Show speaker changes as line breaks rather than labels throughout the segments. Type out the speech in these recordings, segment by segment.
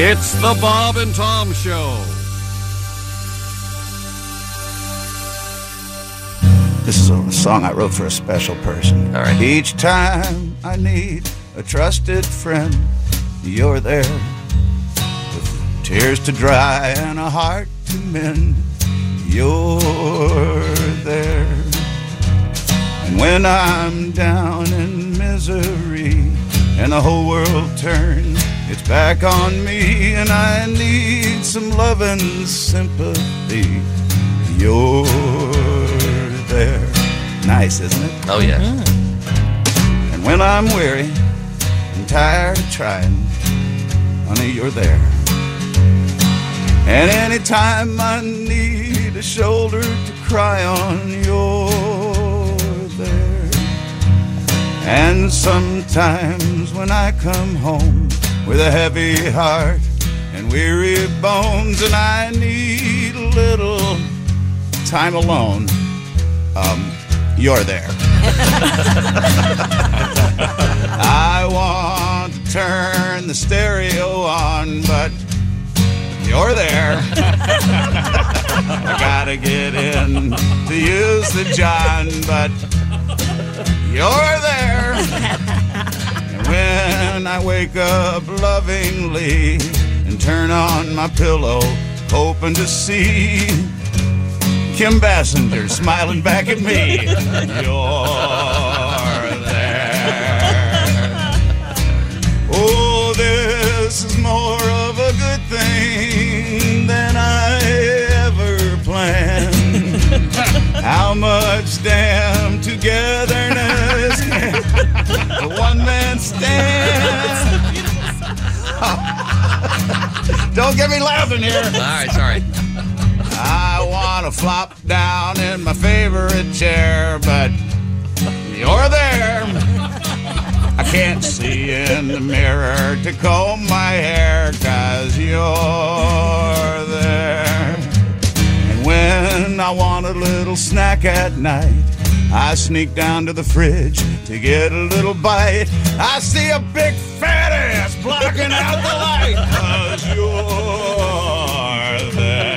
It's the Bob and Tom Show.
This is a song I wrote for a special person.
All right.
Each time I need a trusted friend, you're there. With tears to dry and a heart to mend, you're there. And when I'm down in misery and the whole world turns its back on me and I need some love and sympathy, you're there. Nice, isn't it? Mm-hmm.
Oh yeah.
And when I'm weary and tired of trying, honey, you're there. And anytime I need a shoulder to cry on, you're there. And sometimes when I come home with a heavy heart and weary bones, and I need a little time alone, um, you're there. I want to turn the stereo on, but you're there. I gotta get in to use the John, but you're there. And when I wake up lovingly and turn on my pillow, hoping to see Kim Bassinger smiling back at me,
Uh,
you're there. Oh, this is more of a good thing than I ever planned. How much damn togetherness can a one man stand? Don't get me laughing here.
All right, sorry.
I want to flop down in my favorite chair, but you're there. I can't see in the mirror to comb my hair, cause you're there. And when I want a little snack at night, I sneak down to the fridge to get a little bite. I see a big fat ass blocking out the light, cause you're there.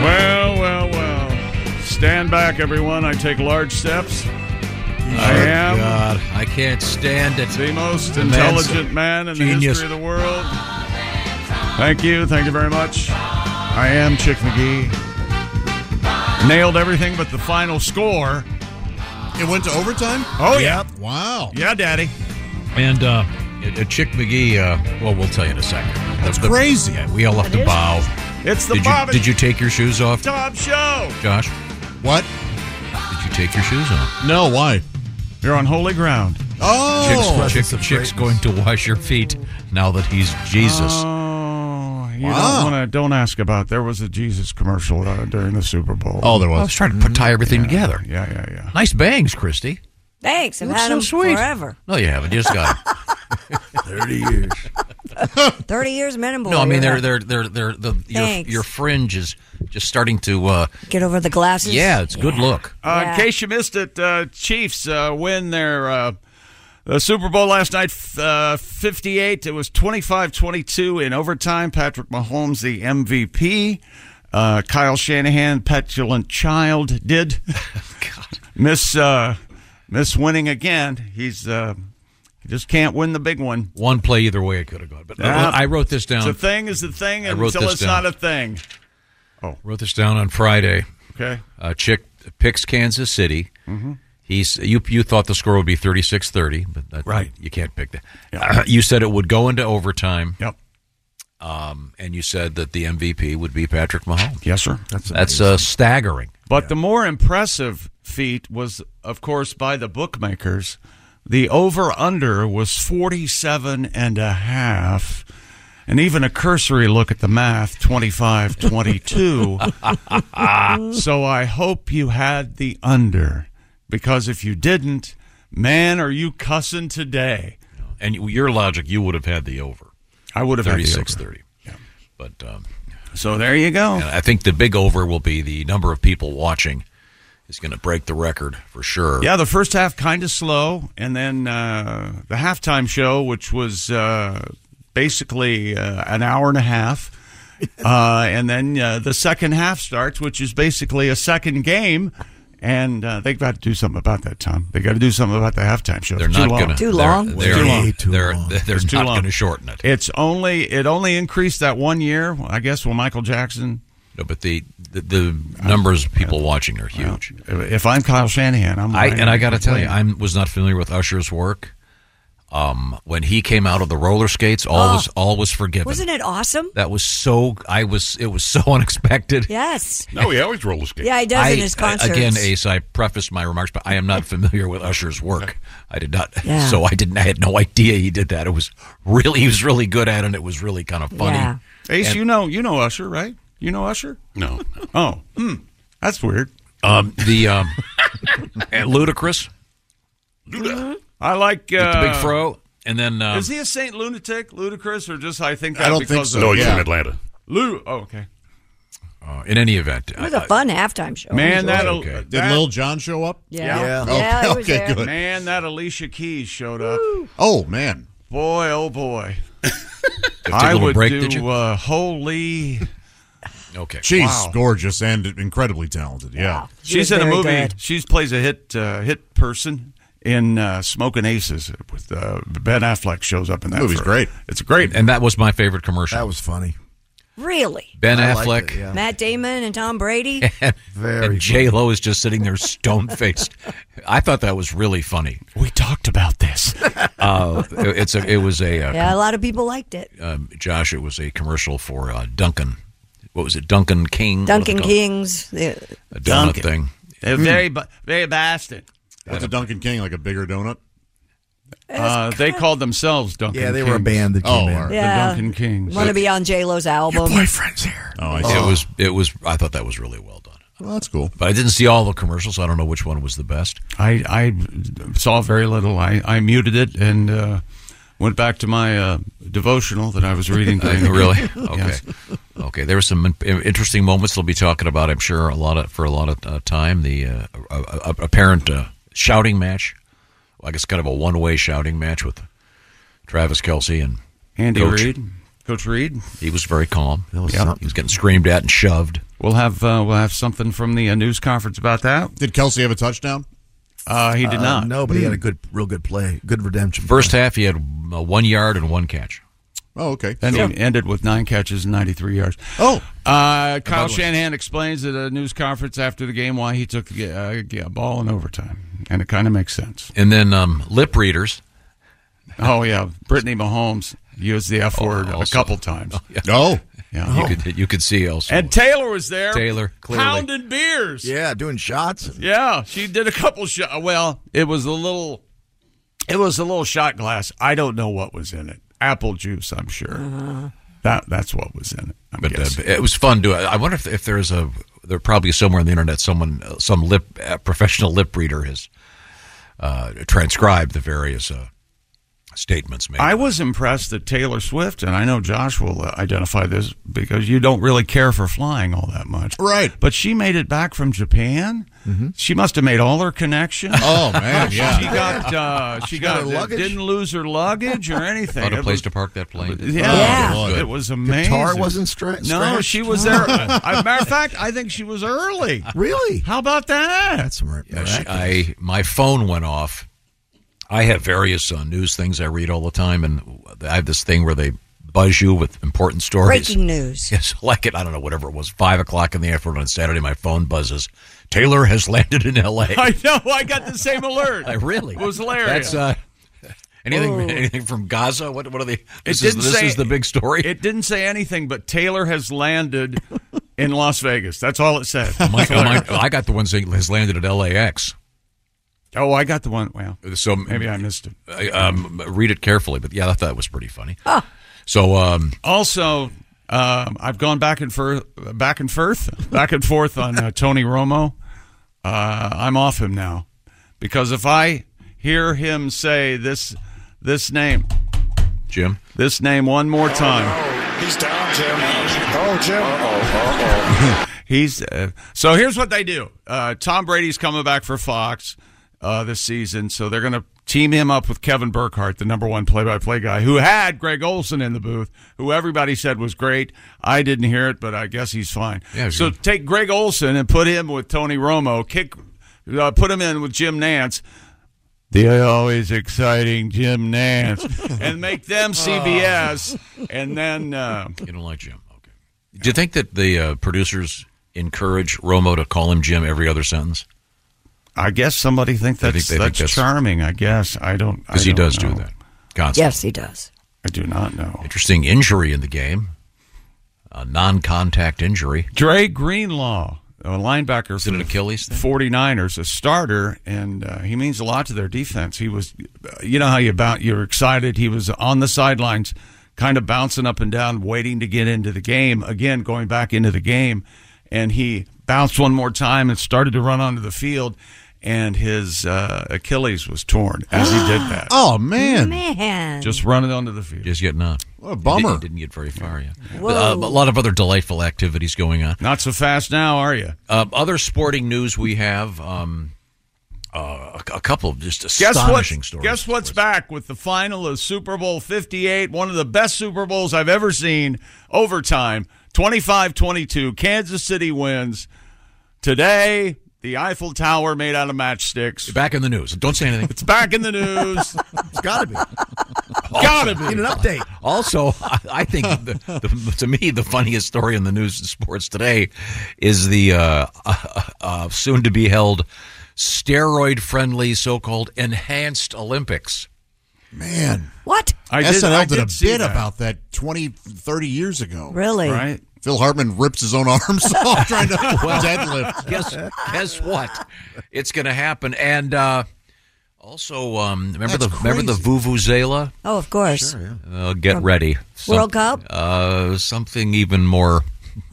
Well, well, well. Stand back, everyone. I take large steps. I am
God, I can't stand it.
the most
The man's
intelligent man in the
genius.
history of the world. Thank you. Thank you very much. I am Chick McGee. Nailed everything but the final score.
It went to overtime?
Oh, yeah.
Wow.
Yeah, Daddy.
And uh, uh, Chick McGee, uh, well, we'll tell you in a second. That's
crazy.
Yeah, we all have to bow.
It's the
did, you,
Bob and
did you take your shoes off,
Tom Show.
Josh?
What?
Did you take your shoes off?
No, why?
You're on holy ground.
Oh.
Chick's, Chick, Chick's going to wash your feet now that he's Jesus.
Oh, Uh, you
Wow.
don't want to. Don't ask about. There was a Jesus commercial uh, during the Super Bowl.
Oh, there
I
was.
was trying to put, tie everything together.
yeah, yeah, yeah.
Nice bangs, Christy.
Thanks. I've
That's
had
so
them
sweet.
forever.
No, you haven't. You just got. 'em.
30 years.
Thirty years men and boy.
No, I mean
you're
they're
right.
they're they're they're the your,
Thanks.
your fringe is just starting to. uh
get over the glasses.
Yeah, it's a good look.
Uh,
Yeah.
In case you missed it, uh, Chiefs uh, win their uh, the Super Bowl last night, f- uh, 58. It was 25-22 in overtime. Patrick Mahomes, the MVP. Uh, Kyle Shanahan, petulant child, did miss uh, miss winning again. He's uh, he just can't win the big one.
One play either way, it could have gone. But
Yeah.
I wrote this
The
down.
thing is the thing
I wrote
until
this
it's
down.
not a thing.
wrote this down on Friday.
Oh. Okay. Mm-hmm.
Uh, Chick picks Kansas City. He's you. You thought the score would be 36-30, but that,
Right.
you can't pick that. you said it would go into overtime, Um,
Yep.
and you said that the MVP would be Patrick Mahomes.
Yes, sir.
That's uh, staggering.
But the more impressive feat was, of course, by the bookmakers. The over under was 47 and a half. And even a cursory look at the math, 25 22. so I hope you had the under. Because if you didn't, man, are you cussing today?
And you- your logic, you would have had the over
I would have had the over.
36-30. But um,
So there you go.
and I think the big over will be the number of people watching is going to break the record for sure.
Yeah, the first half kind of slow, and then uh, the halftime show, which was uh, basically uh, an hour and a half, uh, and then uh, the second half starts, which is basically a second game. And uh, they've got to do something about that, Tom. They got to do something about the halftime show.
They're
It's
not
too long.
going to
Too long?
They're,
Too
they're,
long. Too
they're,
long.
they're
It's too
not
long.
going to shorten it.
It's only it only increased that one year, I guess, when Michael Jackson.
No, but the the, the numbers of people watching are huge.
If I'm Kyle Shanahan, I'm
I
lying.
and I got to tell you, I was not familiar with Usher's work. Um, when he came out of the roller skates, all was all was forgiven.
Oh. Wasn't it awesome?
That was so. I was. It was so unexpected.
Yes.
No, he always roller skates.
Yeah, he does
I,
in his concerts.
again, Ace. I prefaced my remarks, but I am not familiar with Usher's work. I did not,
Yeah.
so I didn't. I had no idea he did that. It was really, he was really good at it. and It was really kind of funny.
Yeah.
Ace, you know, you know Usher, right? You know Usher?
No.
Oh, hmm, that's weird.
Um, the um, and Ludacris,
I like uh,
the big fro, and then Mm-hmm. um,
Is he a Saint lunatic, ludicrous, or just I think that
I don't think
because
so.
of
No, he's
Yeah.
from Atlanta.
Lou? Oh, okay.
uh, in any event,
It was a fun halftime show.
Man, that,
okay.
that
Did Lil John show up?
Yeah.
Yeah.
Yeah.
Okay,
Yeah, he was
okay,
there.
good.
man, that Alicia Keys showed up.
Oh man,
Boy, oh boy.
I,
I would
break,
do
did you?
Uh, holy.
okay,
she's
Wow.
gorgeous and incredibly talented. Yeah.
She
She's
was
in a
very
movie.
good.
She plays a hit uh, hit person in uh, Smoking Aces with uh, Ben Affleck shows up in that.
Movie's
for-
great.
It's great.
and that was my favorite commercial.
That was funny.
Really?
ben
I
Affleck.
liked it, yeah.
Matt Damon and Tom Brady?
Very
and J Lo is just sitting there stone faced. I thought that was really funny.
we talked about this.
Uh, it's a it was a uh,
yeah, a lot of people liked it.
um, Josh. It was a commercial for uh, Duncan. What was it? Duncan King.
Duncan
What was Mm, it
Kings. the-
called? A donut
Duncan.
thing.
Hmm.
They're very, bu- very bastard.
What's a Duncan King like a bigger donut?
Uh, they called themselves Duncan.
Yeah, they were a
Kings.
band that came
Oh,
in.
all right.
The
Yeah.
Duncan Kings.
Want to be on J Lo's album?
Boyfriend's here.
Oh, I see.
It was it was. I thought that was really well done.
Well, that's cool.
But I didn't see all the commercials. so I don't know which one was the best.
I, I saw very little. I, I muted it and uh, went back to my uh, devotional that I was reading.
I
during the
think, Uh, really?
week.
Okay.
Yes.
Okay. There were some in- interesting moments they'll be talking about. I'm sure a lot of for a lot of uh, time. The uh, a- a- a- apparent uh, shouting match. Well, I guess kind of a one way shouting match with Travis Kelsey and
Andy
Coach.
Reid, Coach Reed.
He was very calm.
Yeah.
He was getting screamed at and shoved.
We'll have uh, we'll have something from the uh, news conference about that.
Did Kelsey have a touchdown?
Uh, he did
Uh,
not.
no, but he had a good, real good play, good redemption.
First half, he had uh, one yard and one catch.
Oh, okay.
And he ended with nine catches and 93 yards.
Oh.
Uh, Kyle Shanahan explains at a news conference after the game why he took the uh, yeah, ball in overtime. And it kind of makes sense.
And then um, lip readers.
Oh, yeah. Brittany Mahomes used the F word a
Oh, also.
couple times.
Oh,
Yeah.
You could you could see also.
And Taylor was there.
Taylor, clearly.
Pounded beers.
yeah, doing shots.
Yeah, she did a couple shot. Well, it was a little, it was a little shot glass. I don't know what was in it. Apple juice, I'm sure.
Uh-huh.
That that's what was in it. I'm
but uh,
guessing.
it was fun to. I wonder if, if there's a there probably somewhere on the internet someone uh, some lip uh, professional lip reader has uh, transcribed the various uh, statements made.
I was impressed that Taylor Swift, and I know Josh will uh, identify this because you don't really care for flying all that much,
Right. Mm-hmm.
But she made it back from Japan. She must have made all her connections.
oh man,
She
yeah.
got uh, she, got,
her luggage?
didn't lose her luggage or anything.
Found a
It
place
was-
to park that plane.
Yeah,
Yeah.
It,
Good.
was amazing.
Oh, Guitar wasn't stra-
No,
scratched?
she was there. As a matter of fact, I think she was early.
Really?
How about that?
That's smart.
Yeah, she- I my phone went off. I have various uh, news things I read all the time, and I have this thing where they buzz you with important stories.
Breaking news.
Yes, like it. I don't know whatever it was. Five o'clock in the afternoon on Saturday, my phone buzzes. Taylor has landed in L.A.
I know. I got the same alert.
Oh,
I really
It was hilarious.
That's uh, anything
Oh.
anything from Gaza. What what are they? This, is,
didn't
this
say-
is the big story.
it didn't say anything, but Taylor has landed in Las Vegas. That's all it said.
My- oh my- I got the one saying has landed at LAX.
oh, I got the one. Well,
So
maybe I missed it.
I, um, read it carefully, but yeah, I thought it was pretty funny. So um,
Also, um, I've gone back and forth, back and forth, back and forth on uh, Tony Romo. Uh, I'm off him now because if I hear him say this this name,
Jim,
this name one more time,
He's down, Jim. Oh, Jim. Uh-oh, uh-oh.
He's uh, so here's what they do. Uh, Tom Brady's coming back for Fox uh, this season, so they're going to team him up with Kevin Burkhardt, the number one play-by-play guy, who had Greg Olson in the booth, who everybody said was great. I didn't hear it, but I guess he's fine.
Yeah, he's
so
good.
take Greg Olson and put him with Tony Romo. Kick, uh, put him in with Jim Nance. The always exciting Jim Nance, and make them CBS, and then uh,
Oh. You don't like Jim. Okay. Do you think that the uh, producers encourage Romo to call him Jim every other sentence?
I guess somebody think
They
that's,
think- they think
that's,
that's-
charming. I guess I don't
Because
I
he
don't
does
know.
do that constantly.
Yes, he does.
I do not know.
Interesting injury in the game. A non-contact injury.
Dre Greenlaw, a linebacker
Is it
for
an
the
Achilles thing?
49ers, a starter, and uh, he means a lot to their defense. He was, you know how you bounce, you're excited. He was on the sidelines, kind of bouncing up and down, waiting to get into the game. Again, going back into the game, and he bounced one more time and started to run onto the field, and his uh, Achilles was torn as he did that.
Oh man,
Man.
Just running onto the field.
Just getting on.
What a bummer.
It, it didn't get very far. Yeah. Uh, a lot of other delightful activities going on.
Not so fast now, are you?
Uh, other sporting news we have. Um, uh, a, a couple of just
Guess what?
astonishing stories.
Guess what's back with the final of Super Bowl 58, one of the best Super Bowls I've ever seen. Overtime, 25-22, Kansas City wins. Today, the Eiffel Tower made out of matchsticks.
back in the news. Don't say anything.
It's back in the news.
It's got to be.
Gotta be.
Need an update.
Also, I I think the, the, to me the funniest story in the news and sports today is the uh, uh, uh, soon-to-be held steroid-friendly so-called enhanced Olympics.
man.
what?
I
SNL
I
did, a
see
bit
that,
about that 20, 30 years ago.
Really?
Right?
Phil Hartman rips his own arms off trying to deadlift.
Oh. Guess guess what? It's going to happen. And uh, also, um, remember
That's
the remember the vuvuzela?
Oh, of course.
Uh, get ready. Some-
World Cup?
Uh, something even more.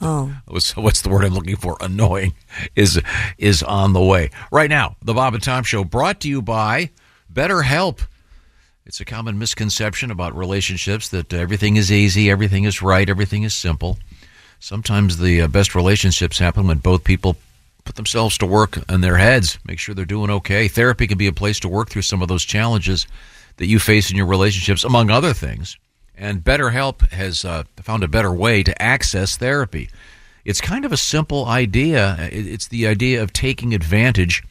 Oh.
What's, what's the word I'm looking for? Annoying is is on the way right now. The Bob and Tom Show brought to you by BetterHelp. It's a common misconception about relationships that everything is easy, everything is right, everything is simple. Sometimes the uh, best relationships happen when both people put themselves to work on their heads, make sure they're doing okay. Therapy can be a place to work through some of those challenges that you face in your relationships, among other things. And BetterHelp has uh, found a better way to access therapy. It's kind of a simple idea. It- It's the idea of taking advantage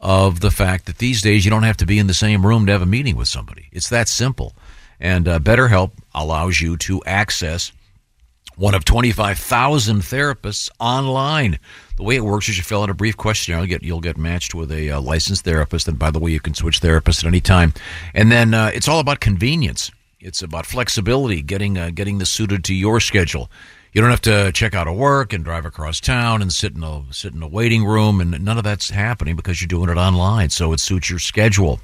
of the fact that these days you don't have to be in the same room to have a meeting with somebody. It's that simple. And uh, BetterHelp allows you to access one of 25,000 therapists online. The way it works is you fill out a brief questionnaire, you'll get, you'll get matched with a uh, licensed therapist. And by the way, you can switch therapists at any time. And then uh, it's all about convenience. It's about flexibility, getting uh, getting this suited to your schedule. You don't have to check out of work and drive across town and sit in a sit in a waiting room, and none of that's happening because you're doing it online. So it suits your schedule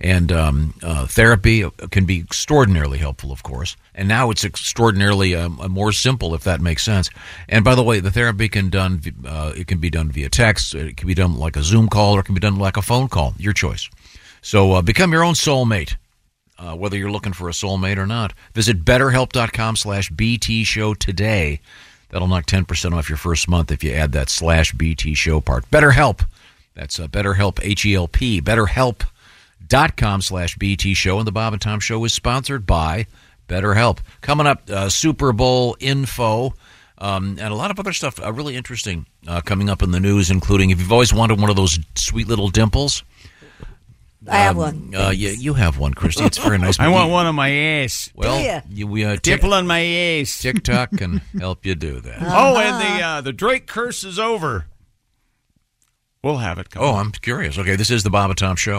and um, uh, therapy can be extraordinarily helpful, of course. And now it's extraordinarily um, more simple, if that makes sense. And by the way, the therapy can done uh, it can be done via text, it can be done like a Zoom call, or it can be done like a phone call. Your choice. So uh, become your own soulmate uh, whether you're looking for a soulmate or not. Visit betterhelp.com slash BT show today. That'll knock 10% off your first month if you add that slash BT show part. BetterHelp. That's uh, BetterHelp, H E L P. BetterHelp.com slash BT show. And the Bob and Tom show is sponsored by BetterHelp. Coming up, uh, Super Bowl info. Um, and a lot of other stuff uh, really interesting uh, coming up in the news, including if you've always wanted one of those sweet little dimples.
I have one.
Uh, yeah, you have one, Christy. It's very nice.
I want one on my ass.
ya?
Well, you, we uh, tick,
Tipple on my ass.
TikTok can help you do that.
Uh-huh.
Oh, and the uh, the Drake curse is over. We'll have it. Come
Oh, I'm curious. Okay, this is the Bob and Tom Show.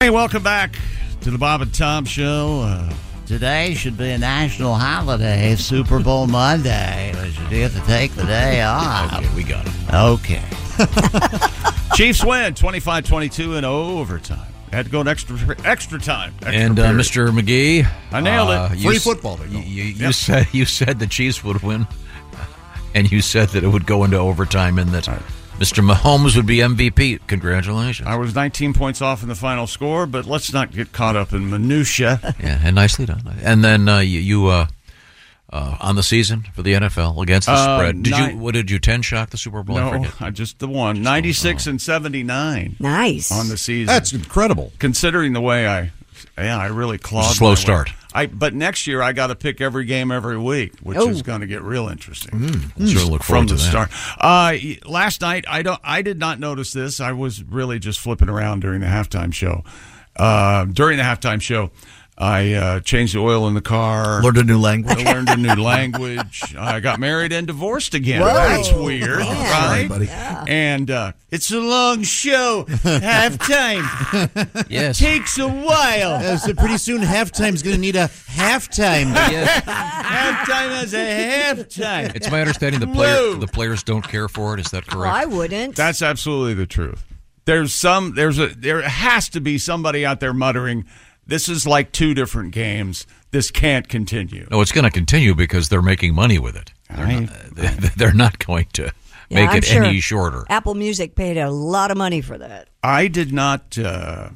Hey, welcome back to the Bob and Tom Show. Uh,
Today should be a national holiday, Super Bowl Monday. But you do have to take the day off. Oh.
we got it.
Okay.
Chiefs win 25 22 in overtime. Had to go an extra extra time. Extra
And uh,
period.
Mr. McGee, uh,
I nailed it.
you
Free
s-
football, they
You,
call it.
you, you said you said the Chiefs would win, and you said that it would go into overtime, and that Mr. Mahomes would be MVP. Congratulations!
I was 19 points off in the final score, but let's not get caught up in minutia.
yeah, and nicely done. And then uh, you, you uh, uh, on the season for the NFL against the
Uh,
spread. Did
nine-
you what did you ten shock the Super Bowl? I
no,
forget.
I just the one 96
Oh.
and 79
Nice.
on the season.
That's incredible.
considering the way I, yeah, I really clawed.
It was a slow
my way.
start.
I but next year I got to pick every game every week, which
Oh.
is going to get real interesting
Hmm. Sure, look forward
from
to
the start.
that.
Uh, y- last night I don't I did not notice this. I was really just flipping around during the halftime show. Uh, during the halftime show, I uh, changed the oil in the car.
Learned a new language.
I learned a new language. I uh, got married and divorced again. That's weird,
Sorry,
right?
buddy.
And uh, it's a long show. Halftime
Yes,
takes a while.
Uh, so pretty soon halftime's going to need a halftime.
yes.
halftime as a halftime.
It's my understanding the player
Whoa.
the players don't care for it. Is that
Well, I
correct?
wouldn't.
That's absolutely the truth. There's some. There's a. There has to be somebody out there muttering, "This is like two different games. This can't continue."
No, it's going to continue because they're making money with it. They're, not, they- they're not going to
Yeah,
make
I'm
it
sure
any shorter.
Apple Music paid a lot of money for that.
I did not. Uh,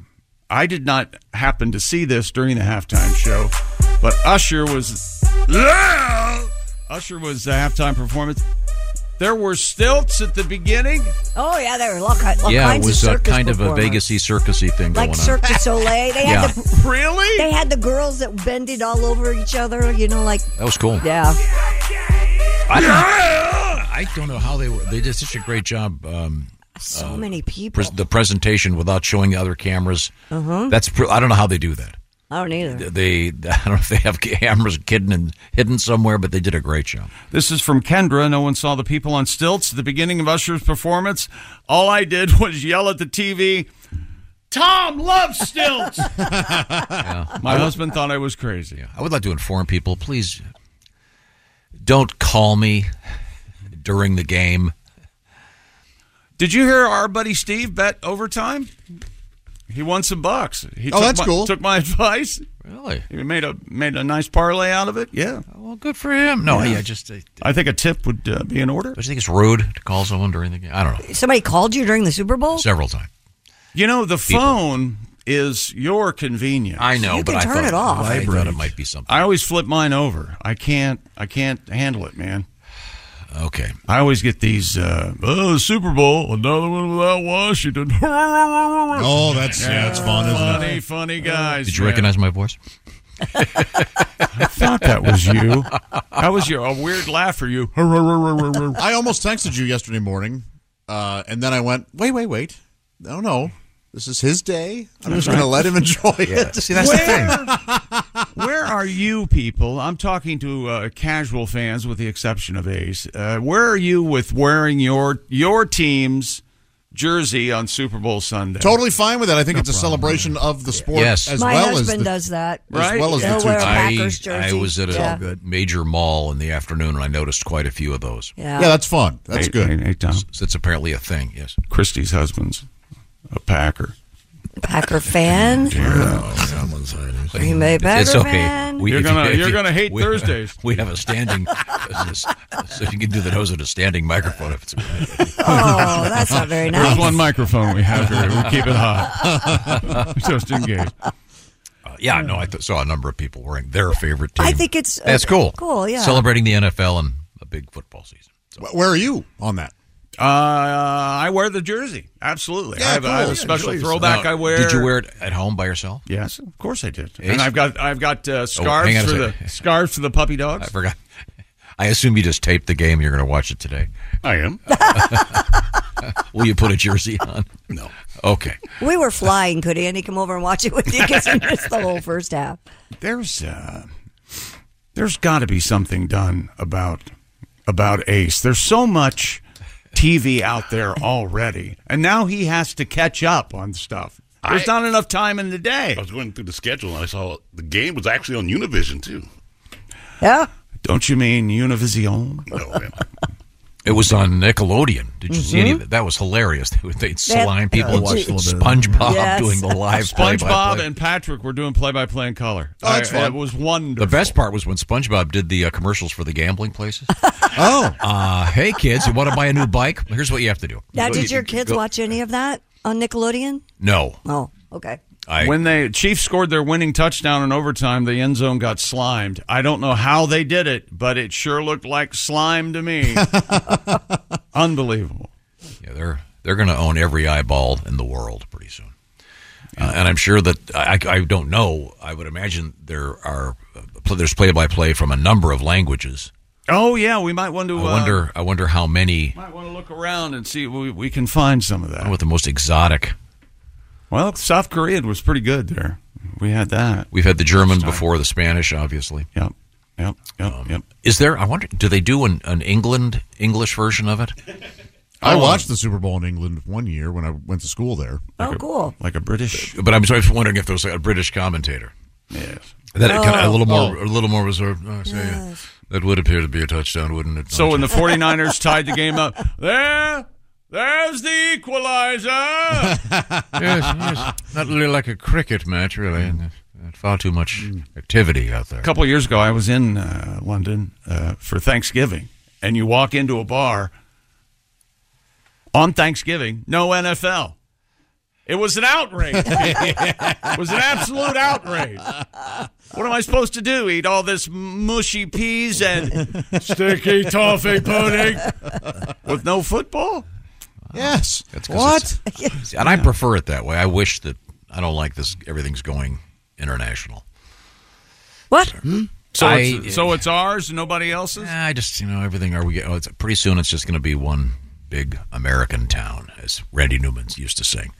I did not happen to see this during the halftime show, but Usher was. Usher was the halftime performance. There were stilts at the beginning.
Oh yeah, there were all, ki- all
yeah, it
kinds
was
of
a
circus
kind of a
performers.
Vegasy circusy thing
like
going
Cirque du Soleil. They had
Yeah.
the
Really?
they had the girls that bended all over each other. You know, like
on. That was cool.
yeah,
I don't Oh. know how they were. They did such a great job. Um,
so many people. Uh-huh.
pres- the presentation without showing other cameras. That's pr- I don't know how they do that.
I don't either.
They I don't know if they have cameras hidden and hidden somewhere, but they did a great job.
This is from Kendra. No one saw the people on stilts at the beginning of Usher's performance. All I did was yell at the TV, Tom loves stilts. My husband thought I was crazy.
I would like to inform people, please don't call me during the game.
Did you hear our buddy Steve bet overtime? He won some bucks. He
Oh,
took
that's
my,
cool.
Took my advice.
Really?
He made a made a nice parlay out of it. Yeah,
Well, good for him. No, yeah, just uh,
I think a tip would uh, be in order.
don't you think it's rude to call someone during the game? I don't know.
Somebody called you during the Super Bowl.
Several times.
You know, the
People.
phone is your convenience.
I know,
You
but
can
I
turn
thought
it off.
I thought it might be something.
I always flip mine over. I can't. I can't handle it, man.
Okay.
I always get these. Uh, oh, the Super Bowl, another one without Washington.
Oh, that's yeah, that's fun, isn't it?
funny, funny guys.
Did you
man.
recognize my voice?
I thought that was you. That was your a weird laugh for you.
I almost texted you yesterday morning, uh, and then I went, wait, wait, wait. No, no, this is his day. I'm just going to let him enjoy it.
See, that's
Where are you people? I'm talking to uh, casual fans, with the exception of Ace. Uh, where are you with wearing your your team's jersey on Super Bowl Sunday?
Totally fine with that. I think it's a celebration of the sport
Yes.
as
My
well as
husband
the,
does that.
as
Right?
well as
He'll
the
wear a
two.
I,
Packers jersey.
I was at a
yeah.
major mall in the afternoon, and I noticed quite a few of those.
Yeah.
Yeah, that's fun. That's
Hey,
good.
Hey, hey, Tom.
So it's apparently a thing. Yes.
Christie's husband's a Packer.
Packer fan. Green Bay Packer
It's okay.
fan.
We-
You're
if
gonna-
if
you're gonna hate
we-
Thursdays.
We have a standing, so you can do the nose at a standing microphone if it's.
oh, that's not very
There's
nice.
one microphone we have here. We keep it hot, just in case.
Uh, yeah, no, I th- saw a number of people wearing their favorite team.
I think it's uh,
that's cool.
Cool, yeah.
Celebrating the NFL and a big football season.
Wh- Where are you on that?
Uh, I wear the jersey. Absolutely. I, have, I have a special throwback I wear.
Uh, Did you wear it at home by yourself?
Yes, of course I did.
Ace? Oh,
And I've got I've got uh, scarves
hang on a
for the scarves for the puppy dogs.
I forgot. I assume you just taped the game. You're going to watch it today.
I am.
Will you put a jersey on? No. Okay.
We were flying. Could Andy come over and watch it with you? Because we missed the whole first half.
There's uh, there's got to be something done about about Ace. There's so much TV out there already, and now he has to catch up on stuff. There's not enough time in the day.
I was going through the schedule and I saw the game was actually on Univision too.
Yeah.
Don't you mean Univision?
It was on Nickelodeon. Did you see any of that?
Mm-hmm.
That was hilarious. They would- They'd slime people and SpongeBob doing the live
SpongeBob
play-by-play.
and Patrick were doing play by play in color.
Oh, that's
I-
fun.
It was wonderful.
The best part was when SpongeBob did the uh, commercials for the gambling places. oh, uh, hey kids, you want to buy a new bike? Here's what you have to do.
Now,
Go-
did your kids
go-
watch any of that on Nickelodeon?
No.
Oh, okay.
when they Chiefs scored their winning touchdown in overtime, the end zone got slimed. I don't know how they did it, but it sure looked like slime to me. Unbelievable.
Yeah, they're they're going to own every eyeball in the world pretty soon. Uh, and I'm sure that I, I don't know. I would imagine there are uh, pl- there's play by play from a number of languages.
Oh yeah, we might want to.
I wonder. I wonder how many.
Uh, might want to look around and see if we, we can find some of that.
What the most exotic?
Well, South Korean was pretty good there. We had that.
We've had the German before, the Spanish, obviously. Um,
Yep. Yep. Yep. yep.
Is there? I wonder. Do they do an, an England English version of it? Um,
I watched the Super Bowl in England one year when I went to school there.
Oh, cool.
Like a British.
But I'm, just wondering if there was a British commentator.
Yes.
That it kinda- a little
Oh.
more, a little more reserved. Oh, I say, That would appear to be a touchdown, wouldn't it?
So when the 49ers tied the game up, there, there's the equalizer. yes,
Not really like a cricket match, really.
Mm.
and, uh, Far too much activity out there.
A couple of years ago, I was in uh, London uh, for Thanksgiving, and you walk into a bar on Thanksgiving, no NFL. It was an outrage. it was an absolute outrage. What am I supposed to do? Eat all this mushy peas and sticky toffee pudding with no football?
Yes.
That's 'cause it's- and I prefer it that way. I wish that I don't like this. Everything's going international.
What?
So,
Hmm? I-
it's, so it's ours and nobody else's?
Nah, I just you know everything. Are we? get- Oh, it's pretty soon. It's just going to be one big American town, as Randy Newman used to sing.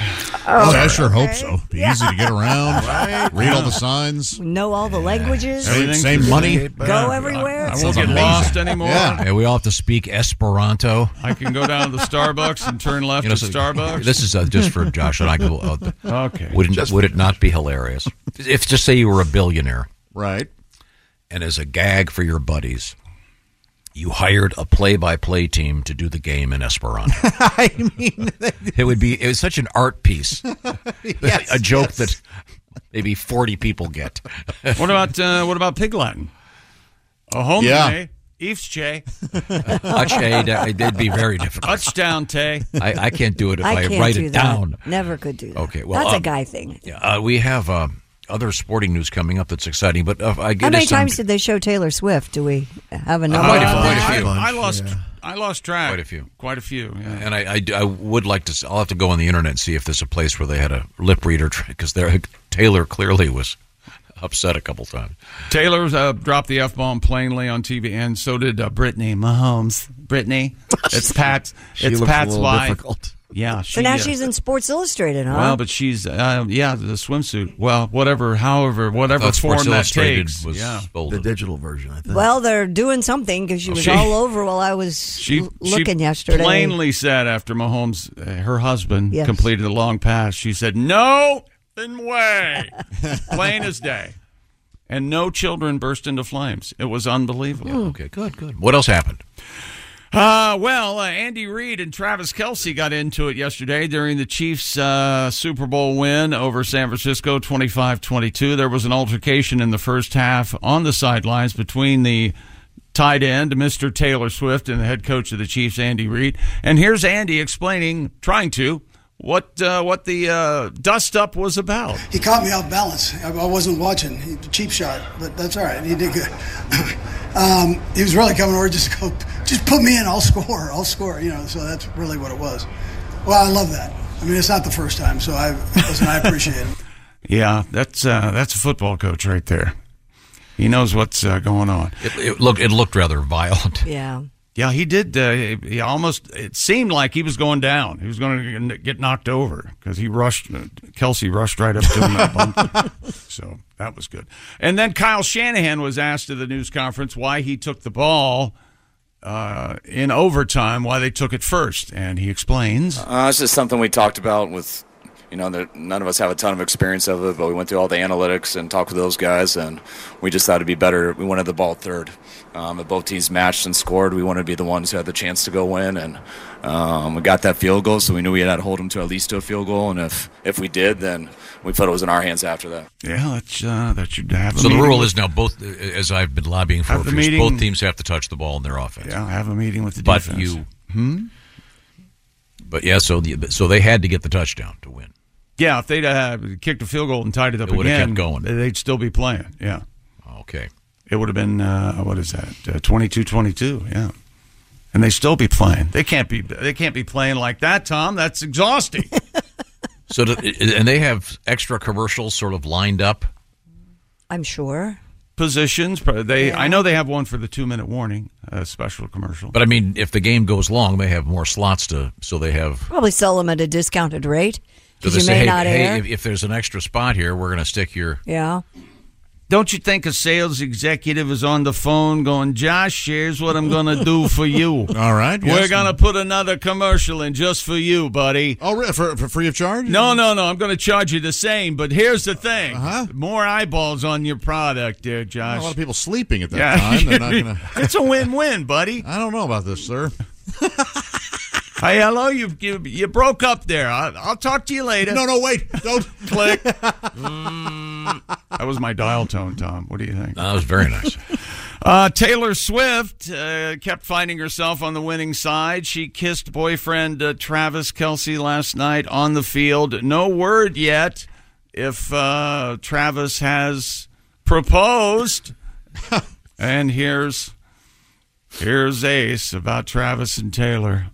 Oh, I sure hope so. Be easy to get around.
Right.
Read all the signs.
Know all the languages.
Everything's Same the money. same, but-
Go everywhere.
I won't get lost anymore.
Yeah. we all have to speak Esperanto.
I can go down to the Starbucks and turn left
You know,
at
so-
Starbucks.
This is uh, just for Josh and I.
Okay.
Wouldn't
Just
would it not be hilarious if just say you were a billionaire,
right?
And as a gag for your buddies, you hired a play-by-play team to do the game in Esperanto.
I mean,
it would be it was such an art piece,
Yes,
a joke that maybe forty people get.
What about uh, what about Pig Latin? A home
Yeah.
day, Eve's Che.
Ache, that- that'd be very difficult.
Touchdown Tay.
I, I can't do it if I,
I can't
write
do
it
that.
down.
Never could do that.
Okay, well,
that's a
um,
guy thing.
Yeah, uh, we have uh, other sporting news coming up that's exciting, but uh, I get
How many
it's time
times
to-
did they show Taylor Swift? Do we have a
Uh,
number?
quite, a, quite a few.
I lost I lost track. Quite a
few.
Quite a few. Yeah.
And I, I, I would like to. See, I'll have to go on the internet and see if there's a place where they had a lip reader because there Taylor clearly was upset a couple times.
Taylor uh, dropped the f bomb plainly on TV, and so did uh, Brittany Mahomes. Brittany, it's Pat's.
She
it's
looks a
Pat's
little
wife.
difficult.
Yeah.
So now she's in Sports Illustrated, huh?
Well, but she's uh, yeah the swimsuit. Well, whatever, however, whatever
thought Sports
form that
Illustrated
takes.
was
yeah.
folded. The
digital version, I think.
Well, they're doing something because she
Well,
was
she-
all over while I was
She
l- looking
she
yesterday.
plainly said after Mahomes, uh, her husband
Yes.
completed a long pass. She said, "No, then way, plain as day." And no children burst into flames. It was unbelievable.
Oh, okay, good, good. What else happened?
Uh, well, uh, Andy Reid and Travis Kelsey got into it yesterday during the Chiefs' uh, Super Bowl win over San Francisco 25 22. There was an altercation in the first half on the sidelines between the tight end, Mr. Taylor Swift, and the head coach of the Chiefs, Andy Reid. And here's Andy explaining, trying to, what, uh, what the uh, dust up was about.
He caught me off balance. I, I wasn't watching. He, cheap shot, but that's all right. He did good. um, he was really coming over just to go just put me in. I'll score. I'll score. You know, so that's really what it was. Well, I love that. I mean, it's not the first time, so I listen. I appreciate it.
Yeah, that's uh, that's a football coach right there. He knows what's uh, going on.
It, it looked it looked rather violent.
Yeah.
Yeah, he did. Uh, he- he almost. It seemed like he was going down. He was going to get knocked over because he rushed. uh, Kelsey rushed right up to him and bumped him. So that was good. And then Kyle Shanahan was asked at the news conference why he took the ball uh, in overtime. Why they took it first, and he explains.
Uh, it's just something we talked about with, you know, that none of us have a ton of experience of it, but we went through all the analytics and talked with those guys, and we just thought it'd be better. We wanted the ball third. Um, if both teams matched and scored, we wanted to be the ones who had the chance to go win, and um, we got that field goal, so we knew we had to hold them to at least to a field goal, and if, if we did, then we felt it was in our hands after that.
Yeah, that's uh, that should have. A
So the
meeting
rule
with-
is now both, as I've been lobbying for,
Have
a
the
few years,
meeting-
both teams have to touch the ball in their offense.
Yeah, have a meeting with the
But
defense.
you-
Hmm?
But yeah, so the so they had to get the touchdown to win.
Yeah, if they'd uh, kicked a field goal and tied it up
It would've
again,
kept going.
they'd still be playing. Yeah.
Okay.
It would have been, uh, what is that, uh, 22-22, yeah. And they still be playing. They can't be They can't be playing like that, Tom. That's exhausting.
So do, and they have extra commercials sort of lined up.
I'm sure.
Positions, pro- they I know they have one for the two-minute warning, a special commercial.
But I mean, if the game goes long, they have more slots to. So they have.
Probably sell them at a discounted rate.
So
Because
they
you may
say, hey,
not air.
hey if, if there's an extra spot here, we're going to stick your.
yeah.
Don't you think a sales executive is on the phone going, Josh, here's what I'm going to do for you.
All right,
We're
yes.
going to put another commercial in just for you, buddy.
Oh, re- for, for free of charge?
No, no, no. I'm going to charge you the same, but here's the thing. More eyeballs on your product there, Josh.
Uh-huh. A lot of people sleeping at that
Yeah.
time. They're not gonna...
It's a win-win, buddy.
I don't know about this, sir.
Hey, hello. You you, you broke up there. I, I'll talk to you later.
No, no, wait. Don't
click. Mm. that was my dial tone, Tom. What do you think?
That was very nice.
Uh, Taylor Swift uh, kept finding herself on the winning side. She kissed boyfriend uh, Travis Kelsey last night on the field. No word yet if uh, Travis has proposed. and here's here's Ace about Travis and Taylor.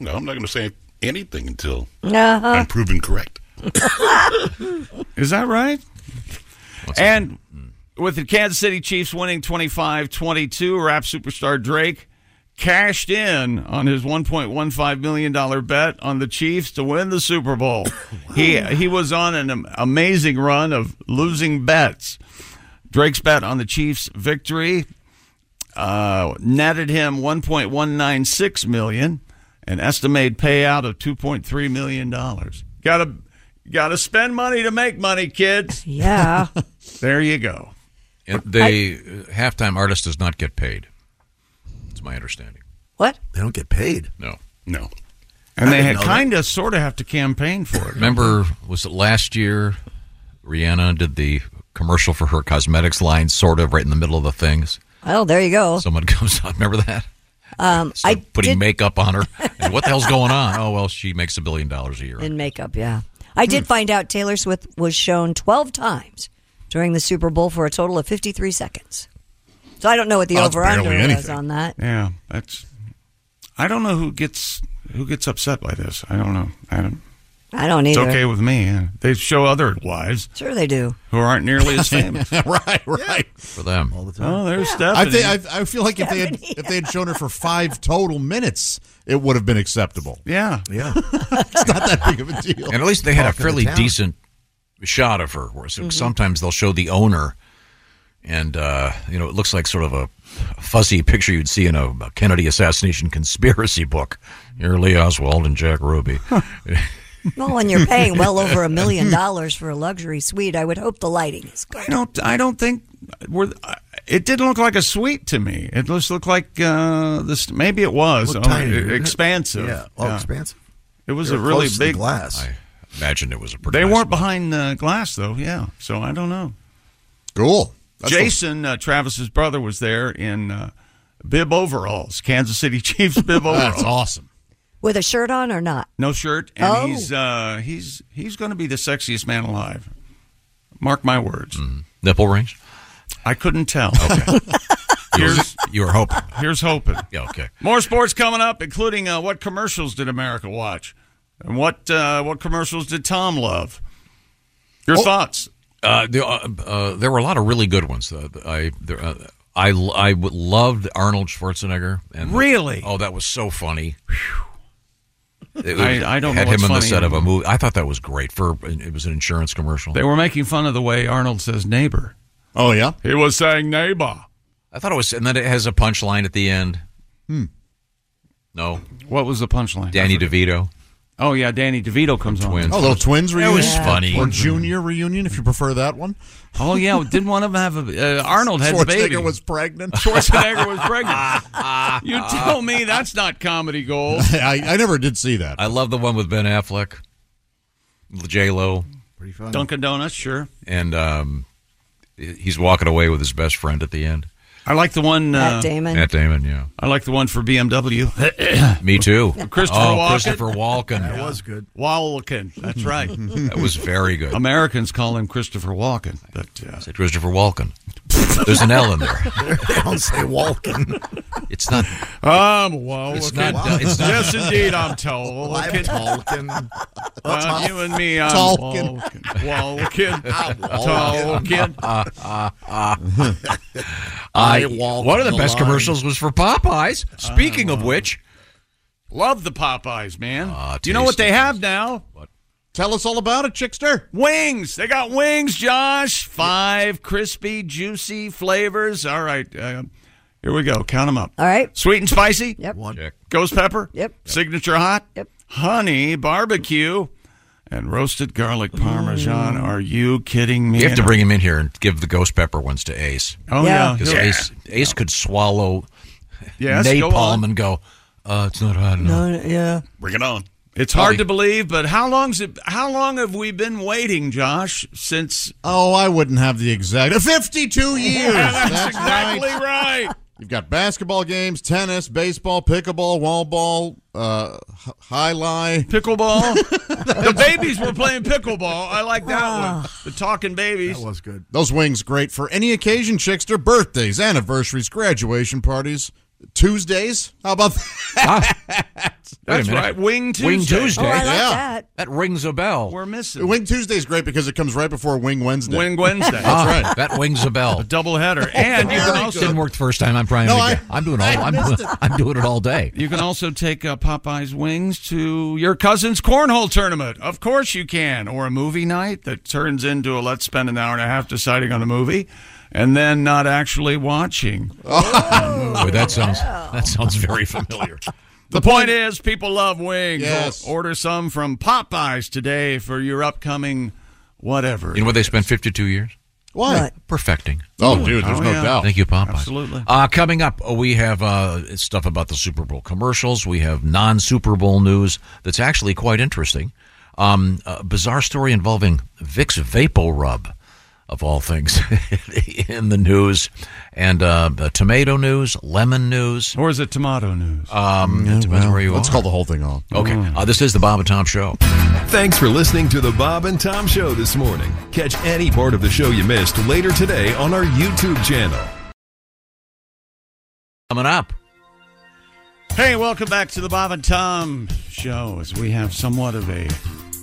No, I'm not going to say anything until
Uh-huh.
I'm proven correct.
Is that right? and with the Kansas City Chiefs winning 25 22, rap superstar Drake cashed in on his $1.15 million bet on the Chiefs to win the Super Bowl. He, he was on an am- amazing run of losing bets. Drake's bet on the Chiefs' victory uh, netted him 1.196 million, an estimated payout of 2.3 million dollars. Got to got to spend money to make money, kids.
Yeah.
there you go.
And they uh, halftime artist does not get paid. It's my understanding.
What?
They don't get paid. No. No.
And they had kind of sort of have to campaign for it.
Remember, was it last year? Rihanna did the commercial for her cosmetics line, sort of right in the middle of the things.
Well, there you go.
Someone comes on. Remember that?
Um, I
Putting
did,
makeup on her. And what the hell's going on? Oh well, she makes a billion dollars a year.
in makeup. Yeah. I did find out Taylor Swift was shown 12 times during the Super Bowl for a total of 53 seconds. So I don't know what the
Oh, that's
over under
barely
was
anything.
on that.
Yeah, that's. I don't know who gets who gets upset by this. I don't know. I don't.
I don't
It's
either.
okay with me. yeah. They show other wives.
Sure, they do.
Who aren't nearly as famous.
right, right.
For them.
All the
time. Oh, there's
I,
Stephanie.
think, I, I feel like if they had if they had shown her for five total minutes, it would have been acceptable.
Yeah,
yeah. it's not that big of a deal.
And at least they had a
Talk of the
fairly
town.
decent shot of her. Whereas
Mhm.
sometimes they'll show the owner, and uh, you know it looks like sort of a fuzzy picture you'd see in a, a Kennedy assassination conspiracy book. Here, Lee Oswald and Jack Ruby.
Well, when you're paying well over a million
Hmm.
dollars for a luxury suite, I would hope the lighting is good.
I don't. I don't think we're. It didn't look like a suite to me. It just looked like uh, this. Maybe it was
Looked
Oh,
tiny,
e-
didn't it?
expansive.
Yeah. Oh, expansive.
It was
They
a
were
really
close to the
big
glass.
I imagine it was a pretty.
They
nice
weren't behind the glass though. Yeah, so I don't know.
Cool. That's
Jason uh, Travis's brother was there in uh, bib overalls, Kansas City Chiefs bib overalls.
That's awesome.
With a shirt on or not?
No shirt, and
Oh.
he's uh, he's he's going to be the sexiest man alive. Mark my words.
Mm-hmm.
Nipple rings.
I couldn't tell.
Okay.
You Here's-
you were hoping.
Here's hoping.
Yeah, okay.
More sports coming up, including uh, what commercials did America watch, and what uh, what commercials did Tom love? Your thoughts?
Uh, the, uh, uh, there were a lot of really good ones. Uh, I there, uh, I I would- loved Arnold Schwarzenegger. And the-
Really?
oh, that was so funny. It was-
I, I don't
had
know
him
what's
in the
funny.
set of a movie. I thought that was great for it was an insurance commercial.
They were making fun of the way Arnold says neighbor.
Oh yeah,
he was saying neighbor.
I thought it was, and then it has a punchline at the end.
Hmm.
No,
What was the punchline?
Danny DeVito.
Oh yeah, Danny DeVito comes on.
Oh, little twins reunion.
That was funny.
Or junior reunion, if you prefer that one.
Oh yeah, didn't one of them have a uh, Arnold had the baby.
Schwarzenegger was pregnant.
Schwarzenegger was pregnant. you tell me that's not comedy gold.
I, I never did see that.
I love the one with Ben Affleck, J Lo,
Pretty fun.
Dunkin' Donuts, sure.
and um, he's walking away with his best friend at the end.
I like the one
Matt
uh,
Damon. Matt Damon, yeah.
I like the one for BMW.
Me too.
Christopher
Oh,
Walken.
Christopher Walken. That
was good.
Walken. That's right.
That was very good.
Americans call him Christopher Walken, but uh,
Is it Christopher Walken? There's an L in there.
They don't say Walken.
It's not.
Um, Walken.
It's not- Wow. it's not-
yes, indeed, I'm Tolkien.
I'm Tolkien.
Uh, you and me, I'm
Tolkien.
Walken. Walken.
I'm
Tolkien.
Walken.
I,
I walk
one of the,
the
best
line.
commercials was for Popeyes. Speaking of which,
Love the Popeyes, man. Do you know what they have now? What?
Tell us all about it, Chickster.
Wings. They got wings, Josh. Five crispy, juicy flavors. All right. Uh, here we go. Count them up.
All right.
Sweet and spicy.
Yep.
One.
Ghost pepper.
Yep.
Signature hot.
Yep.
Honey barbecue. And roasted garlic
Mm.
parmesan. Are you kidding me?
you have to bring him in here and give the ghost pepper ones to Ace.
Oh, yeah.
because
Yeah.
Ace, Ace could swallow
Yes, go
napalm
on.
and go. Uh, it's not hot enough.
yeah.
Bring it on.
It's hard to believe, but how long's it? How long have we been waiting, Josh? Since
Oh, I wouldn't have the exact. 52 years.
Yeah, that's
right.
exactly right.
You've got basketball games, tennis, baseball, pickleball, wall ball, uh, h- high lie,
pickleball. the babies were playing pickleball. I like
Ah.
that one. The talking babies. That
was good.
Those wings great for any occasion, Chickster. Birthdays, anniversaries, graduation parties, Tuesdays. How about
Ah.
that?
That's right. Wing Tuesday.
yeah.
that.
That rings a bell.
We're missing
Wing Tuesday is great because it comes right before Wing Wednesday.
Wing Wednesday.
That's right.
That rings a bell. A
double header, and you can also
didn't work the first time. I'm trying
No,
to get,
I-
I'm doing all.
I
I'm,
missed
doing, I'm doing it all day.
You can also take uh, Popeye's wings to your cousin's cornhole tournament. Of course you can. Or a movie night that turns into a let's spend an hour and a half deciding on a movie and then not actually watching.
Oh.
Boy, that sounds that sounds very familiar.
The point is, people love wings.
Yes.
Or- Order some from Popeyes today for your upcoming whatever.
You know where they spent 52 years?
Why? What?
Perfecting.
Oh, dude, there's Oh, no yeah. doubt.
Thank you, Popeye.
Absolutely.
Uh, coming up, uh, we have uh, stuff about the Super Bowl commercials. We have non Super Bowl news that's actually quite interesting. Um, a bizarre story involving Vicks Vapo Rub, of all things, in the news. And uh, the tomato news, lemon news.
Or is it tomato news? Mm.
Um,
Mm, Yeah,
it depends
well,
where you
let's
are.
call the whole thing off.
Okay. Uh, this is the Bob and Tom Show.
Thanks for listening to the Bob and Tom Show this morning. Catch any part of the show you missed later today on our YouTube channel.
Coming up.
Hey, welcome back to the Bob and Tom show as we have somewhat of a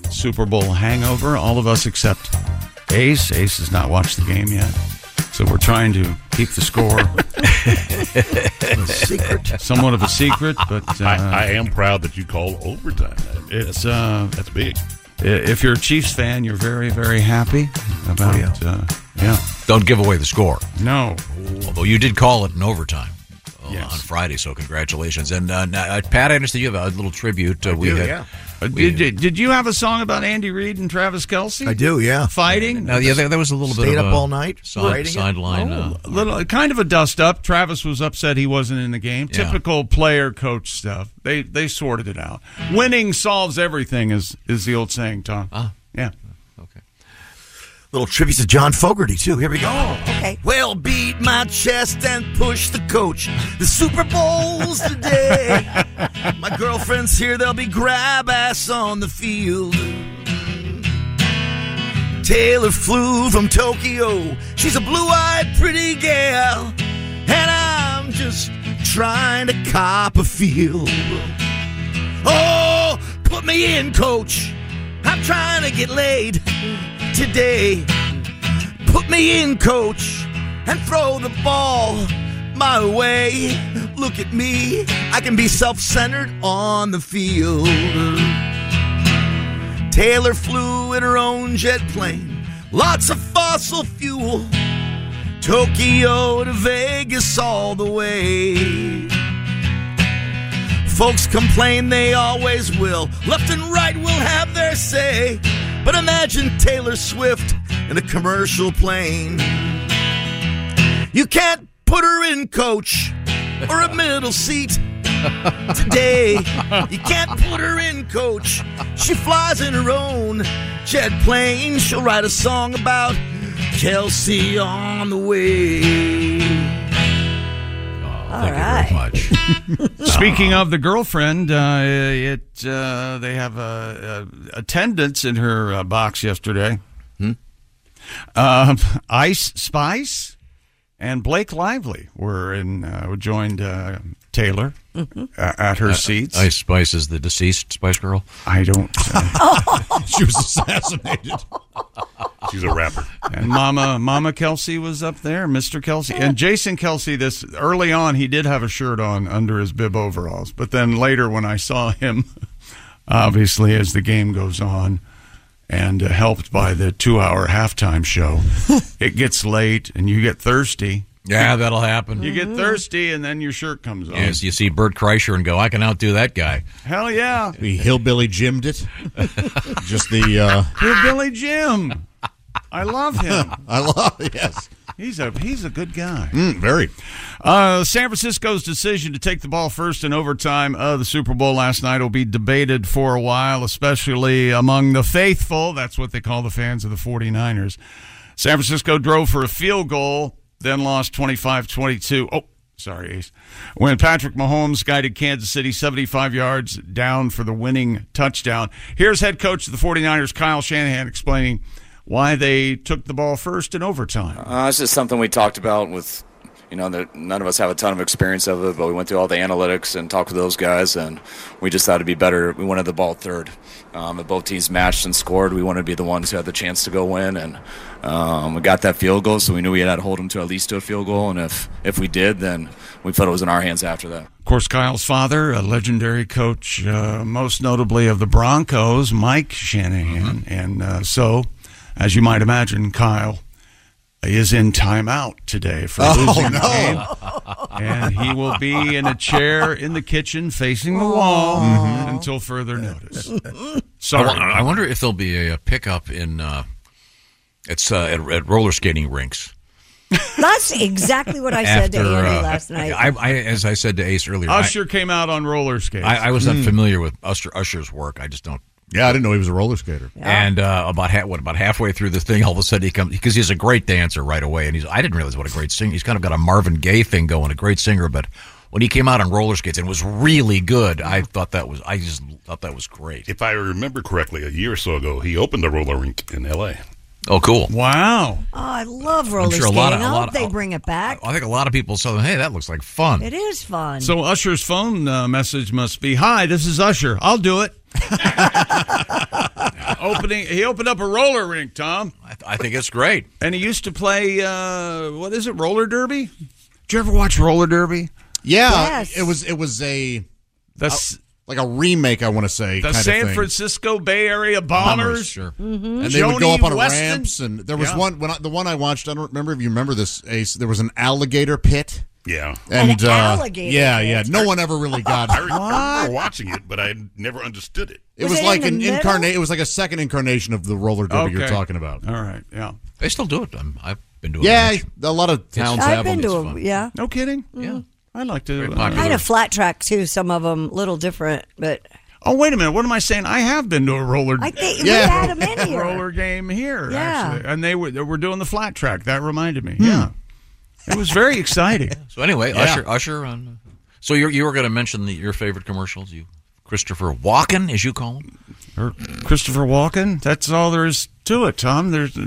Super Bowl hangover. All of us except Ace. Ace has not watched the game yet. So we're trying to keep the score.
secret.
Somewhat of a secret, but. Uh,
I, I am proud that you call overtime.
It's, uh,
that's big.
i- If you're a Chiefs fan, you're very, very happy
Oh,
about. Uh, yeah.
Don't give away the score.
No.
Although you did call it in overtime uh, on Friday, so congratulations. And uh, now, uh, Pat, I understand you have a little tribute. Uh, we
do,
had,
yeah. Did, did, did you have a song about Andy Reid and Travis Kelsey?
I do, yeah.
Fighting?
No, yeah, there, there was a little bit
Stayed
of
up
a
all night
side,
writing it?
sideline. uh,
A little kind of a dust up. Travis was upset he wasn't in the game.
Yeah.
Typical player coach stuff. They they sorted it out. Winning solves everything is is the old saying, Tom. Yeah.
Little tributes to John Fogerty, too. Here we go.
okay.
Well, beat my chest and push the coach. The Super Bowl's today. my girlfriend's here. They'll be grab ass on the field. Taylor flew from Tokyo. She's a blue eyed pretty gal. And I'm just trying to cop a feel. Oh, put me in, coach. I'm trying to get laid today. Put me in, coach, and throw the ball my way. Look at me. I can be self centered on the field. Taylor flew in her own jet plane. Lots of fossil fuel. Tokyo to Vegas all the way. Folks complain they always will. Left and right will have their say. But imagine Taylor Swift in a commercial plane. You can't put her in coach or a middle seat today. You can't put her in coach. She flies in her own jet plane. She'll write a song about Kelsey on the way.
All right.
Speaking of the girlfriend, uh, it uh, they have uh, uh, attendance in her uh, box yesterday. Um, Ice Spice and Blake Lively were in uh, joined uh, Taylor
Mhm.
uh, at her
Uh,
seats.
Ice Spice is the deceased Spice Girl.
I don't. uh,
she was assassinated.
Oh.
She's a rapper. And Mama Mama Kelsey was up there, Mr. Kelsey. And Jason Kelsey this early on he did have a shirt on under his bib overalls, but then later when I saw him obviously as the game goes on and uh, helped by the 2-hour halftime show, it gets late and you get thirsty.
Yeah, that'll happen.
You get thirsty and then your shirt comes off.
Yes, you see Bert Kreischer and go, I can outdo that guy.
Hell yeah.
We hillbilly Jimmed it. Just the. Uh,
Billy Jim. I love him.
I love yes.
He's a he's a good guy.
Mm, very.
Uh, San Francisco's decision to take the ball first in overtime of the Super Bowl last night will be debated for a while, especially among the faithful. That's what they call the fans of the 49ers. San Francisco drove for a field goal, then lost 25 22. Oh, sorry, Ace. When Patrick Mahomes guided Kansas City 75 yards down for the winning touchdown. Here's head coach of the 49ers, Kyle Shanahan, explaining why they took the ball first in overtime.
Uh, it's just something we talked about with, you know, that none of us have a ton of experience of it, but we went through all the analytics and talked with those guys, and we just thought it'd be better. We wanted the ball third. Um, if both teams matched and scored, we wanted to be the ones who had the chance to go win, and um, we got that field goal, so we knew we had to hold them to at least to a field goal, and if, if we did, then we felt it was in our hands after that.
Of course, Kyle's father, a legendary coach, uh, most notably of the Broncos, Mike Shanahan.
Mm-hmm.
And uh, so, as you might imagine, Kyle is in timeout today for
Oh,
losing
no.
the game. And he will be in a chair in the kitchen facing the wall Mm-hmm. until further notice. Sorry.
I, wo- I wonder if there'll be a, pickup in uh, it's uh, at, at roller skating rinks.
That's exactly what I said to
after,
Andy
uh,
last night.
I, I, as I said to Ace earlier,
Oh,
I-
Usher came out on roller skates.
I, I was not
Mm.
familiar with Usher, Usher's work. I just don't.
Yeah, I didn't know he was a roller skater.
And uh, about ha- what about halfway through the thing, all of a sudden he comes because he's a great dancer right away, and he's I didn't realize what a great singer. He's kind of got a Marvin Gaye thing going, a great singer. But when he came out on roller skates and was really good, I thought that was I just thought that was great.
If I remember correctly, a year or so ago, he opened a roller rink in L.A.
Oh, cool!
Wow!
oh, I love roller
sure a
skating.
lot of- a
I
lot
hope
of-
they bring it back.
I think a lot of people saw, hey, that looks like fun.
It is fun.
So Usher's phone uh, message must be, "Hi, this is Usher. I'll do it." Opening, he opened up a roller rink, Tom. I,
I think it's great.
And he used to play, uh, what is it, roller derby? Did you ever watch roller derby?
Yeah,
Yes.
it was. It was a
that's
like a remake. I want to say
The
kind
San
of thing.
Francisco Bay Area Bombers,
Bombers, sure.
Mm-hmm.
Mm-hmm.
And they would go
Joni
up on
Weston.
ramps, and there was
Yeah.
one when I, the one I watched. I don't remember if you remember this. Ace, there was an alligator pit.
Yeah.
and
An
uh,
alligator
yeah,
pit.
yeah. No one ever really got.
I remember watching it, but I had never understood it.
It was, like an incarnate. It was like a second incarnation of the roller derby you're talking about.
All right, yeah.
They still do it. i have been doing.
Yeah,
it.
a lot of towns
I've
have
been
them.
to
It's
a-
fun.
yeah.
No kidding.
Yeah.
I like to.
I had a flat track too. Some of them little different, but
oh wait a minute, what am I saying? I have been to a roller.
I think we had 'em in here.
roller game here.
Yeah. Hmm.
actually. and they were they were doing the flat track. That reminded me. Yeah, it was very exciting.
So anyway,
Yeah.
Usher, Usher on. So you you were going to mention the, your favorite commercials, you Christopher Walken, as you call him.
or Christopher Walken. That's all there is to it, Tom. There's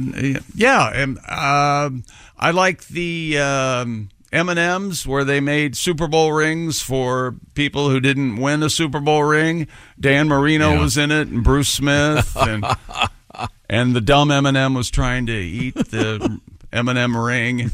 yeah, and um, I like the um, M&Ms where they made Super Bowl rings for people who didn't win a Super Bowl ring. Dan Marino
Yeah.
was in it and Bruce Smith and and the dumb M&M was trying to eat the M&M ring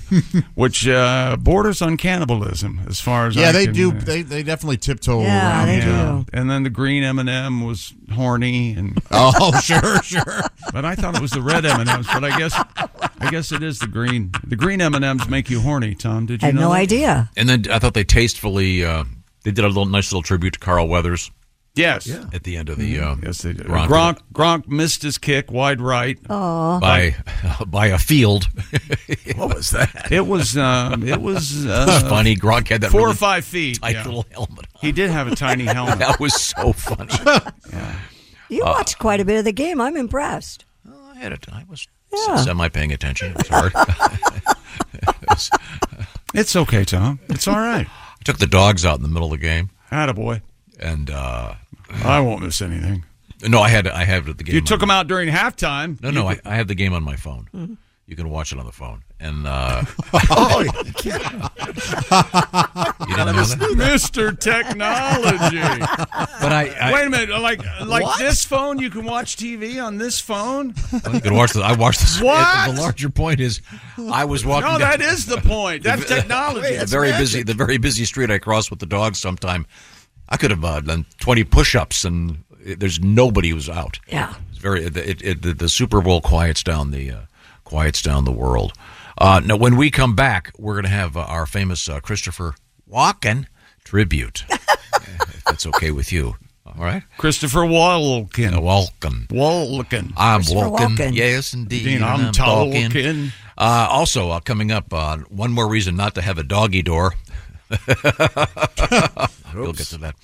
which uh, borders on cannibalism as far as
yeah,
I
they
can,
do.
uh,
They they definitely tiptoe around. it.
and then the green M and m was horny and
Oh, sure, sure.
But I thought it was the red M and M's. But I guess I guess it is the green. The green M and M's make you horny. Tom, did you
Had
know?
no
that?
idea.
And then I thought they tastefully uh, they did a little nice little tribute to Carl Weathers.
Yes.
At the end of the uh,
yes, they did.
Gronk,
Gronk Gronk missed his kick wide right.
Aw.
by by a field. what was that?
It was um, it was uh,
That's funny. Gronk had that
four
really
or five feet
tight
yeah.
little helmet.
He did have a tiny helmet.
That was so funny.
You
Uh,
watched quite a bit of the game. I'm impressed.
I had a time. Was
yeah.
Semi paying attention. It was hard.
it's okay, Tom. It's all right.
I took the dogs out in the middle of the game.
Attaboy.
And uh,
I won't miss anything.
No, I had I had the game.
You
on
took him out during halftime.
No,
You-
no, I, I have the game on my phone. You can watch it on the phone. And uh,
Oh,
you
yeah.
didn't know that?
Mr. Technology.
But I- I-
wait a minute. uh, Like like
What?
this phone, you can watch TV on this phone.
Well, you can watch the. I watched this.
What?
The larger point is, I was walking.
No,
down-
that is the point. That's technology.
the
That's
very
magic.
busy, the very busy street I cross with the dogs. Sometime, I could have uh, done twenty push-ups, and it, there's nobody who's out.
Yeah.
It's very. It, it, it, the- the Super Bowl quiets down the uh, quiets down the world. Uh, now, when we come back, we're going to have uh, our famous uh, Christopher Walken tribute. Uh, if that's okay with you, all right?
Christopher Walken.
Walken.
Walken.
I'm
Christopher
Walken.
Walken.
Yes, indeed.
Indeed, I'm
Talking.
Talkin.
Uh, also, uh, coming up, uh, one more reason not to have a doggy door. we'll get to that.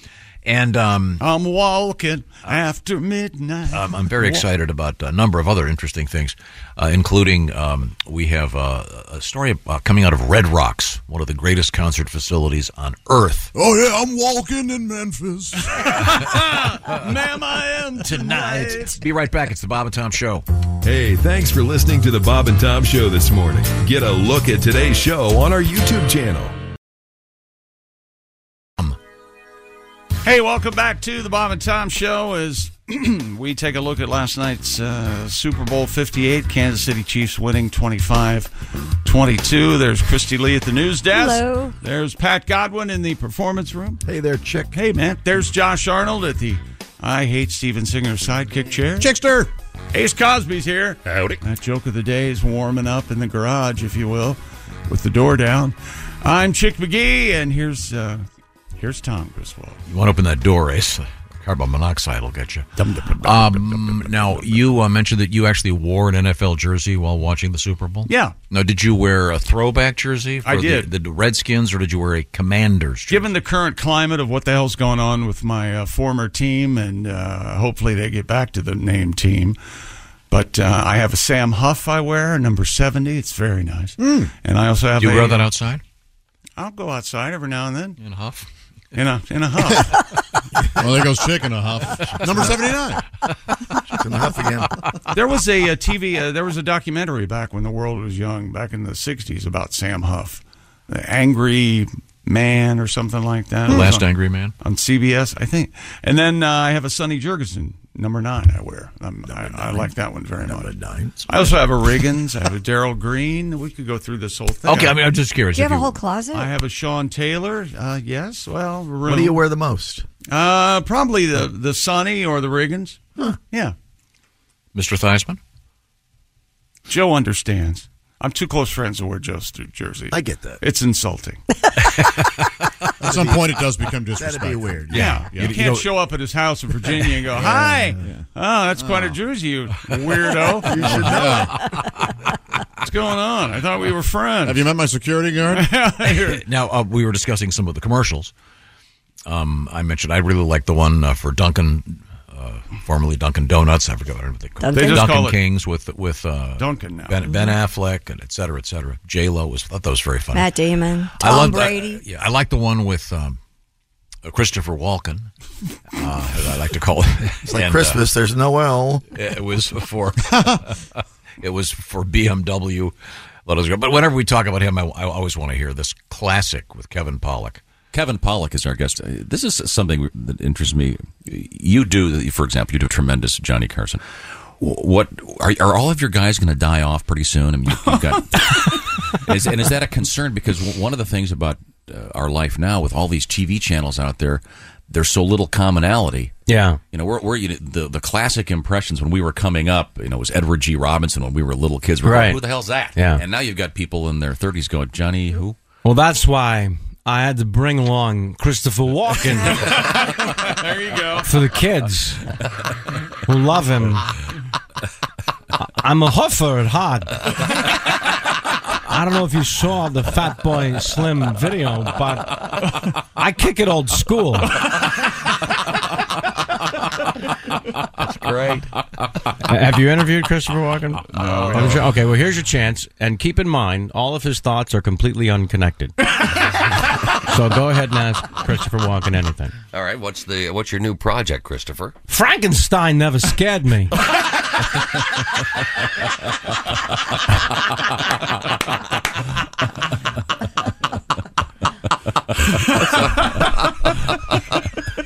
And um, Uh,
I'm walking after midnight.
um, I'm very excited about a number of other interesting things, uh, including um, we have uh, a story uh, coming out of Red Rocks, one of the greatest concert facilities on earth.
Oh yeah, I'm walking in Memphis.
Ma'am, I am
tonight. Be right back. It's the Bob and Tom Show.
Hey, thanks for listening to the Bob and Tom Show this morning. Get a look at today's show on our YouTube channel.
Hey, welcome back to the Bob and Tom Show. As we take a look at last night's uh, Super Bowl 58, Kansas City Chiefs winning 25 22. There's Christy Lee at the news desk.
Hello.
There's Pat Godwin in the performance room. Hey there, Chick. Hey, man. There's Josh Arnold at the I Hate Steven Singer sidekick chair. Chickster. Ace Cosby's here. Howdy. That joke of the day is warming up in the garage, if you will, with the door down. I'm Chick McGee, and here's uh, here's Tom Griswold.
You want to open that door, Ace? Carbon monoxide will get you. Um, now, you uh, mentioned that you actually wore an NFL jersey while watching the Super Bowl.
Yeah.
Now, did you wear a throwback jersey? For
I did.
The, the Redskins, or did you wear a Commanders? jersey?
Given the current climate of what the hell's going on with my uh, former team, and uh, hopefully they get back to the name team. But uh, I have a Sam Huff I wear, number 70. It's very nice.
Hmm.
And I also have
you
a-
wear that outside?
I'll go outside every now and then.
In a huff?
In a, in a huff.
Well, there goes Chick in a huff. Number 79. She's in a huff again.
There was a, uh TV, uh, there was a documentary back when the world was young, back in the 60s, about Sam Huff, the angry man or something like that.
The
It was
Last
on-
Angry Man?
On CBS, I think. And then uh, I have a Sonny Jurgensen, number nine, I wear. Um, I, I like that one very much. I also have a Riggins. I have a Daryl Green. We could go through this whole thing.
Okay, I mean, I'm just curious
Do you have a whole closet?
I have a Sean Taylor. Uh, yes. Well, room.
What do you wear the most?
Uh, probably the the Sonny or the Riggins. Yeah.
Mr. Theismann?
Joe understands. I'm too close friends to wear Joe's th- jersey.
I get that.
It's insulting.
At some point, it does become
That'd
disrespectful.
be weird.
Yeah. You, can't show up at his house in Virginia and go, "Hi, oh, that's quite a jersey, you weirdo."
You should
What's going on? I thought we were friends.
Have you met my security guard?
now uh, we were discussing some of the commercials. Um, I mentioned I really like the one uh, for Dunkin', uh, formerly Dunkin' Donuts. I forget what they call
Dunkin'. They just call it
Kings with with uh,
Dunkin' now.
Ben, Ben Affleck and et cetera, et cetera. J Lo was thought that was very funny.
Matt Damon, Tom
loved-
Brady.
I, yeah, I like the one with um, uh, Christopher Walken. Uh, as I like to call it.
It's like
And, uh,
Christmas. there's Noel.
it was for it was for BMW let us go. But whenever we talk about him, I, I always want to hear this classic with Kevin Pollock.
Kevin Pollock is our guest. Uh, This is something that interests me. You do, for example, you do a tremendous Johnny Carson. W- What are, are all of your guys going to die off pretty soon? I mean, you- you've got, is, and is that a concern? Because w- one of the things about uh, our life now, with all these TV channels out there, there's so little commonality.
Yeah.
You know, we're, we're you know, the the classic impressions when we were coming up. You know, it was Edward G. Robinson when we were little kids. We were like,
Right.
Who the hell's that?
Yeah.
And now you've got people in their 30s going, Johnny, who?
Well, that's why I had to bring along Christopher Walken
there you go.
for the kids who love him. I- I'm a huffer at heart. I don't know if you saw the Fat Boy Slim video, but I kick it old school.
That's great.
Uh, Have you interviewed Christopher Walken?
No.
I'm sure- Okay, well, here's your chance. And keep in mind, all of his thoughts are completely unconnected. so go ahead and ask Christopher Walken anything.
All right, what's the what's your new project, Christopher?
Frankenstein never scared me.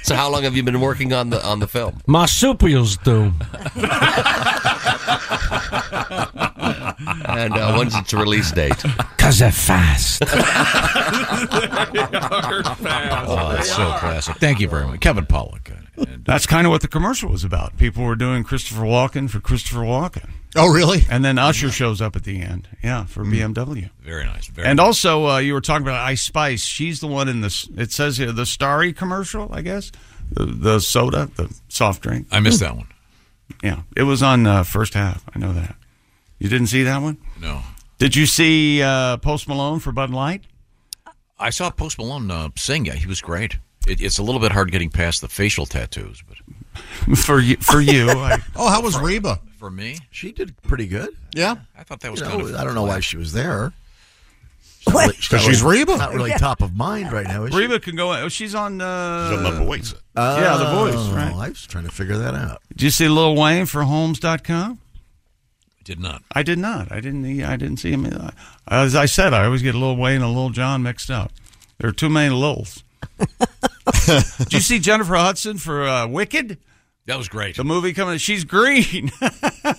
so how long have you been working on the on the film?
Marsupials do.
And uh, when's its release date?
Because they're fast.
Oh, that's so classic. Thank you very much, Kevin Pollock.
That's kind of what the commercial was about. People were doing Christopher Walken for Christopher Walken.
Oh, really?
And then Usher shows up at the end. Yeah, for BMW.
Very nice. Very
and also, uh, you were talking about Ice Spice. She's the one in this. It says here the Starry commercial, I guess. The, the soda, the soft drink.
I missed that one.
Yeah, it was on uh, first half. I know that. You didn't see that one?
No.
Did you see uh, Post Malone for Bud Light?
I saw Post Malone uh, sing. Yeah, he was great. It, it's a little bit hard getting past the facial tattoos, but
for you, for you, I-
Oh, how was Reba?
For me,
she did pretty good. Yeah,
I thought that
was
You
kind
know,
of-
I don't know why she was there.
What?
She's not really-
'Cause she's Reba.
Not really
Yeah.
top of mind right now. Is she?
Reba can go. oh, She's on. Uh,
She's on The Voice.
yeah, the voice.
Oh,
Right.
I was trying to figure that out.
Did you see Lil Wayne for Homes.com?
did not.
I did not. I didn't. I didn't see him. I- As I said, I always get Lil Wayne and Lil John mixed up. There are too many Lils. Did you see Jennifer Hudson for uh, Wicked?
That was great.
The movie coming. She's green.
Oh,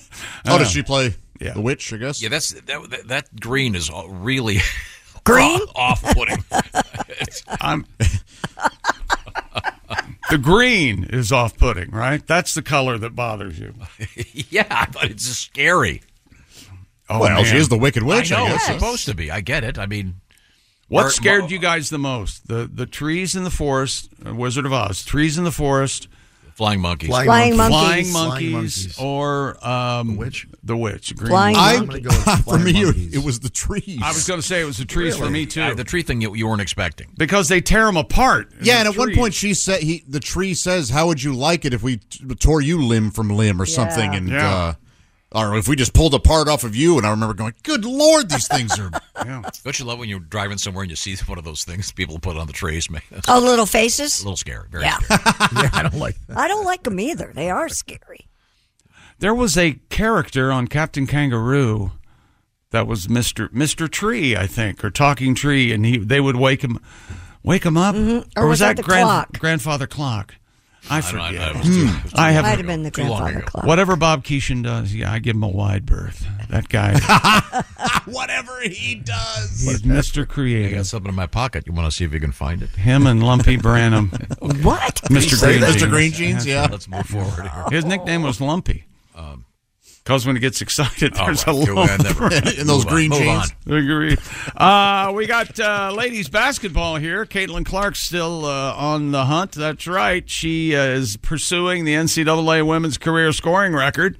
does she play
Yeah.
the witch? I guess.
Yeah, that's that. That, that green is all- really
Green?
off putting.
I'm. the green is off-putting, right? That's the color that bothers you.
yeah, I thought it's just scary.
Oh, Well, she man. is the Wicked Witch,
I
I
know
guess.
it's supposed to be. I get it. I mean,
What
Or-
scared you guys the most? The the trees in the forest, uh, Wizard of Oz, trees in the forest,
flying monkeys,
Flying Flying monkeys. monkeys.
flying
Flying
monkeys, or um, the witch, the witch, green
Flying
witch.
I- I'm gonna go with
for
flying
me,
monkeys.
it was the trees.
I was going to say it was the trees for
Really?
me too.
Yeah,
the tree thing you, you weren't expecting
because they tear them apart.
Yeah, and
The
at one
trees.
point she said he the tree says, "How would you like it if we t- tore you limb from limb or something?"
Yeah.
And
Yeah.
uh, or if we just pulled a part off of you? And I remember going, "Good lord, these things are."
Don't you love when you're driving somewhere and you see one of those things people put on the trees? Man, that's
Oh, little faces?
A little scary. Very
Yeah.
scary. I don't like
I don't like them either. They are scary.
there was a character on Captain Kangaroo that was Mister Mister Tree, I think, or Talking Tree, and he they would wake him wake him up,
Mm-hmm. Or was that the clock?
grandfather clock? I
don't know, I-
forget.
I was too-
Hmm. I
too long
have
Might have been the Too long grandfather ago. clock.
Whatever Bob Keeshan does, yeah, I give him a wide berth. That guy,
Whatever he does.
he's Mr.
I got
Creative.
something in my pocket. You want to see if you can find it?
Him and Lumpy Branham.
What?
Mr. Green Jeans.
yeah.
Let's move forward. here. Oh.
His nickname was Lumpy. Because when he gets excited,
All
there's
right,
a
go
lump.
ahead, never mind. In those Move on, green move jeans.
The green- Uh, we got uh, ladies basketball here. Caitlin Clark's still uh, on the hunt. That's right. She uh, is pursuing the NCAA women's career scoring record.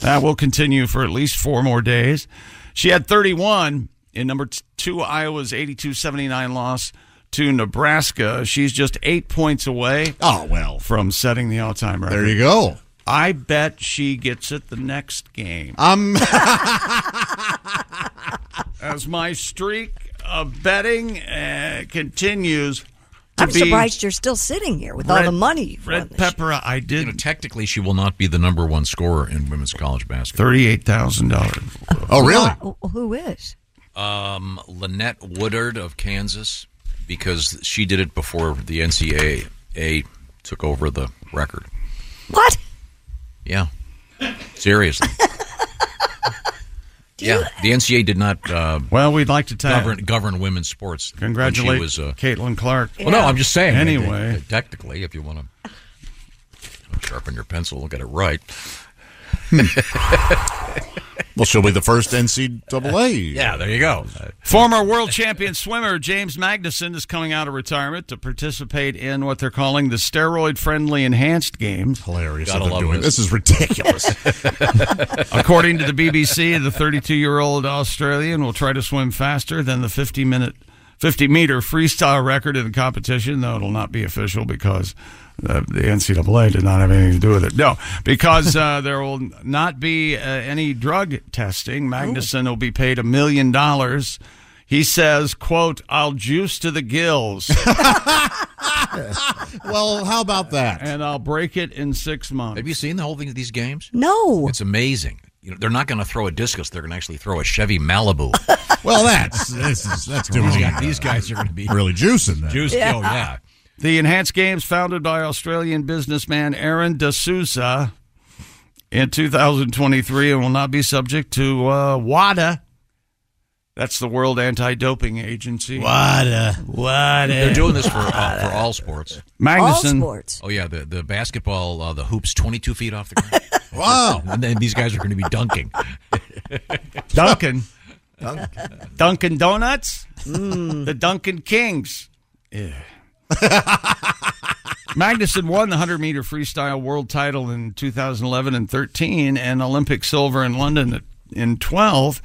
That will continue for at least four more days. She had 31 in number t- two Iowa's 82 79 loss to Nebraska. She's just eight points away.
Oh, well.
From setting the all time record.
There you go.
I bet she gets it the next game.
Um.
As my streak of betting uh, continues to
I'm
be
surprised you're still sitting here with all
Red-
the money you've won.
red pepper, I did.
You know, technically, she will not be the number one scorer in women's college basketball.
Thirty-eight thousand dollars.
Oh, really?
Wh- Who is?
Um, Lynette Woodard of Kansas, because she did it before the NCAA took over the record.
What?
Yeah. Seriously. yeah, the NCAA did not. Uh,
well, we'd like to tell-
govern, govern women's sports. when she
Congratulate
was, uh,
Caitlin Clark.
Well, no, I'm just saying.
Anyway,
technically, if you want to sharpen your pencil and get it right,
Well, she'll be the first NCAA.
Yeah, there you go.
Former world champion swimmer James Magnuson is coming out of retirement to participate in what they're calling the steroid friendly enhanced games.
Hilarious.
that
Gotta
they're
love this. This is ridiculous.
According to the BBC, the 32 year old Australian will try to swim faster than the 50 minute. 50 meter freestyle record in the competition, though it'll not be official because uh, the NCAA did not have anything to do with it. No, because uh, there will not be uh, any drug testing.
Oh.
Magnuson will be paid a million dollars. He says, "quote I'll juice to the gills."
well, how about that?
And I'll break it in six months.
Have you seen the whole thing of these games?
No.
It's amazing. You know, they're not going to throw a discus. They're going to actually throw a Chevy Malibu.
well, that's this is, that's doing
these
it.
guys, these guys are going to be
Really juicing that.
Juice.
Yeah.
Oh yeah.
The Enhanced Games, founded by Australian businessman Aaron D'Souza in 2023, and will not be subject to uh, WADA. That's the World Anti Doping Agency.
WADA.
WADA.
They're doing this for uh, for all sports.
Magnuson.
Oh yeah, the the basketball, uh, the hoops, twenty two feet off the ground. wow! And then these guys are going to be dunking.
Duncan. Dunkin' Donuts? The Duncan Kings. Magnuson won the 100 meter freestyle world title in 2011 and 13 and Olympic silver in London in 12.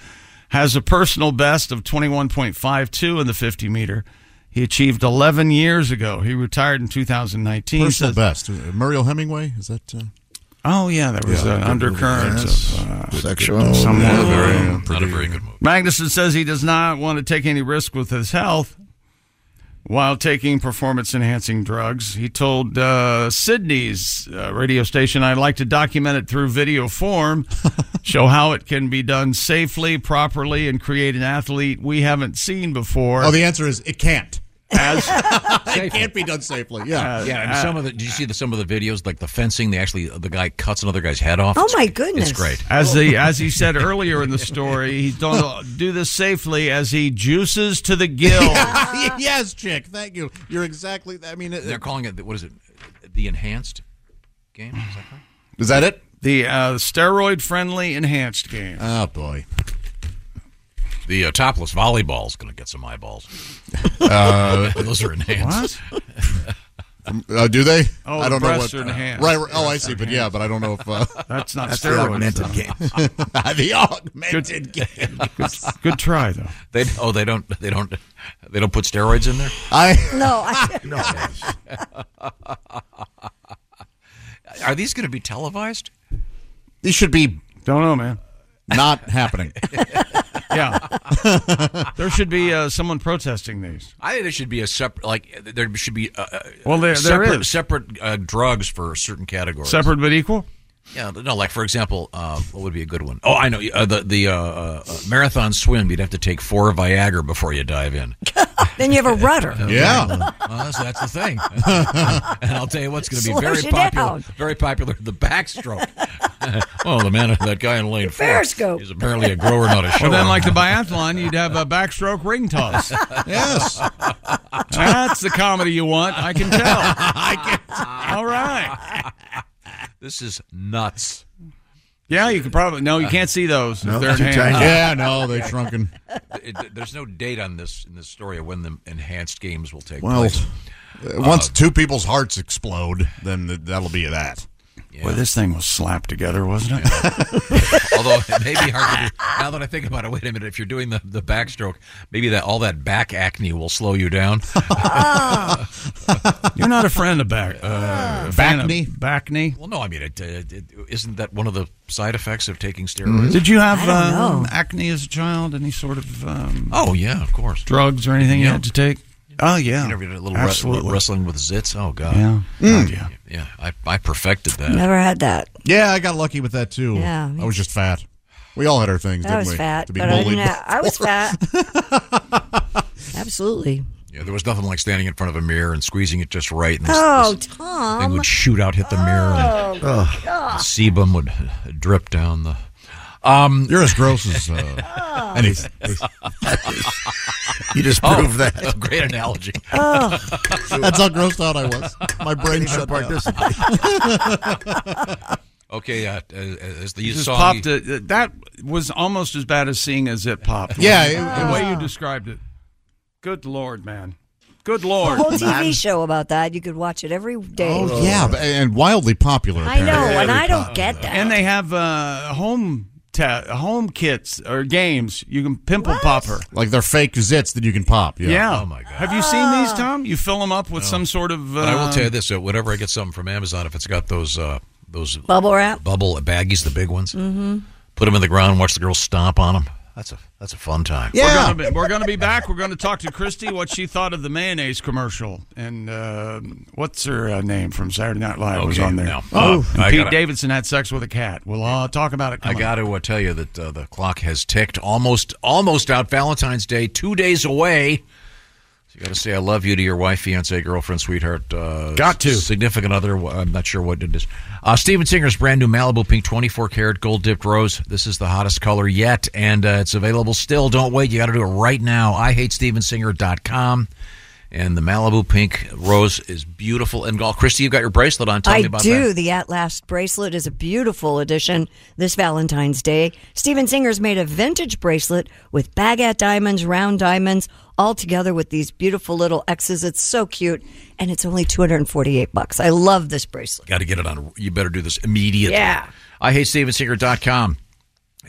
Has a personal best of 21.52 in the 50 meter. He achieved 11 years ago. He retired in 2019.
Personal
Says-
best. Muriel Hemingway is that? Uh,
Oh, yeah, there was
Yeah,
an
good
undercurrent of
movie.
uh,
Sexual.
somewhat
Yeah,
of a-
very-
Not a very good move.
Magnuson says he does not want to take any risk with his health while taking performance enhancing drugs. He told uh, Sydney's uh, radio station, I'd like to document it through video form, show how it can be done safely, properly, and create an athlete we haven't seen before.
oh, the answer is it can't.
As-
it can't be done safely.
Uh,
Yeah, uh,
yeah. Uh, And some of the, did you see the, some of the videos, like the fencing? They actually, the guy cuts another guy's head off.
Oh,
It's-
my goodness.
It's great. Oh.
As the as he said earlier in the story, he's going to do this safely as he juices to the gill.
yes, chick. Thank you. You're exactly. I mean, it,
They're calling it the- what is it? The enhanced game. Is that right?
Is that it?
The uh, steroid friendly enhanced game.
Oh boy.
The uh, topless volleyball is going to get some eyeballs.
Uh,
Those are enhanced.
Uh, do they?
Oh,
I don't
the
know
breasts
what.
are enhanced.
Right. right. Oh, I
Breasts
see.
are
But yeah, but I don't know if uh,
That's not That's the steroids, augmented though. game.
the augmented game.
Good, good try though.
They oh they don't they don't they don't put steroids in there.
I
No, I-
Are these going to be televised?
These should be.
Don't know, man.
Not happening.
Yeah, there should be uh, someone protesting these.
I think there should be a separate like there should be uh, uh,
Well, there- there
separate,
is.
separate uh, drugs for certain categories.
Separate but equal.
Yeah, no, like for example, uh, what would be a good one? Oh, I know uh, the the uh, uh, marathon swim. You'd have to take four Viagra before you dive in.
then you have a rudder.
Yeah. Well, that's, that's the thing. and I'll tell you what's going to be very
Slows you
popular.
down.
Very popular. The backstroke. oh, the man, that guy in lane four.
Periscope.
He's apparently a grower, not a shower.
Well, then, like the biathlon, you'd have a backstroke ring toss.
yes,
that's the comedy you want. I can tell. I
can.
All right.
This is nuts. Uh,
Yeah, you could probably. No, you can't see those. if they're enhanced.
It- there's no date on this in this story of when the enhanced games will take
Well,
place.
uh, once two people's hearts explode, then th- that'll be that.
Boy, this thing was slapped together, wasn't it?
Although it may be hard to do. Now that I think about it, wait a minute. If you're doing the, the backstroke, maybe that all that back acne will slow you down.
You're not a friend of back. Uh, fan of
Backney?
Backney.
well, no, I mean, it, it, it, isn't that one of the side effects of taking steroids?
Mm-hmm. Did you have
Mm-hmm. I don't
um,
know.
acne as a child? Any sort of? Um,
Oh, yeah, of course.
Drugs or anything you
Yeah.
had to take? Oh yeah.
You never did a little
Absolutely.
wre- wrestling with zits? Oh, God.
Yeah.
Mm.
yeah. I, I perfected that.
Never had that.
Yeah, I got lucky with that too.
Yeah, me
I was just fat. We all had our things,
I
didn't
was
we?
fat,
to be
but I,
bullied.
didn't have- I was fat. Absolutely.
Yeah, there was nothing like standing in front of a mirror and squeezing it just right, and this,
Oh,
this thing
Tom.
would shoot out, hit the mirror, and
Oh,
ugh,
God.
sebum would uh, drip down the. Um, You're as gross as
Ah.
uh, anything.
You just
Oh,
proved that.
Great analogy.
Oh.
That's how grossed out I was. My brain
Even
shut down.
participate.
Okay, uh, uh, as the
You just
song,
popped it. That was almost as bad as seeing as it popped.
Yeah, it-
the
it
way
was-
you described it. Good lord, man. Good lord.
A whole TV show about that. You could watch it every day.
Oh, yeah, but, and wildly popular.
I know,
apparently.
and I don't get that.
Uh, And they have uh, home ta- home kits or games. You can pimple popper.
Like they're fake zits that you can pop. Yeah.
Yeah.
Oh
Oh, Have you seen these,
Ah.
Tom? You fill them up with some sort of. Uh,
But I will tell you this: uh, whenever I get something from Amazon, if it's got those uh, those
Bubble wrap?
bubble baggies, the big ones,
Mhm.
put them in the ground, watch the girls stomp on them. That's a that's a fun time.
We're gonna, be, we're gonna be back. We're gonna talk to Christy what she thought of the mayonnaise commercial and uh, what's her uh, name from Saturday Night Live was
Okay,
on there.
now,
oh,
uh, I
Pete
gotta-
Davidson had sex with a cat. We'll uh, talk about it.
I got to uh, tell you that uh, the clock has ticked almost almost out. Valentine's Day, two days away. So you got to say I love you to your wife, fiance, girlfriend, sweetheart. Uh, got to significant other. wh- I'm not sure what it is. Uh, Steven Singer's brand new Malibu Pink 24 karat gold dipped rose. This is the hottest color yet, and uh, it's available still. Don't wait. You got to do it right now. I hate stevensinger.com. And the Malibu Pink Rose is beautiful. And all Christy, you got your bracelet on. Tell
I
me about
do.
that.
The At Last bracelet is a beautiful addition this Valentine's Day. Steven Singer's made a vintage bracelet with baguette diamonds, round diamonds, all together with these beautiful little X's. It's so cute, and it's only two hundred and forty-eight bucks. I love this bracelet.
Got to get it on. You better do this immediately.
Yeah.
I hate stevensinger.com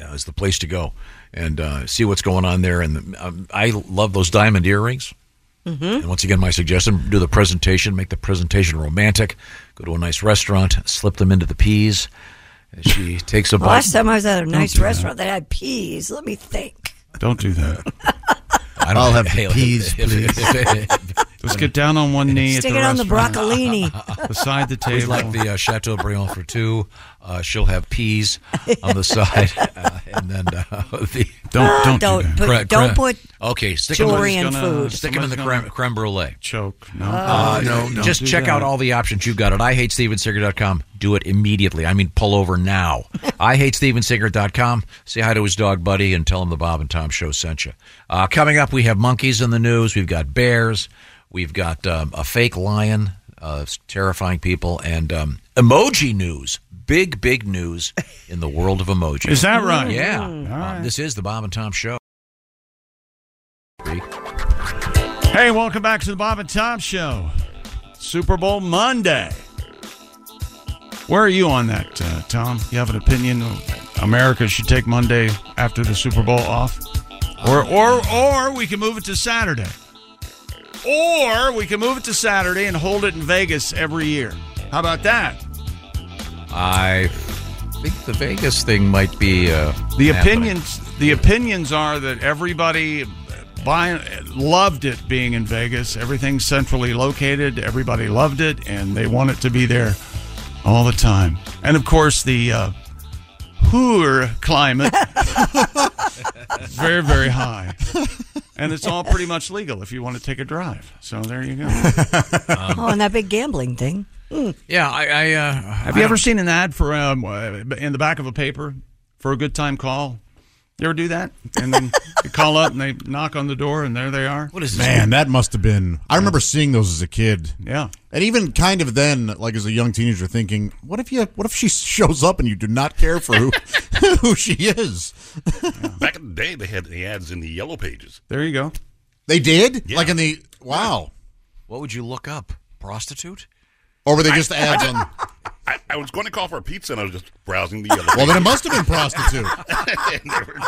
uh, is the place to go and uh, see what's going on there. And the, um, I love those diamond earrings.
Mm-hmm.
And once again, my suggestion do the presentation, make the presentation romantic. Go to a nice restaurant, slip them into the peas. And she takes a bite.
Last time I was at a
Don't
nice
do that.
restaurant that had peas. Let me think.
Don't do that.
I
I'll have
the peas, please.
Let's get down on one knee.
Stick
at the
it on the
restaurant.
broccolini.
beside the
We'd
table.
like the uh, Chateaubriand for two. Uh, she'll have peas on the side, uh, and then uh, the
Don't- don't do
Ah, Don't that. put-
Cre-
don't
cre-
put
okay stick
jewelry
them
and Somebody's food.
Stick them in the
somebody's
creme, creme brulee.
Choke. No.
Uh,
No, no,
just
don't do
check out
that.
all the options you've got at IHateStevenSinger.com. Do it immediately. I mean, pull over now. IHateStevenSinger.com. Say hi to his dog, Buddy, and tell him the Bob and Tom show sent you. Uh, coming up, we have monkeys in the news. We've got bears. We've got um, a fake lion uh, terrifying people and um, emoji news. Big, big news in the world of emoji.
Is that right?
Yeah.
Mm,
Um,
all right.
this is the Bob and Tom show.
Hey, welcome back to the Bob and Tom Show. Super Bowl Monday. Where are you on that, uh, Tom? You have an opinion? America should take Monday after the Super Bowl off, or or or we can move it to Saturday, or we can move it to Saturday and hold it in Vegas every year. How about that?
I think the Vegas thing might be uh,
The
happening.
opinions the opinions are that everybody by, loved it being in Vegas. Everything's centrally located. Everybody loved it, and they want it to be there all the time. And of course, the uh, hooer climate is very very high, and it's all pretty much legal if you want to take a drive. So there you go.
oh, and that big gambling thing. Mm.
Yeah, I. I uh,
Have you ever seen an ad for um, uh, in the back of a paper for a good time call? You ever do that? And then you call up and they knock on the door and there they are. What
Man, that must have been. I remember seeing those as a kid.
Yeah.
And even kind of then, like as a young teenager, thinking, what if you, what if she shows up and you do not care for who, who she is?
Back in the day, they had the ads in the yellow pages.
There you go.
They did? Like in the, wow.
What would you look up? Prostitute?
Or were they just
I-
ads
I-
on,
I, I was going to call for a pizza, and I was just browsing the yellow.
well, then it
pages.
must have been prostitute.
And there were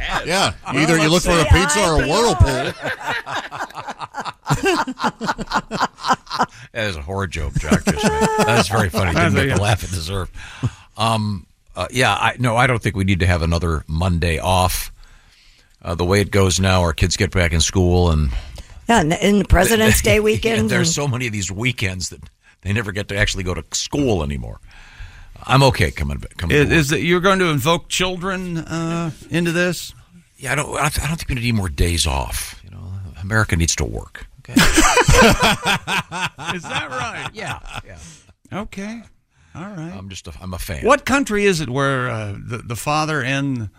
ads.
Yeah. Either you look for a pizza or a whirlpool.
That is a horror joke, Jack. Just made. that is very funny. Didn't make me laugh. It deserved. Um, uh, yeah, I no, I don't think we need to have another Monday off. Uh, the way it goes now, our kids get back in school, and
Yeah, and- and President's Day
Yeah,
weekend.
there's so many of these weekends that they never get to actually go to school anymore. I'm okay coming coming.
Is, is that you're going to invoke children uh, into this?
Yeah, I don't. uh, I don't think we need more days off. You know, America needs to work.
Is that right? Yeah. Okay. All right.
I'm just. A, I'm a fan.
What country is it where uh, the the father and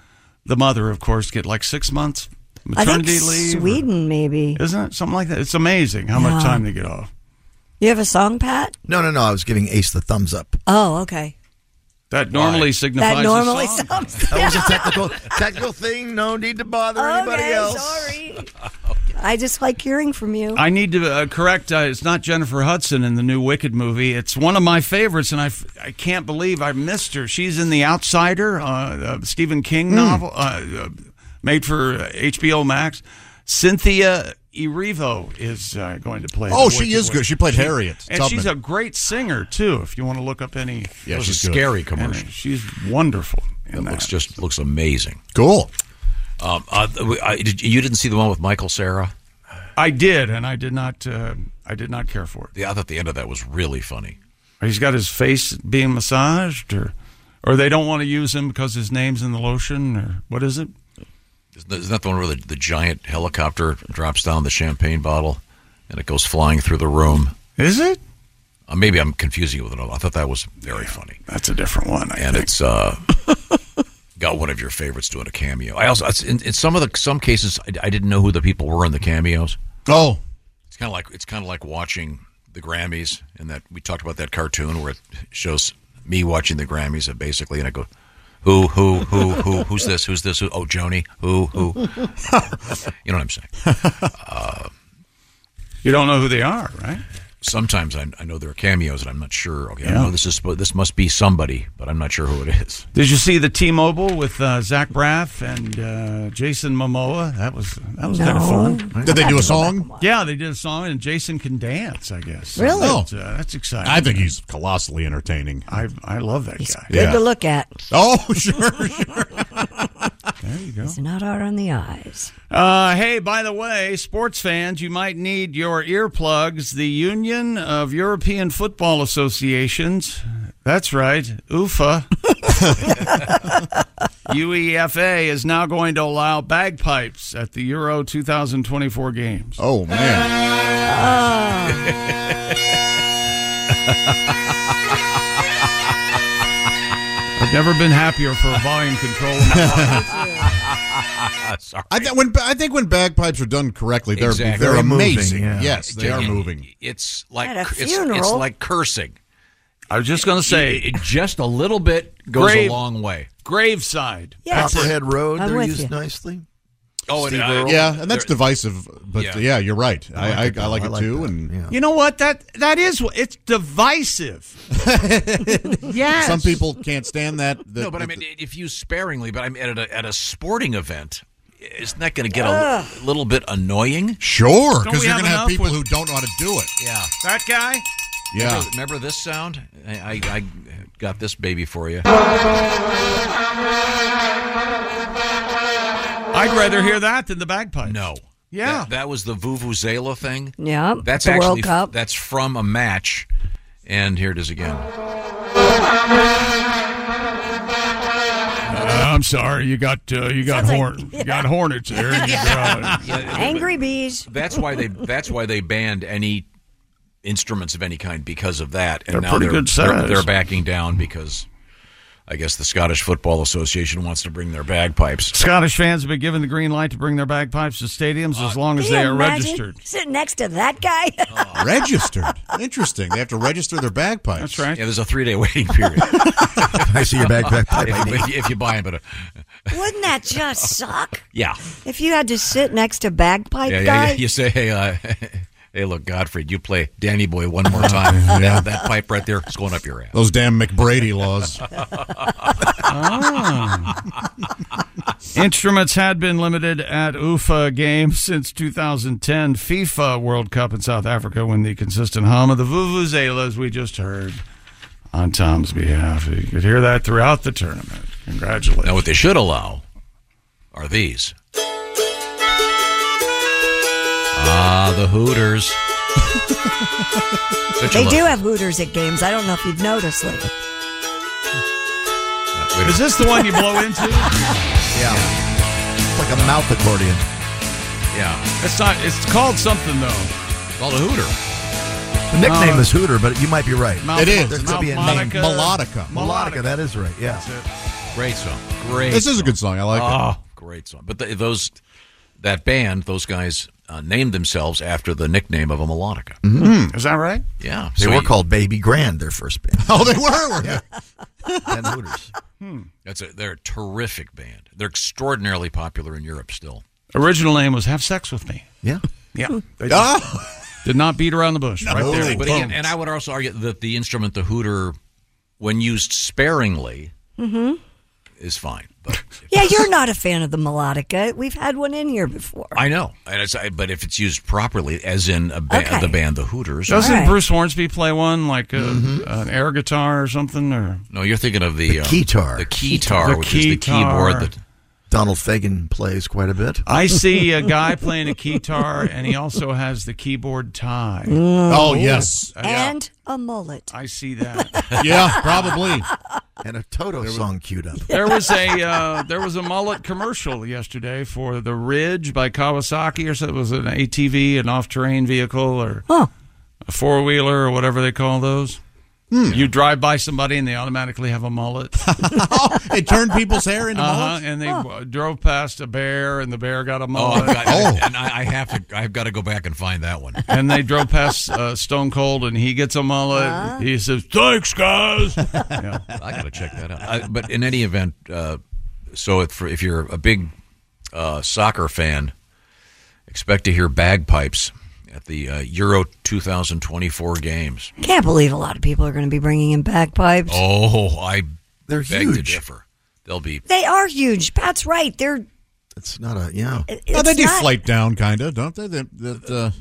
the mother, of course, get like six months
I
maternity
think
leave? or-
Sweden, maybe.
isn't it something like that? It's amazing how much
Yeah.
time they get off.
You have a song, Pat?
No, no, no. I was giving Ace the thumbs up.
Oh, okay.
That normally signifies
that normally sounds.
That was a technical technical thing. No need to bother anybody
Okay,
else.
sorry. I just like hearing from you.
I need to uh, correct. Uh, it's not Jennifer Hudson in the new Wicked movie. It's one of my favorites, and I, f- I can't believe I missed her. She's in The Outsider, uh, uh, Stephen King
Hmm.
novel, uh, uh, made for uh, HBO Max. Cynthia Erivo is uh, going to play.
Oh,
the
she
Wicked
is
Witch.
good. She played
She-
Harriet
and she's a
Tubman.
great singer too. If you want to look up any,
Yeah, Those she's are good. scary
And
commercials.
She's wonderful.
It looks just looks amazing.
Cool.
Um, uh, I, did, you didn't see the one with Michael Sarah?
I did, and I did not. Uh, I did not care for it.
Yeah, I thought the end of that was really funny.
He's got his face being massaged, or or they don't want to use him because his name's in the lotion, or what is it?
Isn't that- isn't that the one where the, the giant helicopter drops down the champagne bottle and it goes flying through the room?
Is it?
Uh, maybe I'm confusing it with another. I thought that was very funny.
That's a different one. I
and it's uh, got one of your favorites doing a cameo. I also it's- in, in some of the some cases I, I didn't know who the people were in the cameos.
Oh,
It's kind of like it's kind of like watching the Grammys, and that we talked about that cartoon where it shows me watching the Grammys, and basically, and I go, who, who, who, who, who's this? Who's this? Who? Oh, Joni. Who, who? you know what I'm saying? Uh,
you don't know who they are, right?
Sometimes I, I know there are cameos, and I'm not sure. Okay,
Yeah.
I know this is this must be somebody, but I'm not sure who it is.
Did you see the T-Mobile with uh, Zach Braff and uh, Jason Momoa? That was that was kind
No.
of fun.
Did they do a song?
Yeah, they did a song, and Jason can dance. I guess.
Really?
That's, uh, that's exciting.
I think he's colossally entertaining.
I I love that guy.
Good to look at.
Oh, sure, sure.
There you go.
It's not hard on the eyes.
Uh, hey, by the way, sports fans, you might need your earplugs. The Union of European Football Associations. That's right, UFA. UEFA E is now going to allow bagpipes at the Euro 2024 games.
Oh,
I've never been happier for volume control. in my life.
I, th- when, I think when bagpipes are done correctly, they're
Exactly.
they're,
They're moving,
amazing.
yeah.
Yes, they are
Yeah.
moving.
It's like
At a
it's, it's
funeral.
like cursing.
I was just going to say,
just a little bit goes
Grave-
a long way.
Graveside.
Yes.
Copperhead Road,
I'm
they're
with
used
you.
nicely.
Oh, and,
Steve
uh,
Earle.
Yeah, and that's
There-
divisive. But
Yeah.
yeah, you're right. I I, I, like
I
it
like
too.
that.
And
You know what? That that is what it's divisive. yes.
some people can't stand that. that-
no, but I mean, if you sparingly, but I'm at a, at a sporting event, isn't that going to get
Ugh.
a little bit annoying?
Sure,
Don't
because
we
you're
have
going to have
enough
people
with-
who don't know how to do it.
Yeah.
That guy.
Yeah.
Remember, remember this sound? I, I, I got this baby for you.
I'd rather hear that than the bagpipes.
No.
Yeah.
That, that was the Vuvuzela thing.
Yeah,
That's
the
actually
World Cup.
that's from a match. And here it is again.
I'm sorry, you got uh, you got
Uh, Sounds
horn,
like-
you got hornets there.
Angry bees.
That's why they that's why they banned any instruments of any kind because of that. And
They're
now
pretty
they're,
good
they're,
size.
they're backing down because I guess the Scottish Football Association wants to bring their bagpipes.
Scottish fans have been given the green light to bring their bagpipes to stadiums
Uh,
as long as
Can you
they are
imagine
registered.
Sitting next to that guy.
registered. Interesting. They have to register their bagpipes. That's
right.
Yeah, there's a three day waiting period.
I see your bagpipe.
if, if, you- if you buy them, but uh,
Wouldn't that just suck?
yeah.
If you had to sit next to bagpipe
yeah,
guy.
yeah, yeah. You say, hey, uh, hey, look, Godfrey, you play Danny Boy one more time.
Yeah.
that, that pipe right there is going up your ass.
Those damn McBrady laws.
Ah. Instruments had been limited at UFA games since 2010 FIFA World Cup in South Africa when the consistent hum of the vuvuzelas we just heard on Tom's behalf. You could hear that throughout the tournament. Congratulations.
Now, what they should allow are these. Ah, the Hooters. Don't you
They
love-
do have Hooters at games. I don't know if you've noticed lately.
Wait a
Is this the one you blow into?
Yeah. It's like a mouth accordion.
Yeah.
It's not. It's called something though.
Called a hooter.
The nickname
Uh,
is Hooter, but you might be right.
Mouth- It is.
There
Mouth
could be a name.
Melodica. Melodica.
Melodica. That is right. Yeah.
Great song. Great.
This is a good song. I like it.
Oh, great song. But th those that band, those guys uh, named themselves after the nickname of a melodica.
Mm-hmm.
Is that right?
Yeah,
They
so
were
you-
called Baby Grand, their first band.
Oh, they were. were they?
And Hooters.
That's a, they're a terrific band. They're extraordinarily popular in Europe still.
Original name was "Have Sex with Me."
Yeah. Hmm.
Yeah. They
Ah!
just Did not beat around the bush. right there.
But
Boom.
again, and I would also argue that the instrument, the hooter, when used sparingly,
Mm-hmm.
is fine. But
Yeah, you're not a fan of the melodica. We've had one in here before.
I know, and it's, I- but if it's used properly, as in a ba-
Okay.
the band The Hooters,
Doesn't Bruce Hornsby play one like a,
Mm-hmm.
an air guitar or something? Or
No, you're thinking of the,
The
uh,
keytar.
the keytar,
The
which is the
keytar.
keyboard that
Donald Fagan plays quite a bit.
I see a guy playing a guitar, and he also has the keyboard tie.
Oh, yes.
Uh, yeah.
And a mullet.
I see that.
Yeah, probably.
And a Toto song queued up.
There was a uh, there was a mullet commercial yesterday for the Ridge by Kawasaki, or so it was an ATV, an off terrain vehicle, or a four wheeler, or whatever they call those. You drive by somebody and they automatically have a mullet.
It turned people's hair into
Uh-huh,
mullets?
And they
Huh.
w- drove past a bear, and the bear got a
Oh, I've
mullet.
got, and I, I have to. I've got to go back and find that one.
and they drove past uh, Stone Cold, and he gets a mullet. He says, "Thanks, guys." Yeah.
I got to check that out. I, but in any event, uh, so if, if you're a big uh, soccer fan, expect to hear bagpipes at the uh, Euro 2024 games.
Can't believe a lot of people are going to be bringing in bagpipes.
Oh, I
They're
beg to
huge.
differ. They'll be
They are huge. Pat's right. They're
It's not a yeah.
No, they
It's
do
not-
flight down, kind of, don't they? That, that, uh,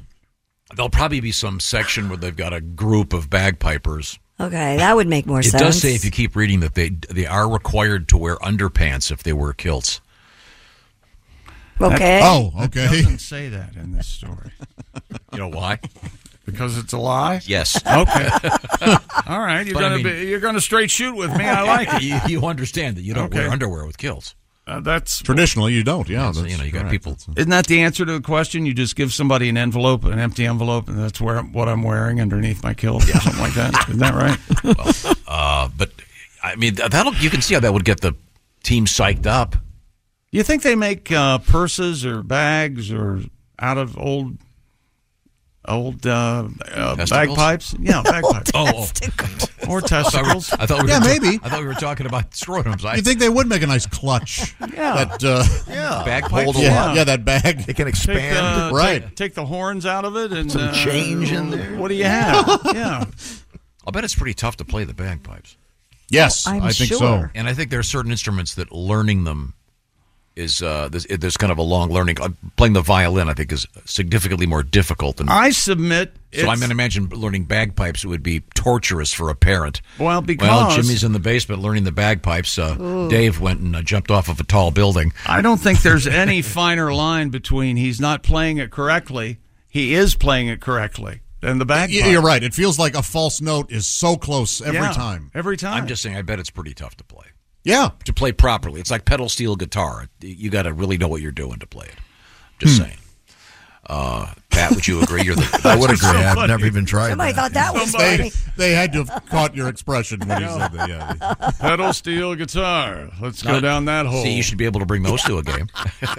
there'll probably be some section where they've got a group of bagpipers.
okay. That would make more
it
sense.
does say if you keep reading that they they are required to wear underpants if they wear kilts.
okay.
It doesn't say that in this story.
Oh, You know why?
Because it's a lie.
Yes.
Okay. All right. You're
But I
gonna
mean-
be, you're gonna straight shoot with me. I like it.
you, you understand that you don't wear
Okay.
underwear with kilts.
Uh, that's
traditionally, you don't. Yeah,
So, you know, you got people.
Isn't that the answer to the question? You just give somebody an envelope, an empty envelope, and that's where what I'm wearing underneath my kilt or something like that. Isn't that right?
Well, uh, but I mean, th- that'll you can see how that would get the team psyched up.
You think they make uh, purses or bags or out of old old uh, uh,
Testicles?
bagpipes? Yeah, bagpipes.
Oh, oh.
Or testicles.
I thought we were
Yeah,
ta-
maybe.
I thought we were talking about scrotums. I,
you think they would make a nice clutch?
Yeah.
That, uh,
yeah,
Hold
bagpipes.
a
Yeah.
lot. Yeah, that bag. It
can
Take, uh,
right.
Take, take the horns out of it and
Some
uh,
change in there.
What do you have? yeah.
I'll bet it's pretty tough to play the bagpipes.
yes,
Oh, I'm
I think so.
sure.
And I think there are certain instruments that learning them is uh, there's, it- there's kind of a long learning. Uh, playing the violin, I think, is significantly more difficult than.
I submit.
so I'm
it's-
going to imagine learning bagpipes would be torturous for a parent.
Well, because
Well, Jimmy's in the basement learning the bagpipes. Uh,
Ooh.
Dave went and uh, jumped off of a tall building.
I don't think there's any finer line between he's not playing it correctly, he is playing it correctly, than the
Y-
bagpipe.
You're right. It feels like a false note is so close every
Yeah,
time.
Every time.
I'm just saying, I bet it's pretty tough to play.
Yeah.
To play properly, it's like pedal steel guitar. You got to really know what you're doing to play it. Just saying. Uh, Pat, would you agree? You're the.
I would agree. I've never even tried.
Somebody
that.
thought that was
They,
funny.
they had to have caught your expression when you said that. Yeah.
Pedal steel guitar. Let's go
Not-
down that hole.
See, you should be able to bring those to a game.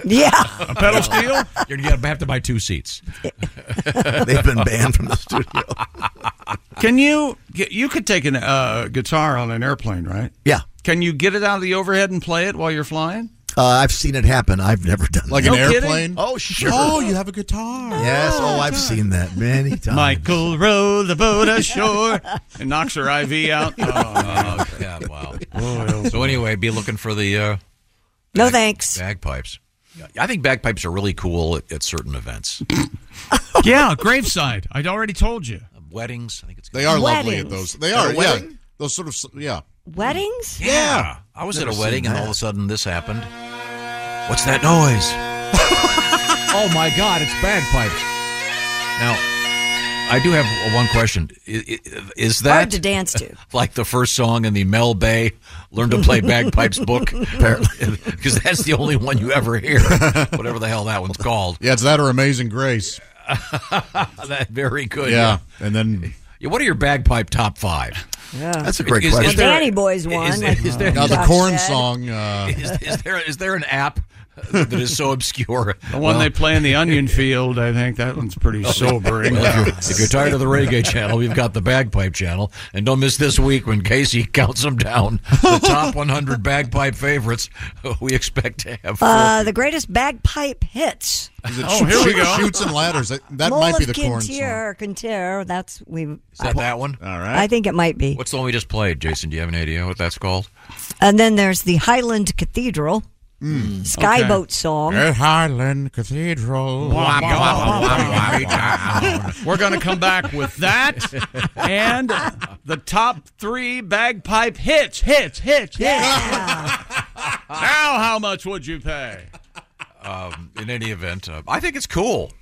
Yeah.
A pedal steel?
You're going to have to buy two seats.
They've been banned from the studio.
Can you you could take a uh, guitar on an airplane, right?
Yeah,
Can you get it out of the overhead and play it while you're flying?
uh, I've seen it happen. I've never done
Like
that.
an
No kidding?
airplane.
Oh sure.
Oh, you have a guitar.
yes. Oh, I've seen that many times.
Michael row the boat ashore and knocks her IV out. Oh,
Oh, yeah, wow. So anyway, be looking for the uh,
No thanks.
bagpipes. Yeah, I think bagpipes are really cool at, at certain events,
yeah, graveside. I'd already told you.
Uh, weddings. I think it's good.
They are lovely at
Weddings.
those. They are.
At a
Yeah.
wedding?
Those sort of. s- Yeah.
Weddings?
Yeah.
I was
Never
at a
seen
wedding, and
that.
all of a sudden this happened. What's that noise? oh my God! It's bagpipes. Now, I do have one question. Is, is that
Hard to dance to.
like the first song in the Mel Bay "Learn to Play Bagpipes" book? Apparently, because that's the only one you ever hear. Whatever the hell that one's called.
Yeah, it's that or Amazing Grace.
that very good.
Yeah, and then
Yeah, What are your bagpipe top five?
Yeah.
That's a great
Is- is
question.
there-
Well, Danny Boy's
is-
one,
is-
like
is there-
Now, the corn song. Uh,
Is, is there is there an app that is so obscure?
The one
Well,
they play in the onion field, I think that one's pretty sobering.
Well, if, you're, if you're tired of the reggae channel, we've got the bagpipe channel, and don't miss this week when Casey counts them down the top 100 bagpipe favorites. We expect to have. Four.
Uh, the greatest bagpipe hits.
Is it Oh, shoot- here we shoot- go. shoots and ladders? That- that
Mole
might be the
of
corn song.
Kintyre, Kintyre, that's we. Is
Is that that one?
All
right. I think it might be.
What's the one we just played, Jason? Do you have an idea what that's called?
And then there's the Highland Cathedral, Skyboat song.
At Highland Cathedral.
Wah, wah, wah, wah, wah. We're going to come back with that and the top three bagpipe hits, hits, hits, hits. now, how much would you pay?
Um, in any event, uh, I think it's cool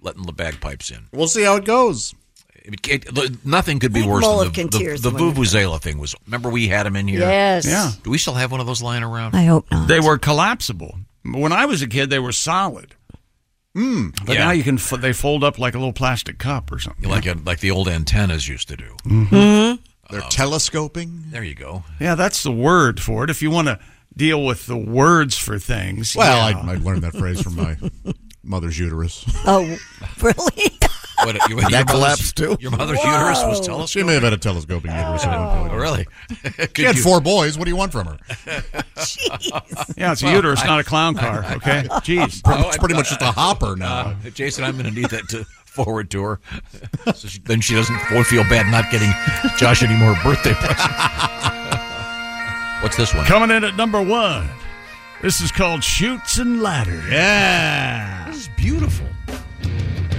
letting the bagpipes in.
We'll see how it goes.
It- it- the- nothing could be
I think
worse
Mull of
than the,
Kintyre
the,
is
the
the one we
Vuvuzela thing was. Remember, we had them in here.
Yes. Yeah.
Do we still have one of those lying around?
I hope not.
They were collapsible. When I was a kid, they were solid. Mm, but
Yeah.
now you can f- they fold up like a little plastic cup or something.
Like a, like the old antennas used to do.
Mm-hmm.
Mm-hmm.
They're telescoping.
There you go.
Yeah, that's the word for it. If you want to deal with the words for things.
Well,
yeah.
I, I learned that phrase from my mother's uterus.
Oh, really?
What, you- your mother's- Your mother's uterus was
telescoping.
telescoping.
She may have had a telescoping uterus at one point.
Oh, really?
she had four boys. What do you want from her?
Yeah, it's a uterus, not a clown car. Okay, jeez.
Oh,
it's pretty much just a hopper now.
Uh, Jason, I'm going to need that to forward to her, so she, then she doesn't won't feel bad not getting Josh any more birthday presents. What's this one?
Coming in at number one. This is called Shoots and Ladders. Yeah.
This is beautiful.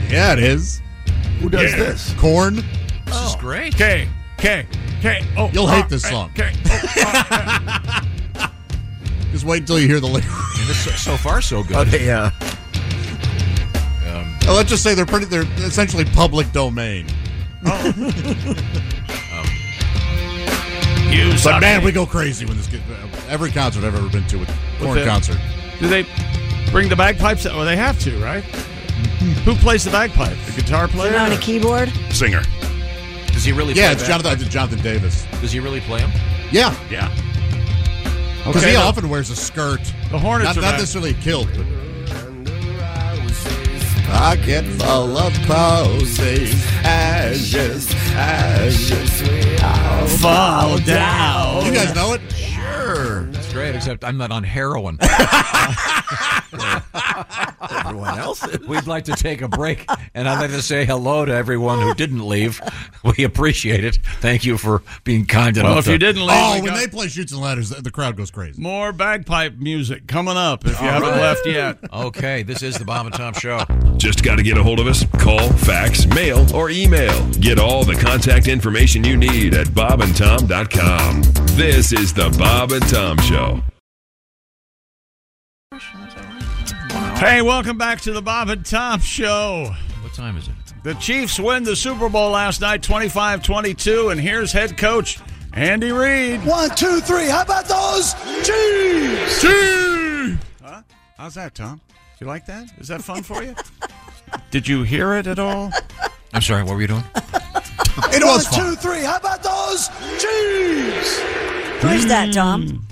Yeah, it is. Who
does
this? Corn.
This
Oh.
is great.
Okay, okay, okay. Oh,
You'll
ah,
hate this
ah,
song.
Okay.
Just wait until you hear the lyrics.
so, so far, so good.
yeah.
Um,
Uh, let's just say they're pretty. They're essentially public domain.
Oh. You
but
suck
man,
me.
we go crazy when this gets every concert I've ever been to with
With
corn
the-
concert.
Do they bring the bagpipes? out? Well, they have to, right? Who plays the bagpipe? The guitar player?
on a keyboard.
Singer.
Does he really?
Yeah,
play
it's
that?
Jonathan. It's Jonathan Davis.
Does he really play him?
Yeah,
yeah.
because
Okay,
he
the-
often wears a skirt.
The Hornets
not,
are
not
back.
necessarily killed. But
Pocket full of posies, ashes, ashes, we all fall down.
you guys know it.
Sure. That's great. Except I'm not on heroin. everyone else. We'd like to take a break, and I'd like to say hello to everyone who didn't leave. We appreciate it. Thank you for being kind enough.
Well, if
to-
you didn't leave,
Oh,
we
when
got
they play shoots and ladders, the the crowd goes crazy.
more bagpipe music coming up if you
All
haven't
right.
left yet.
Okay, this is the Bob and Tom Show.
Just got to get a hold of us. Call, fax, mail, or email. Get all the contact information you need at bobandtom.com. This is the Bob and Tom Show.
Hey, welcome back to the Bob and Tom Show.
What time is it?
The Chiefs win the Super Bowl last night 25 22, and here's head coach Andy Reid.
One, two, three. How about those Chiefs?
Huh? How's that, Tom? Do you like that? Is that fun for you? Did you hear it at all?
I'm sorry. What were you doing?
It was
One, two, three. How about those Chiefs?
Where's that, Tom?
Mm.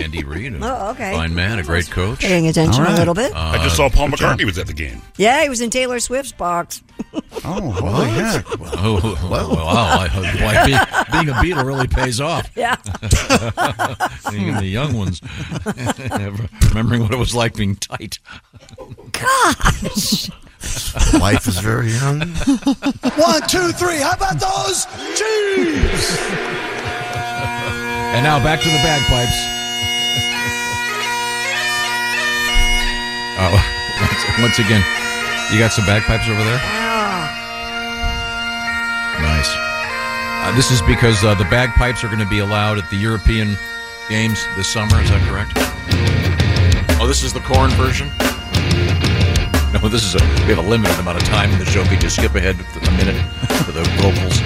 Andy Reid. a
Oh, okay.
Fine man, a great coach. Uh,
Paying attention a little bit.
I just saw Paul McCartney was at the game.
Yeah, he was in Taylor Swift's box.
Oh, holy heck.
Oh, well, wow. I, like be, being a Beatle really pays off.
Yeah.
Even the young ones. Remembering what it was like being tight.
Gosh.
Life is very young.
One, two, three. How about those Chiefs?
And now back to the bagpipes. Oh, once, once again, you got some bagpipes over there?
Ah,
Nice. Uh, this is because uh, the bagpipes are going to be allowed at the European Games this summer. Is that correct? Oh, this is the corn version. No, know this is a we have a limited amount of time in the show. If you just skip ahead a minute for the vocals.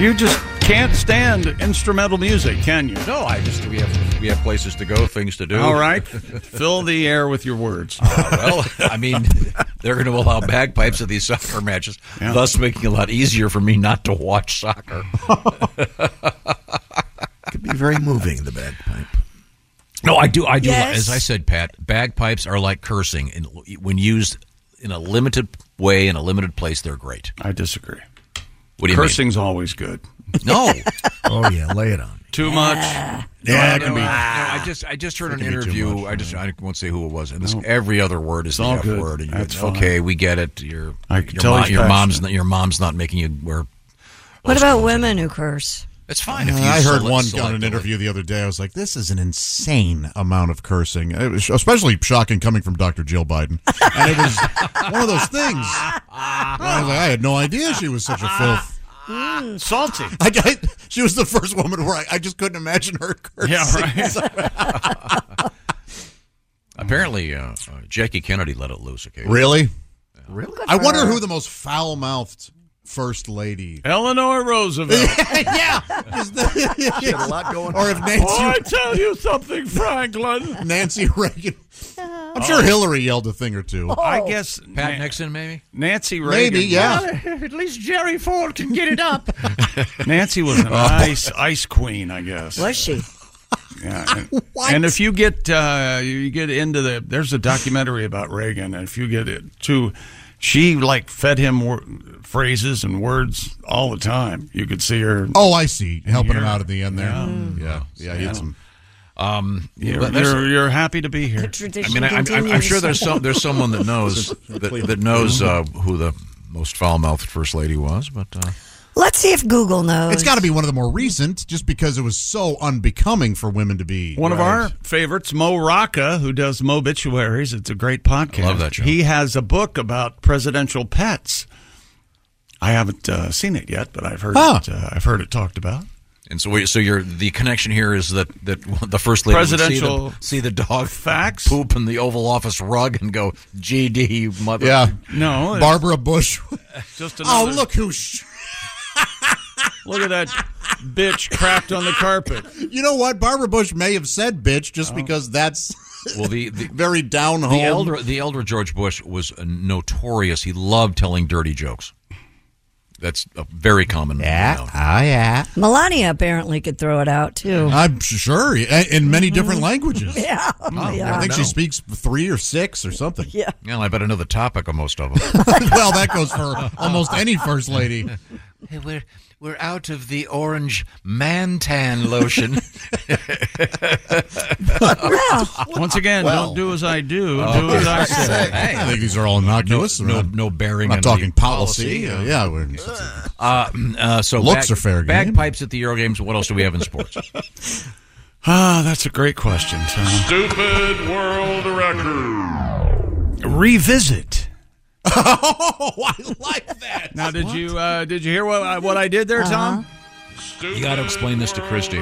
You just can't stand instrumental music, can you?
No, I just we have we have places to go, things to do.
All right, fill the air with your words.
Uh, well, I mean, they're going to allow bagpipes at these soccer matches,
Yeah.
thus making it a lot easier for me not to watch soccer.
Could be very moving, the bagpipe.
No, I do. I do.
Yes.
As I said, Pat, bagpipes are like cursing, and when used in a limited way in a limited place, they're great.
I disagree.
What do you
Cursing's always good.
No.
oh yeah, lay it on.
Too much.
No,
Yeah, it
no,
can be.
no, I just I just heard
It
an
can be too
interview. I just I won't say who it was, and this
No.
every other word is
It's
the
all
F
good.
word. And you
That's
go,
fine.
okay, we get it. Your
I can
your,
tell
mom-
he's
your
passionate.
mom's not, your mom's not making you wear.
What about women who curse?
It's
Uh, I heard one on an interview the other day. I was like, "This is an insane amount of cursing, it was especially shocking coming from Dr. Jill Biden." And it was one of those things. I, was like, I had no idea she was such a filth.
Mm.
salty.
I, I- she was the first woman where I, I just couldn't imagine her cursing.
Yeah, right.
Mm.
Apparently, uh, uh, Jackie Kennedy let it loose. Occasionally.
Really?
Really?
I wonder who the most foul-mouthed first lady.
Eleanor Roosevelt.
yeah.
She had a lot going
Or if
on.
Nancy,
Oh, I
tell you something, Franklin.
Nancy Reagan.
Uh-huh.
I'm
Oh.
sure Hillary yelled a thing or two.
Oh.
Oh.
I guess
Pat Nixon, maybe
Nancy Reagan.
Maybe, yeah.
Well, at least Jerry Ford can get it up.
Nancy was
Oh.
an ice ice queen, I guess.
Was she?
Yeah. And, and if you get uh, you get into the there's a documentary about Reagan, and if you get it too, she like fed him wor- phrases and words all the time. You could see her.
Oh, I see. Helping him
Yeah.
out at the end there. Mm.
Yeah.
Yeah. Yeah, he had some.
Um,
You're,
Well, that's-
you're, you're happy to be here.
I mean, I, I'm- I'm, I'm sure there's some there's someone that knows that, that knows uh, who the most foul mouthed first lady was, but uh,
Let's see if Google knows.
It's got to be one of the more recent, just because it was so unbecoming for women to be.
One of our favorites, Mo Rocca, who does Mobituaries. It's a great podcast.
love that show.
He has a book about presidential pets. I haven't uh, seen it yet, but I've heard
Huh.
it, uh, I've heard it talked about.
and so we, so you're the connection here is that that the first lady would see the-
Presidential
see the, dog
facts
poop in the Oval Office rug and go GD you mother
Yeah.
No, it's-
Barbara Bush.
Just
oh,
another-
look who. Sh-
Look at that bitch crapped on the carpet. Oh.
you know what? Barbara Bush may have said bitch just because that's
Well, the, the
very down home.
the elder the elder George Bush was uh, notorious. He loved telling dirty jokes. That's a very common. Yeah.
Ah, yeah.
Melania apparently could throw it out too.
I'm sure i- in many different languages.
Yeah.
Oh,
I
Mm-hmm.
Oh,
yeah.
think she speaks three or six or something.
Yeah.
Well, I better know the topic of most of them.
well, that goes for almost any first lady.
Hey, we're we're out of the orange man tan lotion.
Once again, don't do as I do. do as I say.
I think these are all innocuous.
no,
We're
no,
not-
no bearing.
we're
on
not talking
the
policy.
policy.
Uh, yeah, we're,
Uh, uh, so
Looks are fair game.
Bagpipes at the Euro games. What else do we have in sports?
Ah, that's a great question, Tom.
Stupid world record.
Revisit.
Oh, I like that.
Now, did you uh, did you hear what I, what I did there, Tom?
You got to explain this to Christy.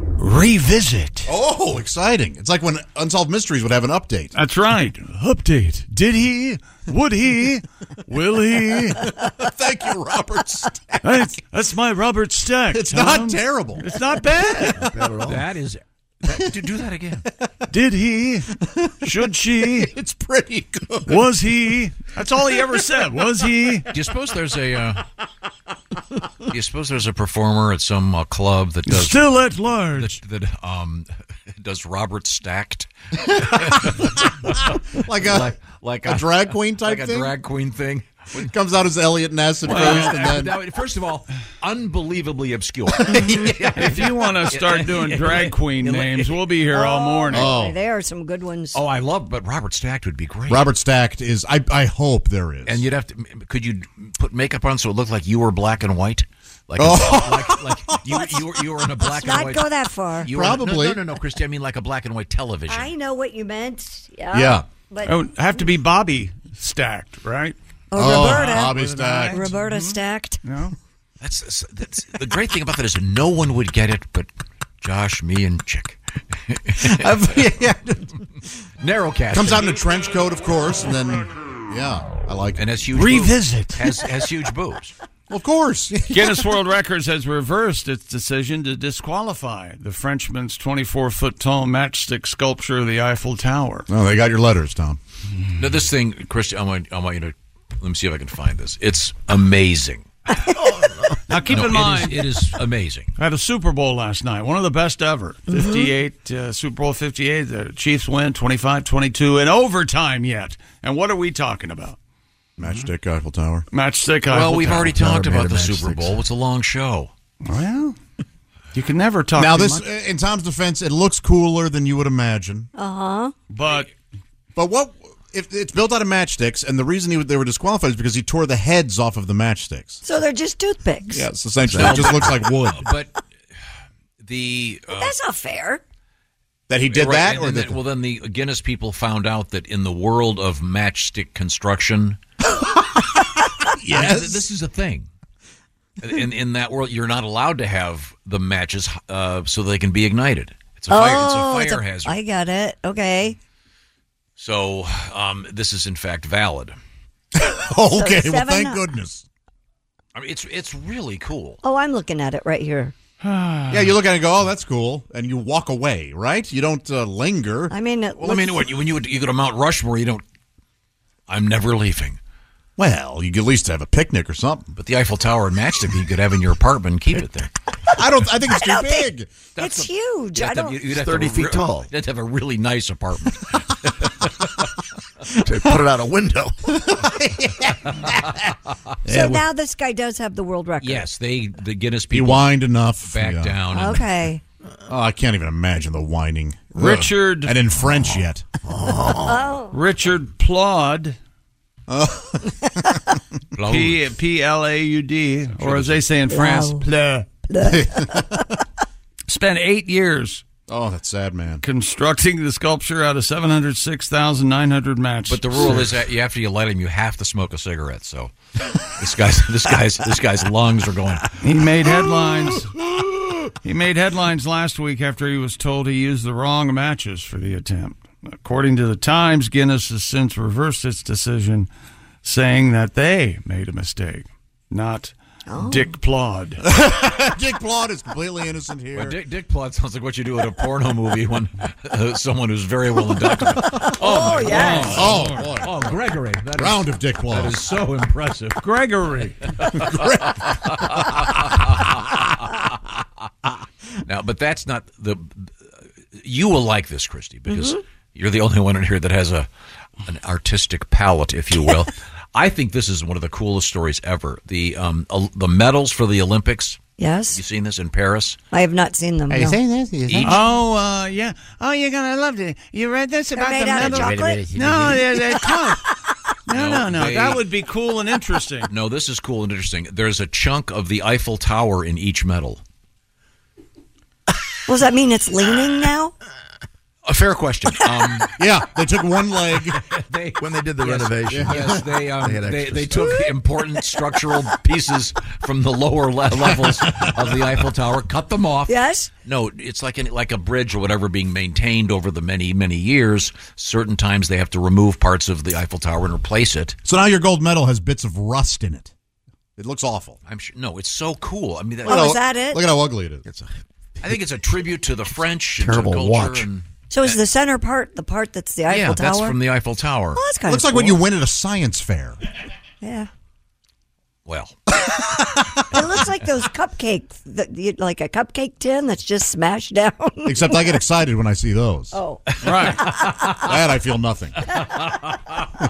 Revisit.
oh, exciting! It's like when Unsolved Mysteries would have an update.
That's right. Update. Did he? Would he? Will he?
Thank you, Robert. Stack.
That's, that's my Robert Stack.
It's
Tom.
not terrible.
It's not bad.
That is. That, do- do that again.
Did he? Should she?
It's pretty good.
Was he? That's all he ever said. Was he?
Do you suppose there's a? Uh, do you suppose there's a performer at some uh, club that does
Still at large.
that, that um does Robert stacked
Like a
like like
a drag queen
like
type
a
thing.
drag queen thing?
Comes out as Elliot Ness at first, and then
Now, first of all, unbelievably obscure.
If you want to start doing drag queen names, we'll be here all morning.
Oh.
Boy, They are some good ones.
Oh, I love, but Robert Stacked would be great.
Robert Stacked is. I I hope there is.
and you'd have to. Could you put makeup on so it looked like you were black and white? Like,
Oh.
Oh.
like, like you, you, were, you were in a black
Let's
and
not
white.
go that far.
you were in a- no,
Probably.
no, no, no, Christy. I mean, like a black and white television.
I know what you meant. Yeah.
yeah.
But
It
Oh,
would Oh, have to be Bobby stacked, right?
oh,
Oh,
Roberta.
Bobby Stacked.
Mm-hmm.
Roberta stacked.
No.
That's, that's the great thing about that is no one would get it, but Josh, me, and Chick. Narrowcast
Comes out in a trench coat, of course, and then yeah, I like
and has huge
revisit
boobs. Has has huge boobs.
Of course,
Guinness World Records has reversed its decision to disqualify the Frenchman's 24 foot tall matchstick sculpture of the Eiffel Tower.
Oh, they got your letters, Tom.
No, this thing, Christian, I want, I want you to let me see if I can find this. It's amazing.
Now, keep
No,
in
it is-
mind,
it is amazing.
I had a Super Bowl last night, one of the best ever. 58, uh, Super Bowl 58, the Chiefs win 25 22 in overtime yet. And what are we talking about?
Matchstick Eiffel Tower.
Matchstick Eiffel
Well, we've
Tower.
already talked about the Super Bowl. It's a long show.
Well, you can never talk
Now
too
this,
much.
in Tom's defense, it looks cooler than you would imagine.
Uh huh.
But
but what if it's built out of matchsticks? And the reason he, they were disqualified is because he tore the heads off of the matchsticks.
So they're just toothpicks.
Yes, essentially, it just looks like wood.
But the uh,
That's not fair.
that he did
Right,
that,
and
or
then-
that,
well, then the Guinness people found out that in the world of matchstick construction,
Yes.
this is a thing. In in that world, you're not allowed to have the matches uh, so they can be ignited. It's a fire.
oh,
it's a fire hazard.
I got it. Okay.
So um, this is in fact valid.
Okay, So well, seven- thank
goodness.
I mean, it's it's really cool.
Oh, I'm looking at it right here.
yeah, you look at it and go, "Oh, that's cool," and you walk away, right? You don't uh, linger.
I mean, it
Well, I mean, what, you- when you you go to Mount Rushmore, you don't. I'm never leaving.
Well, you could at least have a picnic or something.
But the Eiffel Tower and matchstick you could have in your apartment and keep it there.
I don't. I think it's too big.
it's huge. I don't.
have a re- You'd have to have a really nice apartment.
to put it out a window.
so now this guy does have the world record.
yes, they the Guinness
He
people
whined enough.
back
yeah.
down. and-
Okay.
Oh, I can't even imagine the whining. Ugh.
Richard-
and in French yet. Oh.
Richard Plaud.
Plaud.
P P L A U D, or as they say in France, Pleu. Spent eight years
Oh, that's sad, man.
constructing the sculpture out of 706,900 matches.
But the rule is that you, after you light him, you have to smoke a cigarette. So this guy's this guy's this guy's lungs are going.
He made headlines. He made headlines last week after he was told he used the wrong matches for the attempt. According to the Times, Guinness has since reversed its decision, saying that they made a mistake, not
Oh.
Dick Plod.
Dick Plod is completely innocent here.
Well, Dick, Dick plot sounds like what you do in a porno movie when uh, someone who's very well inducted. Oh, my
yes.
God.
Oh, boy.
oh, Gregory. That is-
Round of Dick Plod.
That is so impressive.
Gregory.
Now, but that's not the. You will like this, Christy, because
Mm-hmm.
you're the only one in here that has a an artistic palette, if you will. I think this is one of the coolest stories ever. The um Ol- the medals for the Olympics.
Yes.
You seen this in Paris?
I have not seen them. no.
this?
Each-
Oh, uh, yeah. Oh, you're going to love it. You read this about
made
the
out of
medal?
chocolate?
No, they're, they're tough. No, no,
No,
no.
they-
That would be cool and interesting.
No, this is cool and interesting. There's a chunk of the Eiffel Tower in each medal.
Well, does that mean it's leaning now?
A fair question. Um,
Yeah, they took one leg.
they,
when they did the
Yes.
renovation.
Yes, they um,
They had
they, they,
extra
took important structural pieces from the lower le- levels of the Eiffel Tower, cut them off.
Yes.
No, it's like an, like a bridge or whatever being maintained over the many many years. Certain times they have to remove parts of the Eiffel Tower and replace it.
So now your gold medal has bits of rust in it. It looks awful.
I'm sure. No, it's so cool. I mean, that,
Oh,
Look
is
how-
that it?
Look at how ugly it is.
I think it's a tribute to the French and
Terrible
to culture.
watch.
And,
So is the center part the part that's the Eiffel
yeah,
Tower?
that's from the Eiffel Tower.
well, that's kind
looks
of
like when you win at a science fair.
Yeah.
Well,
It looks like those cupcake, the, you- like a cupcake tin that's just smashed down.
Except I get excited when I see those.
oh,
That I feel nothing.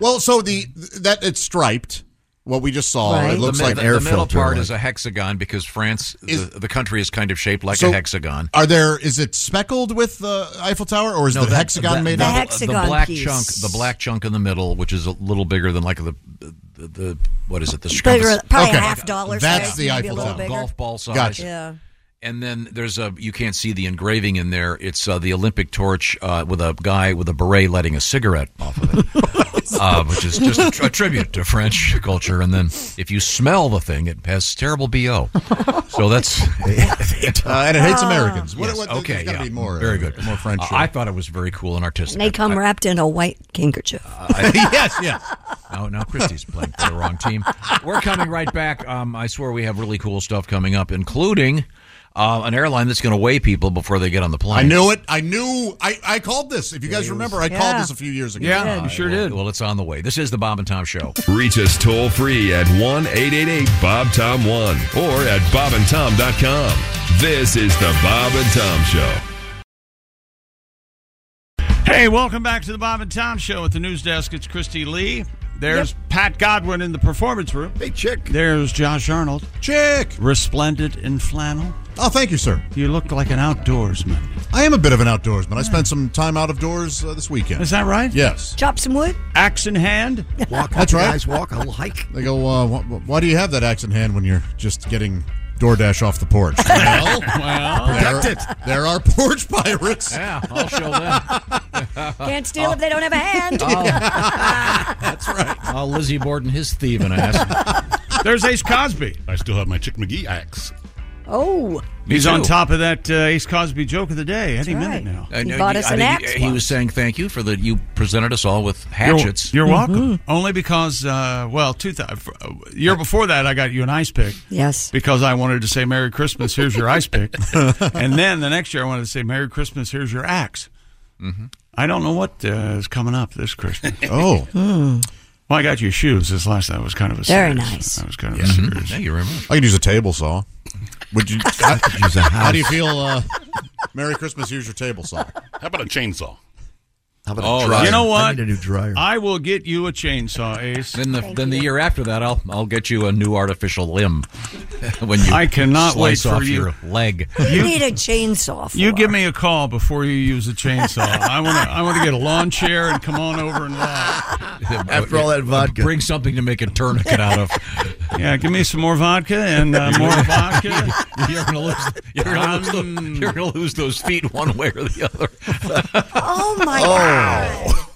well, so the that it's striped. What we just saw,
Right.
Oh, it looks
the,
like
the,
air
the middle
filter.
part
like-
is a hexagon because France,
Is-
the, the country, is kind of shaped like
So-
a hexagon.
Are there? Is it speckled with the Eiffel Tower, or is the
that-
hexagon
that-
made
the
out?
hex- hexagon
the black
piece.
chunk, the black chunk in the middle, which is a little bigger than like the the, the what is it? The
bigger,
circumference-
probably
Okay.
a half dollar.
That's
size,
the
maybe a
Eiffel
little
Tower.
bigger.
golf ball size.
Gotcha.
Yeah.
And then there's a you can't see the engraving in there. It's uh, the Olympic torch uh, with a guy with a beret lighting a cigarette off of it. uh, which is just a, tr- a tribute to French culture. And then if you smell the thing, it has terrible bo. So that's
Uh, and it hates Americans. What-
Yes,
what- there's
okay,
gotta
yeah,
be more,
very
uh,
good,
more French,
Uh,
uh,
I thought it was very cool and artistic.
And they come wrapped in a white handkerchief.
I- Now, now Christie's playing for the wrong team. We're coming right back. Um, I swear we have really cool stuff coming up, including uh, an airline that's going to weigh people before they get on the plane.
I knew it. I knew. I, I called this. If you guys remember, I called this a few years ago.
Uh, well, Well, it's on the way. This is the Bob and Tom Show.
Reach us toll free at 1 888 Bob Tom 1 or at bobandtom.com. This is the Bob and Tom Show.
Hey, welcome back to the Bob and Tom Show at the news desk. It's Christy Lee. There's Pat Godwin in the performance room. Hey, chick. There's Josh Arnold.
Chick.
Resplendent in flannel.
Oh, thank you, sir.
You look like an outdoorsman.
I am a bit of an outdoorsman. I spent some time out of doors uh, this weekend.
Is that right?
Yes.
Chop some wood.
Axe in hand.
Walk. That's right.
guys,
walk a hike. They go. Uh, wh- why do you have that axe in hand when you're just getting DoorDash off the porch? well,
well,
there,
protect
there are porch pirates.
Yeah, I'll show them.
Can't steal if they don't have a hand.
That's right. I'll Lizzie Borden his thieving ass.
There's Ace Cosby.
I still have my Chick McGee axe.
Oh.
He's
Me
on
too.
top of that uh, Ace Cosby joke of the day any minute now.
I know you- I think he- He was saying thank you for the you presented us all with
You're-
hatchets. Mm-hmm.
You're, welcome. Mm-hmm. Only because, uh, well, two th- year before that, I got you an ice pick.
Yes.
Because I wanted to say Merry Christmas. Here's your ice pick. and then the next year, I wanted to say Merry Christmas. Here's your ax
Mhm.
I don't know what uh, is coming up this Christmas.
Oh.
Well, I got you shoes. This last night was kind of a
Very
series.
nice.
That was kind of
Yeah.
a series.
Thank
you very much.
I could use a table saw. Would you? I,
use a
How do you
house.
feel? Uh, Merry Christmas. Here's your table saw.
How about a chainsaw?
How
Oh,
you know what?
dryer.
I will get you a chainsaw, Ace.
Then the then the year after that, I'll I'll get you a new artificial limb. when you
I cannot
slice
wait for
off
you.
your leg.
You need a chainsaw.
You give me a call before you use a chainsaw. I want to. I want to get a lawn chair and come on over and lawn.
After all that vodka, bring something to make a tourniquet out of.
Yeah, give me some more vodka and uh, more vodka.
You're gonna lose. You're gonna, lose,
Um,
those, you're gonna lose those feet one way or the other.
oh my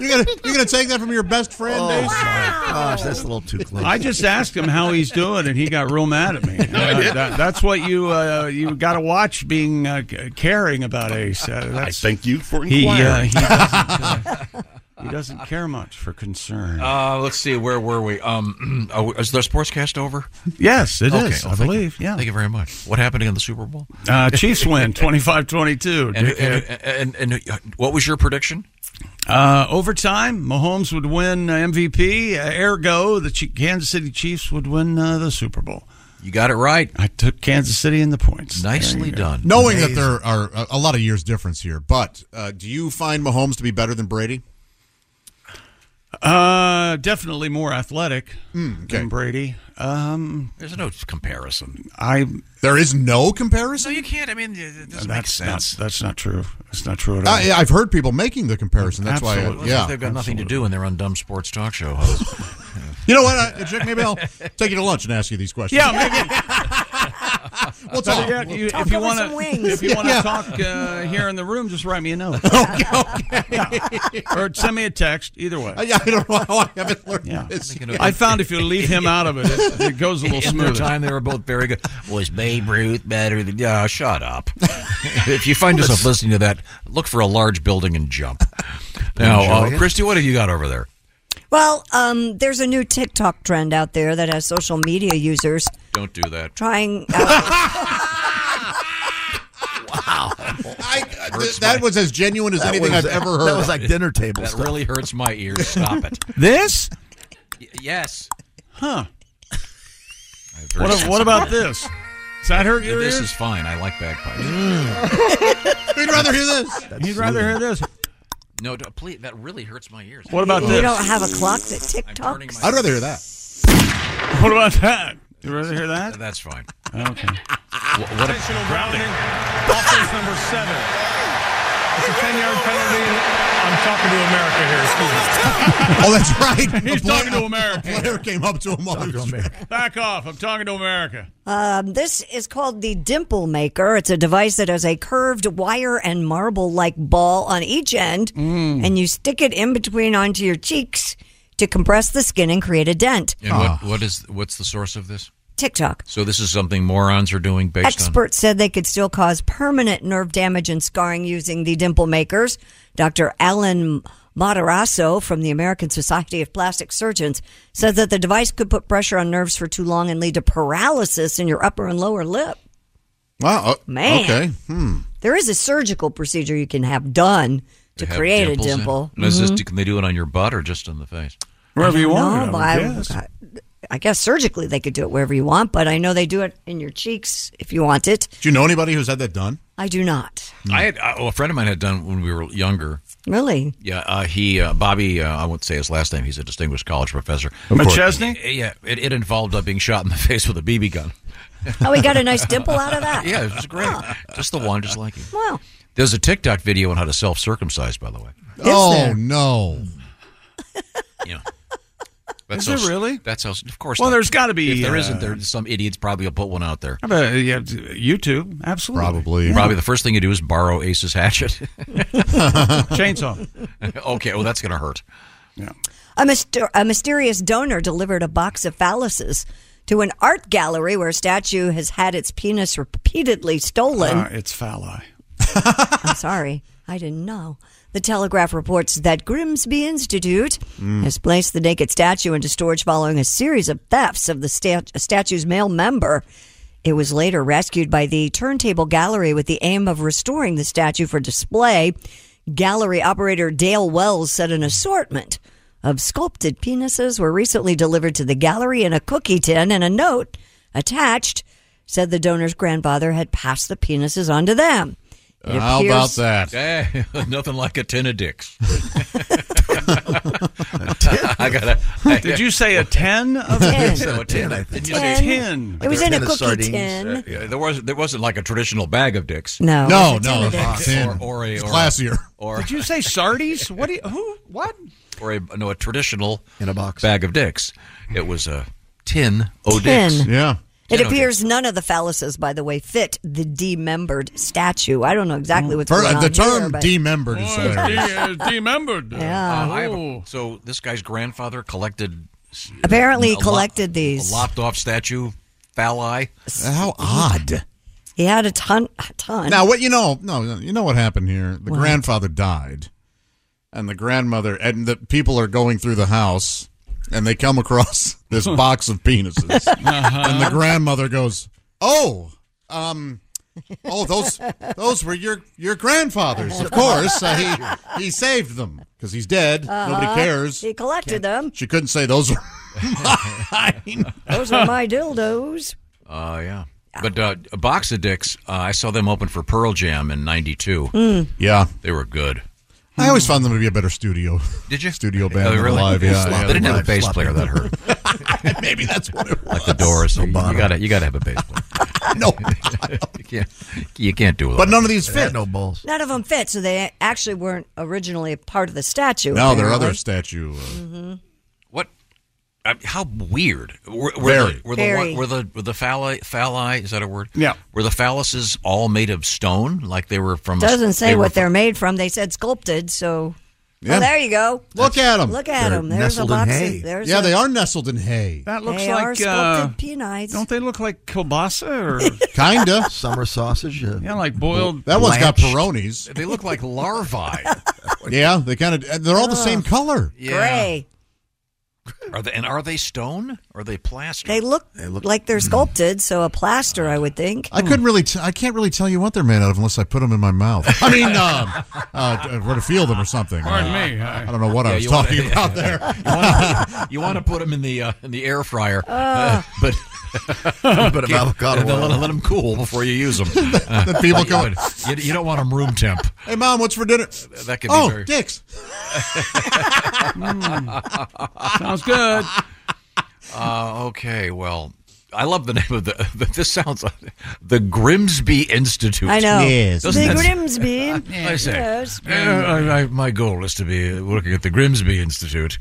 You're gonna you're gonna take that from your best friend? Ace?
Gosh, that's a little too close.
I just asked him how he's doing, and he got real mad at me. Uh, that- that's what you uh, you got to watch being uh, c- caring about Ace. Uh, that's,
thank you for
he, uh,
inquiring.
he, doesn't, uh, he doesn't care much for concern.
Uh, let's see, where were we? Um, are we- is the sportscast over?
Yes, it is.
Okay, well,
I
thank you.
believe. Yeah.
Thank you very much. What happened in the Super Bowl?
Uh, Chiefs win 25-22.
And, and, and, and, what was your prediction?
Uh, overtime, Mahomes would win uh, MVP. Uh, ergo, the Ch- Kansas City Chiefs would win uh, the Super Bowl.
You got it right.
I took Kansas City in the points. There you go.
Knowing that there are a, a lot of years difference here, but uh, do you find Mahomes to be better than Brady?
Uh, definitely more athletic
Hmm, okay.
than Brady. Um,
There's no comparison.
I
there is no comparison.
No, you can't. I mean, it doesn't make
that's not,
sense.
that's not true. That's not true at all.
I, I've heard people making the comparison. That's why. I,
Absolutely.
yeah,
They've got nothing to do and they're on dumb sports talk show hosts.
You know what, uh, Jack? Maybe I'll take you to lunch and ask you these questions.
Yeah, maybe.
We'll
Better
talk.
yet,
We'll
you-
talk
if you
over
want
some
to,
wings.
if you want to
Yeah.
talk uh, here in the room, just write me a note. Yeah. Or send me a text. Either way.
I, Uh, I don't know. how I haven't learned this.
I found if you leave him out of it, it, it goes a little
In their
smoother.
time, they were both very good. Was Babe Ruth better than? Yeah, shut up. if you find yourself listening to that, look for a large building and jump. Now,
Enjoy
uh,
it.
Christy, what have you got over there?
Well, um, there's a new TikTok trend out there that has social media users
Don't do that.
trying. Out-
Wow.
Th- that was as genuine as
That
anything
was-
I've ever heard.
that was like dinner table
That
stuff.
really hurts my ears. Stop it.
This?
Y- yes.
Huh.
I have very
What,
sensitive
what about this?
ears.
Does that hurt your
This
ears?
is fine. I like bagpipes.
We'd rather hear this.
You'd rather hear this.
No, don't- please. That really hurts my ears.
What about
you
this?
don't have a clock that tick tocks.
I'd rather hear that.
What about that? You rather hear that?
That's fine.
Okay.
Wh- What, a-
Offense number seven. It's a 10 yard penalty. I'm talking to America here. Excuse me.
Oh, that's right.
He's
A player-
talking to America.
A player came up to him while he was
Back off. I'm talking to America.
Um, this is called the dimple maker. It's a device that has a curved wire and
Mm.
marble like ball on each end, and you stick it in between onto your cheeks to compress the skin and create a dent.
And what, what is what's the source of this?
TikTok.
So this is something morons are doing based on.
Experts said they could still cause permanent nerve damage and scarring using the dimple makers. Dr. Alan Matarasso from the American Society of Plastic Surgeons says that the device could put pressure on nerves for too long and lead to paralysis in your upper and lower lip.
Wow. uh,
Man.
Okay. Hmm.
There is a surgical procedure you can have done to,
have
create a
dimples in-
dimple.
And is this-
Mhm.
can they do it on your butt or just on the face?
Wherever you want.
No, but I, I, I guess surgically they could do it wherever you want, but I know they do it in your cheeks if you want it.
Do you know anybody who's had that done?
I do not.
I had I, well, a friend of mine had done when we were younger.
Really?
Yeah, uh, he uh, Bobby. Uh, I won't say his last name. He's a distinguished college professor. Uh,
Of course. McChesney?
Yeah, it, it involved uh, being shot in the face with a BB gun.
Oh, we got a nice dimple out of that.
Yeah, it was great. Just the one, just like him.
Ah. Wow.
There's a TikTok video on how to self circumcise. By the way,
oh no!
Is there
how,
really?
That's how. Of course.
Well,
not.
there's gotta be,
If there
uh,
not there some idiots probably will put one out there.
How about, uh, yeah, YouTube, absolutely. Yeah.
Probably the first thing you do is borrow Ace's hatchet.
Chainsaw.
okay, well that's gonna hurt.
Yeah.
A, myster- a mysterious donor delivered a box of phalluses to an art gallery where a statue has had its penis repeatedly stolen.
Uh, it's phalli.
I'm sorry, I didn't know. The Telegraph reports that Grimsby Institute
Mm.
has placed the naked statue into storage following a series of thefts of the stat- statue's male member. It was later rescued by the Turntable Gallery with the aim of restoring the statue for display. Gallery operator Dale Wells said an assortment of sculpted penises were recently delivered to the gallery in a cookie tin and a note attached said the donor's grandfather had passed the penises on to them. It
Uh,
appears-
Eh, nothing like a tin of dicks. I gotta.
Did you say a ten of
Ten.
this?
So a tin, I think.
Did you say ten?
It was in a cookie tin.
Uh, yeah, there was there wasn't like a traditional bag of dicks.
No,
No, it was a no, tin of it was dicks. tin.
Or, or a
It's
or a-
classier.
Or
Did you say sardies? What? Do you, who? What?
or a no a traditional in a box bag of dicks. It was a tin o
Tin.
dicks.
Yeah.
It appears none of the phalluses, by the way, fit the demembered statue. I don't know exactly what's
Mm. Her-
going on
the
here,
term
but-
"demembered" is
Oh, it's
hilarious.
Demembered.
Yeah.
Uh, I have a- so this guy's grandfather collected. s-
Apparently he
a lo-
collected these.
a lopped off statue phalli.
How odd!
He had a ton, a ton.
Now, what you know? No, no, you know what happened here. The
What?
grandfather died, and the grandmother and the people are going through the house, and they come across this box of penises,
Uh-huh.
and the grandmother goes, "Oh, um, oh, those those were your your grandfather's, of course. Uh, he he saved them because he's dead.
Uh-huh.
Nobody cares.
He collected them.
She couldn't say those were mine.
Those are my dildos.
Uh, yeah. But uh, a box of dicks, uh, I saw them open for Pearl Jam in '92.
Hmm.
Mm. Yeah,
they were good.
I always found them to be a better studio.
Did you
studio
Oh,
band than
really?
live? Yeah,
Sloppy
yeah,
They didn't have a
live,
bass
sloppy.
player that hurt.
Maybe that's what it was.
Like the Doors. you, you gotta, you gotta have a bass player.
no,
you can't, you can't do it.
But none of these fit.
No balls.
None of them fit, so they actually weren't originally a part of the statue.
No, their
apparently.
other statue. Uh,
Mhm.
I mean, how weird. Were, were
Very.
The, were the,
Very.
one- were the were the phalli, phalli is that a word?
Yeah.
Were the phalluses all made of stone, like they were from? a-
Doesn't say
they were
what they're made from. They said sculpted, so.
Yeah.
Oh, there you go.
Look at them.
Look at them. There's a box. Of, there's
yeah,
a-
they are nestled in hay.
That looks
They
like
are sculpted
uh,
penites.
Don't they look like kielbasa or
Kinda
summer sausage. Uh,
yeah, like boiled?
That one's got
blanched-
pepperonis.
They look like larvae.
Yeah, they kind of. They're all the same
Ugh.
color.
Yeah.
Gray.
Are they and are they stone? Are they plastic?
They look, like
Mm.
they're sculpted, so a plaster, I would think.
I couldn't really. T- I can't really tell you what they're made out of unless I put them in my mouth. I mean, um, uh, where to feel them or something.
Pardon
Uh,
me, I-
I don't know what
Yeah,
I was
you wanna-
talking about there.
you wanna- you want to put them in the uh, in the air fryer, uh,
Ah.
but
But
Keep-
avocado
and then
oil.
let, let them cool before you use them.
the people go-
You, you don't want them room temp.
Hey, mom, what's for dinner?
That could be
oh,
very-
dicks.
Hmm.
Sounds
good.
Uh, okay, well, I love the name of the. This sounds like the Grimsby Institute.
I know.
Doesn't
The
that-
Grimsby.
I say,
Yes.
uh, I, I, my goal is to be working at the Grimsby Institute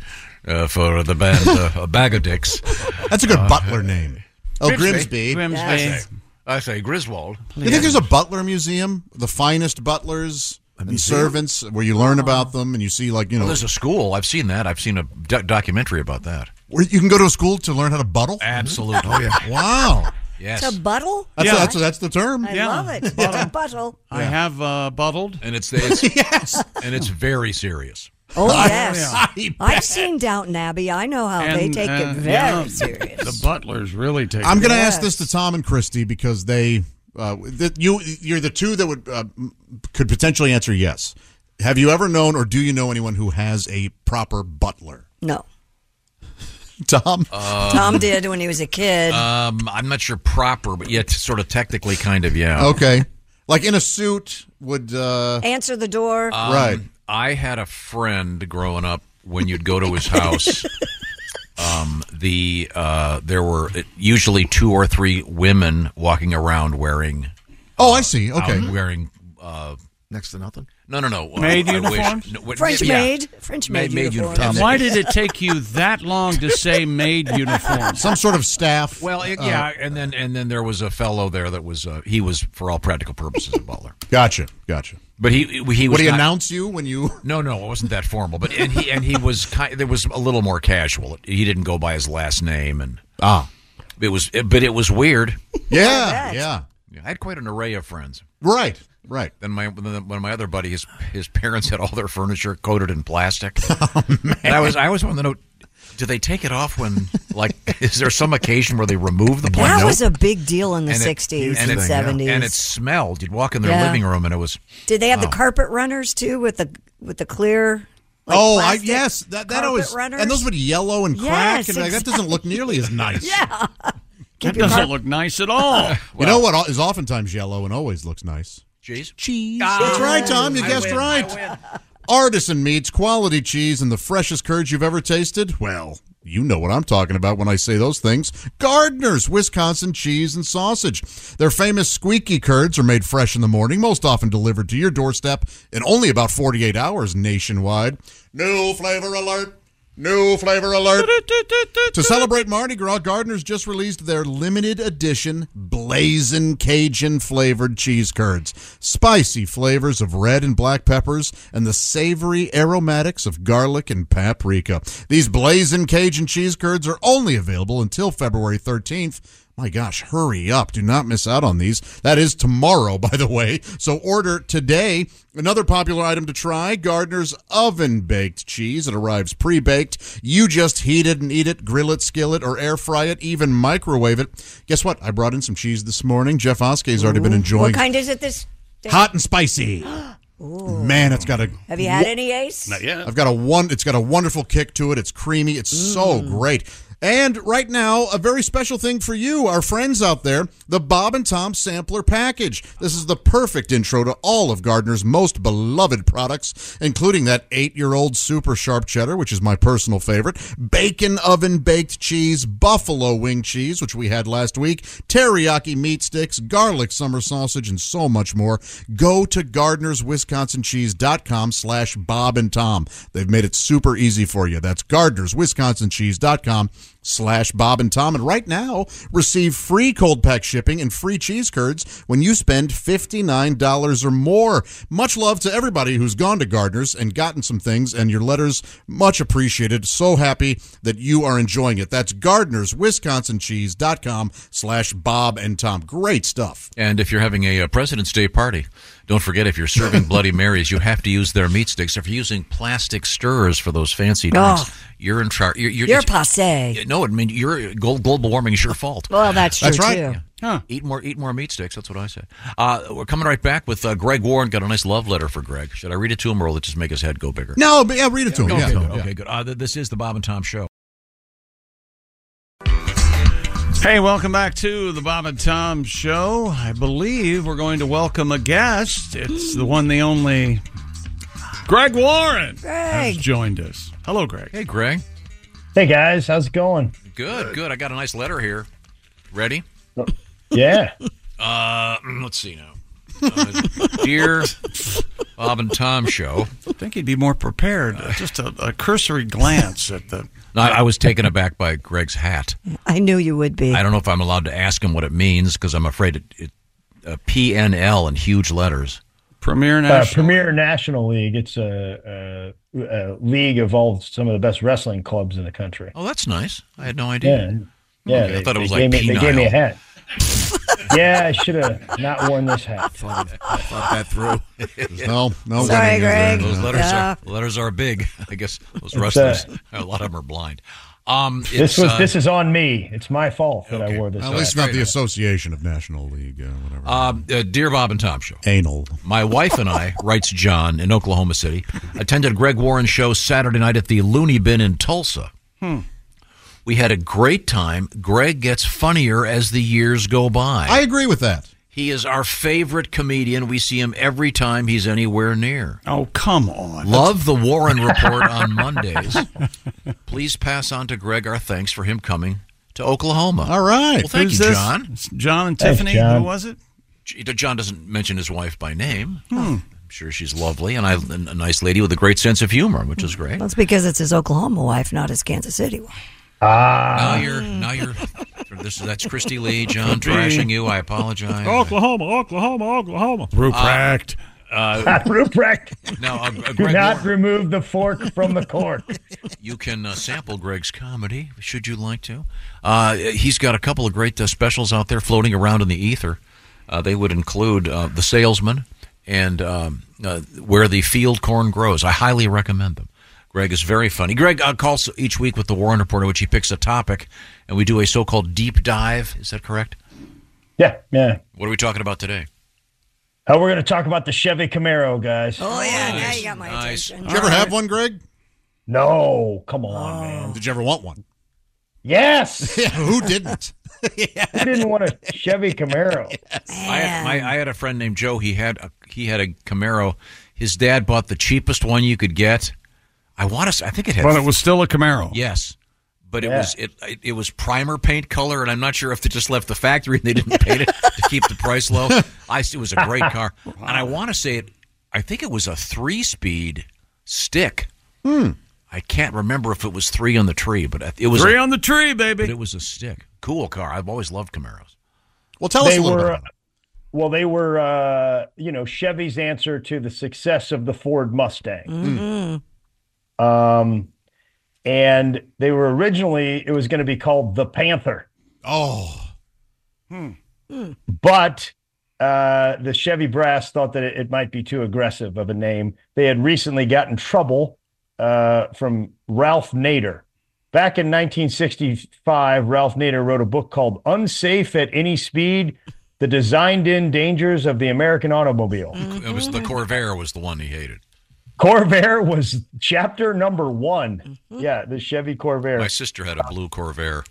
uh, for the band uh, Bag of Dicks. Uh,
That's a good butler name. Oh, Grimsby.
Grimsby.
Grimsby.
I, say, I say Griswold.
You think there's a butler museum? The finest butlers. and servants where you
Uh-huh.
learn about them and you see like you know
Well, there's a school. I've seen that. I've seen a do- documentary about that.
where you can go to a school to learn how to buttle.
Absolutely.
Oh yeah. Wow.
Yes.
To buttle?
That's, that's, that's the term.
I love it. To buttle.
I have uh, bottled.
And it's, it's yes. and it's very serious.
Oh, yes.
yeah.
I've seen Downton Abbey. I know how they
And,
take
uh,
it very
yeah,
serious.
The butlers really take.
I'm
it.
going to ask this to Tom and Christy because they, uh, that you, you're the two that would uh, m- could potentially answer yes. Have you ever known, or do you know anyone who has a proper butler?
No.
Tom.
Uh,
Tom did when he was a kid.
Um, I'm not sure proper, but yet sort of technically, kind of, yeah.
Okay. Like in a suit would. Uh,
Answer the door.
Um, I had a friend growing up when you'd go to his house. um, the uh, there were usually two or three women walking around wearing.
Oh, I see. Okay.
out wearing uh,
Um, next to nothing.
No, no, no. Uh,
Maid
I wish-
uniforms?
No, wait,
French
yeah.
maid. French maid, uniform.
Why did it take you that long to say maid uniform?
Some sort of staff.
Well,
uh,
it, yeah, and then and then there was a fellow there that was uh, he was for all practical purposes a butler.
Gotcha. Gotcha.
But he he was
Would he
not-
announce you when you?
No, no, it wasn't that formal. But and he and he was kind. There was a little more casual. He didn't go by his last name, and
ah,
it was. But it was weird.
Yeah, yeah.
I had quite an array of friends.
Right, right.
Then my then one of my other buddy, his his parents had all their furniture coated in plastic.
Oh,
And I was I always wanted to know, do they take it off when like is there some occasion where they remove the
That
plastic?
was a big deal in the
And it-
60s and,
it-
70s.
and it smelled. You'd walk in their
Yeah.
living room, and it was.
Did they have
Oh.
the carpet runners too with the with the clear? like,
oh, I,
plastic
yes. That that
carpet
always
runners?
and those would yellow and crack,
Yes,
and like, that doesn't look nearly as nice.
yeah.
That
Keep your
doesn't
heart-
look nice at all.
you know what is oftentimes yellow and always looks nice?
Cheese.
Cheese. That's right, Tom. You
I
guessed
win.
right. Artisan meats, quality cheese, and the freshest curds you've ever tasted? Well, you know what I'm talking about when I say those things. Gardner's Wisconsin cheese and sausage. Their famous squeaky curds are made fresh in the morning, most often delivered to your doorstep in only about 48 hours nationwide. New flavor alert. New flavor alert. to celebrate Mardi Gras, Gardeners just released their limited edition blazin' Cajun flavored cheese curds. Spicy flavors of red and black peppers and the savory aromatics of garlic and paprika. These blazin' Cajun cheese curds are only available until February 13th. My gosh, hurry up. Do not miss out on these. That is tomorrow, by the way. So order today. Another popular item to try Gardner's oven baked cheese. It arrives pre baked. You just heat it and eat it, grill it, skillet, or air fry it, even microwave it. Guess what? I brought in some cheese this morning. Jeff Oskey's already been enjoying
What kind is it? This day?
hot and spicy.
Ooh.
Man, it's got a.
Have you had any Ace?
Not yet. I've got a one. It's got a wonderful kick to it. It's creamy. It's so great. And right now, a very special thing for you, our friends out there, the Bob and Tom Sampler Package. This is the perfect intro to all of Gardner's most beloved products, including that eight year old super sharp cheddar, which is my personal favorite, bacon oven baked cheese, buffalo wing cheese, which we had last week, teriyaki meat sticks, garlic summer sausage, and so much more. Go to gardenerswisconsincheese.com slash Bob and Tom. They've made it super easy for you. That's gardenerswisconsincheese.com slash Bob and Tom. And right now, receive free cold pack shipping and free cheese curds when you spend $59 or more. Much love to everybody who's gone to Gardeners and gotten some things, and your letters much appreciated. So happy that you are enjoying it. That's gardenerswisconsincheese.com slash Bob and Tom. Great stuff.
And if you're having a, uh President's Day party, don't forget if you're serving Bloody Marys, you have to use their meat sticks. If you're using plastic stirrers for those fancy drinks,
Oh.
you're in charge. You're,
You're
it's-
passe.
No, I mean you're glo- global warming is your fault.
Well, that's true
That's right.
too.
Yeah. Eat more, eat more meat sticks. That's what I say. Uh, we're coming right back with uh, Greg Warren. Got a nice love letter for Greg. Should I read it to him, or will it just make his head go bigger?
No, but yeah, read it to him.
Okay,
Yeah.
good. Okay, good. Uh, th- this is the Bob and Tom Show.
Hey, welcome back to the Bob and Tom Show. I believe we're going to welcome a guest. It's the one, the only Greg Warren has
Greg.
joined us. Hello, Greg.
Hey, Greg.
Hey guys, how's it going?
Good, good, I got a nice letter here. Ready?
Yeah.
Uh, mm, let's see now. Uh, dear Bob and Tom Show.
I think he'd be more prepared. Uh, just a, a cursory glance at the.
No, I, I was taken aback by Greg's hat.
I knew you would be.
I don't know if I'm allowed to ask him what it means because I'm afraid it, it uh, PNL in huge letters.
Premier
Uh,
National.
Premier National League. It's a, a, a league involved some of the best wrestling clubs in the country.
Oh, that's nice. I had no idea.
Yeah, yeah
Okay, I thought it was
they
like
gave me, they gave me a
penile.
hat. yeah, I should have not worn this hat.
Thought that through.
No, no
Sorry, winning is there. Greg.
Those letters
Yeah.
are letters are big. I guess those
It's, uh,
wrestlers. a lot of them are blind. Um,
This
it's,
was
uh,
this is on me. It's my fault that I wore this.
At
hat.
least not the Association of National League, uh, whatever.
Um, uh, Dear Bob and Tom Show.
Anal.
My wife and I, writes John in Oklahoma City, attended Greg Warren's show Saturday night at the Looney Bin in Tulsa.
Hmm.
We had a great time. Greg gets funnier as the years go by. I
agree with that.
He is our favorite comedian. We see him every time he's anywhere near.
Oh, come on.
Love the Warren Report on Mondays. Please pass on to Greg our thanks for him coming to Oklahoma.
All right.
Well, thank
Who's
you,
this?
John.
It's John and Thanks, Tiffany. John. Who was it?
J- John doesn't mention his wife by name.
Hmm.
I'm sure she's lovely and I, and a nice lady with a great sense of humor, which is great.
That's because it's his Oklahoma wife, not his Kansas City wife.
Now you're now you're this that's Christy Lee, Oh. John
Could be.
trashing you. I apologize.
Oklahoma, Oklahoma, Oklahoma. Ruprecht.
Uh,
Ruprecht.
No, uh, uh,
Do
Greg
not
Warren.
remove the fork from the cork.
You can uh, sample Greg's comedy should you like to. Uh, he's got a couple of great uh, specials out there floating around in the ether. Uh, they would include uh, The Salesman and um, uh, Where the Field Corn Grows. I highly recommend them. Greg is very funny. Greg uh, calls each week with the Warren Report, in which he picks a topic, and we do a so called deep dive. Is that correct?
Yeah, yeah.
What are we talking about today?
Oh, we're going to talk about the Chevy Camaro, guys.
Oh yeah, now you got my attention. Did you ever
have one, Greg?
No, come on,
Oh.
man.
Did you ever want one?
Yes.
who didn't?
Who didn't want a Chevy Camaro?
I had, my, I had a friend named Joe. He had a, he had a Camaro. His dad bought the cheapest one you could get. I want to. I think it had.
But it was still a Camaro.
Yes, but it
Yeah.
was it, it it was primer paint color, and I'm not sure if they just left the factory and they didn't paint it to keep the price low. I it was a great car, and I want to say it. I think it was a three speed stick.
Hmm.
I can't remember if it was three on the tree, but I- it was
Three
a,
on the tree, baby.
But it was a stick. Cool car. I've always loved Camaros.
Well,
tell us a little bit
were, uh,
about
Well, they were, uh, you know, Chevy's answer to the success of the Ford Mustang.
Hmm.
Mm-hmm.
Mm-hmm.
Um, and they were originally it was going to be called the Panther.
Oh,
Hmm.
but uh, the Chevy brass thought that it, it might be too aggressive of a name. They had recently gotten trouble uh, from Ralph Nader. Back in 1965, Ralph Nader wrote a book called "Unsafe at Any Speed: The Designed-In Dangers of the American Automobile."
It was the Corvair was the one he hated.
Corvair was chapter number one. Yeah, the Chevy Corvair.
My sister had a blue Corvair.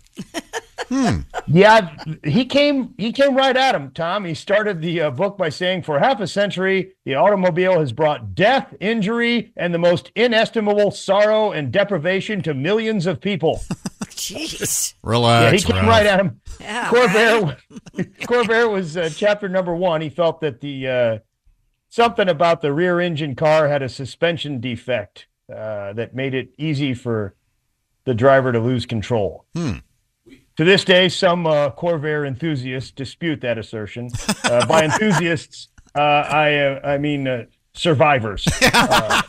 Hmm.
Yeah, he came. He came right at him, Tom. He started the uh, book by saying, "For half a century, the automobile has brought death, injury, and the most inestimable sorrow and deprivation to millions of people."
Jeez.
Yeah, he
relax.
came
Ralph.
right at him.
Yeah,
Corvair, Corvair was uh, chapter number one. He felt that the uh, something about the rear engine car had a suspension defect uh, that made it easy for the driver to lose control. To this day, some uh, Corvair enthusiasts dispute that assertion. Uh, by enthusiasts, uh, I uh, I mean uh, survivors. Uh,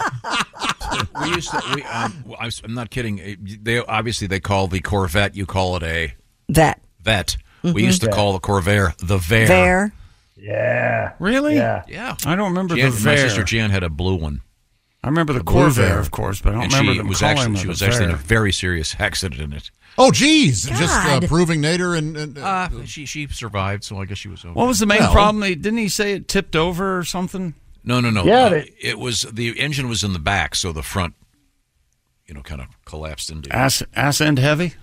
we used to. We, um, well, I was- I'm not kidding. It- They obviously they call the Corvette. You call it a
That.
vet.
Mhm.
We used to
Vet.
call the Corvair the Vair.
There.
yeah.
Really?
Yeah.
Yeah.
I don't remember
Jan-
the
my
Vair.
sister Jan had a blue one.
I remember the
Blue
Corvair,
Vair.
of course, but I don't
And
remember
she
them
was
calling
actually,
them
She
the
was actually in a
Vair.
very serious accident in it.
Oh, geez. Just uh,
God.
proving Nader and. and uh,
Ah,
Uh, she she survived, so I guess she was okay.
What was the main
Well,
problem? They, didn't he say it tipped over or something?
No, no, no.
Yeah,
Uh,
they-
it was the engine was in the back, so the front, you know, kind of collapsed into.
Ass, ass end heavy?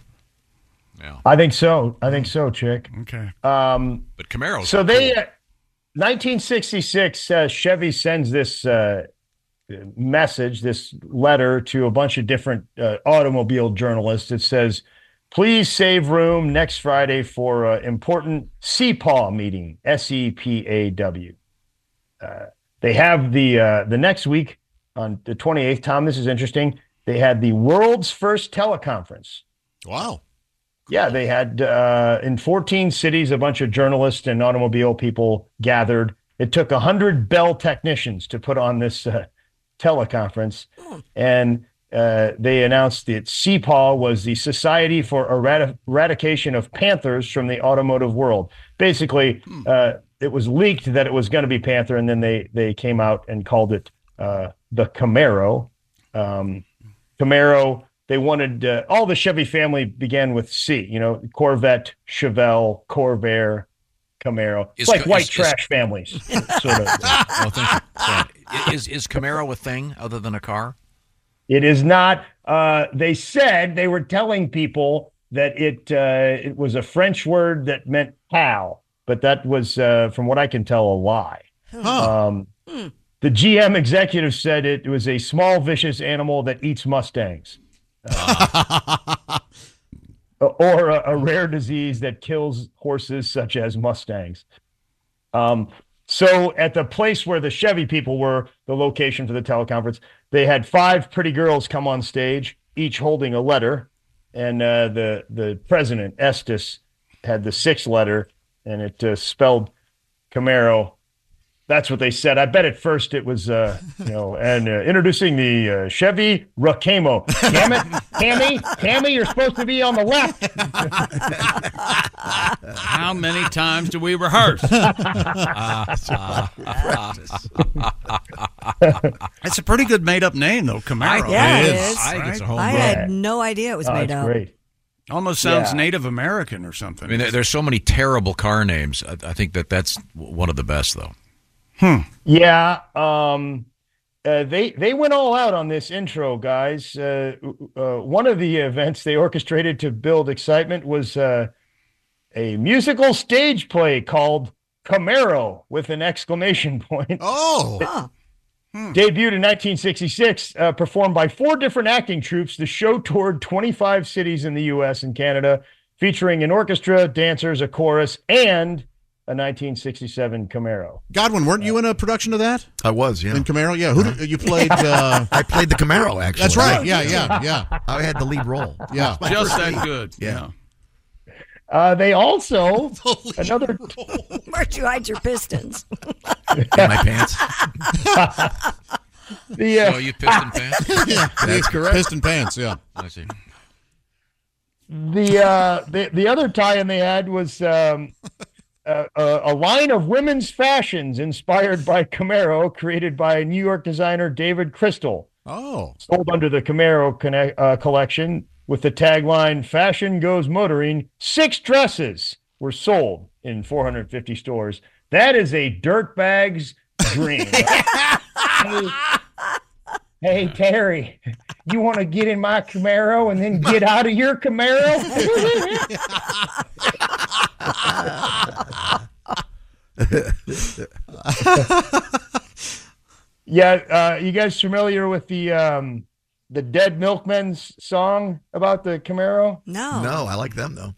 I think so. I think so, chick.
Okay.
Um,
But Camaro.
so they, uh, 1966, uh, Chevy sends this uh, message, this letter to a bunch of different uh, automobile journalists. It says, "Please save room next Friday for uh, important CPAW meeting." S E P A W. Uh, they have the uh, the next week on the 28th. Tom, this is interesting. They had the world's first teleconference.
Wow.
Yeah, they had uh, in 14 cities a bunch of journalists and automobile people gathered, It took 100 Bell technicians to put on this uh, teleconference. And uh, they announced that CPAW was the Society for Eradi- Eradication of Panthers from the Automotive World. Basically, uh, it was leaked that it was going to be Panther, and then they, they came out and called it uh, the Camaro. Um, Camaro, they wanted uh, all the Chevy family began with C, you know, Corvette, Chevelle, Corvair, Camaro. It's
Is-
like white
is- is-
trash families, sort of.
Oh, thank you. Sorry. Is is Camaro a thing other than a car?
It is not. Uh, they said they were telling people that it uh, it was a French word that meant pal, but that was, uh, from what I can tell, a lie. Um, the GM executive said it was a small, vicious animal that eats mustangs, Uh, or a, a rare disease that kills horses such as mustangs. Um, so at the place where the Chevy people were, the location for the teleconference, they had five pretty girls come on stage, each holding a letter, and uh, the the president Estes had the sixth letter, and it uh, spelled Camaro. That's what they said. I bet at first it was, uh, you know, and uh, introducing the uh, Chevy Racamo. Damn it, Tammy, Tammy, you're supposed to be on the left.
How many times do we rehearse? That's a pretty good made-up name, though. Camaro.
yeah, it is. I had no idea it was made up.
Almost sounds
Yeah.
Native American or something.
I mean, there, there's so many terrible car names. I, I think that that's w- one of the best, though.
Yeah, um, uh, they they went all out on this intro, guys. Uh, uh, one of the events they orchestrated to build excitement was uh, a musical stage play called Camaro with an exclamation point. Oh.
Hmm.
Debuted in 1966, uh, performed by four different acting troupes. The show toured 25 cities in the U.S. and Canada, featuring an orchestra, dancers, a chorus, and a 1967 Camaro. Uh,
Godwin, weren't you in a production of that?
I was, yeah.
In Camaro? Yeah. Who did- you played? Uh,
I played the Camaro, actually.
That's right. Yeah, yeah, yeah.
I had the lead role.
Yeah.
That was my
Just
first
that
lead.
good,
Yeah.
Uh, they also another
Where'd you hide your pistons?
In my pants.
the uh,
Oh, you piston pants?
yeah,
That's correct.
Piston pants. Yeah.
I see.
the uh, the the other tie-in they had was um, uh, a, a line of women's fashions inspired by Camaro, created by New York designer David Crystal.
Oh.
sold under the Camaro connect, uh, collection with the tagline "Fashion goes motoring." Six dresses were sold in 450 stores. That is a dirtbag's dream. hey, hey, Terry, you want to get in my Camaro and then get out of your Camaro? yeah, uh, you guys familiar with the um, the Dead Milkmen's song about the Camaro?
No.
No, I like them though.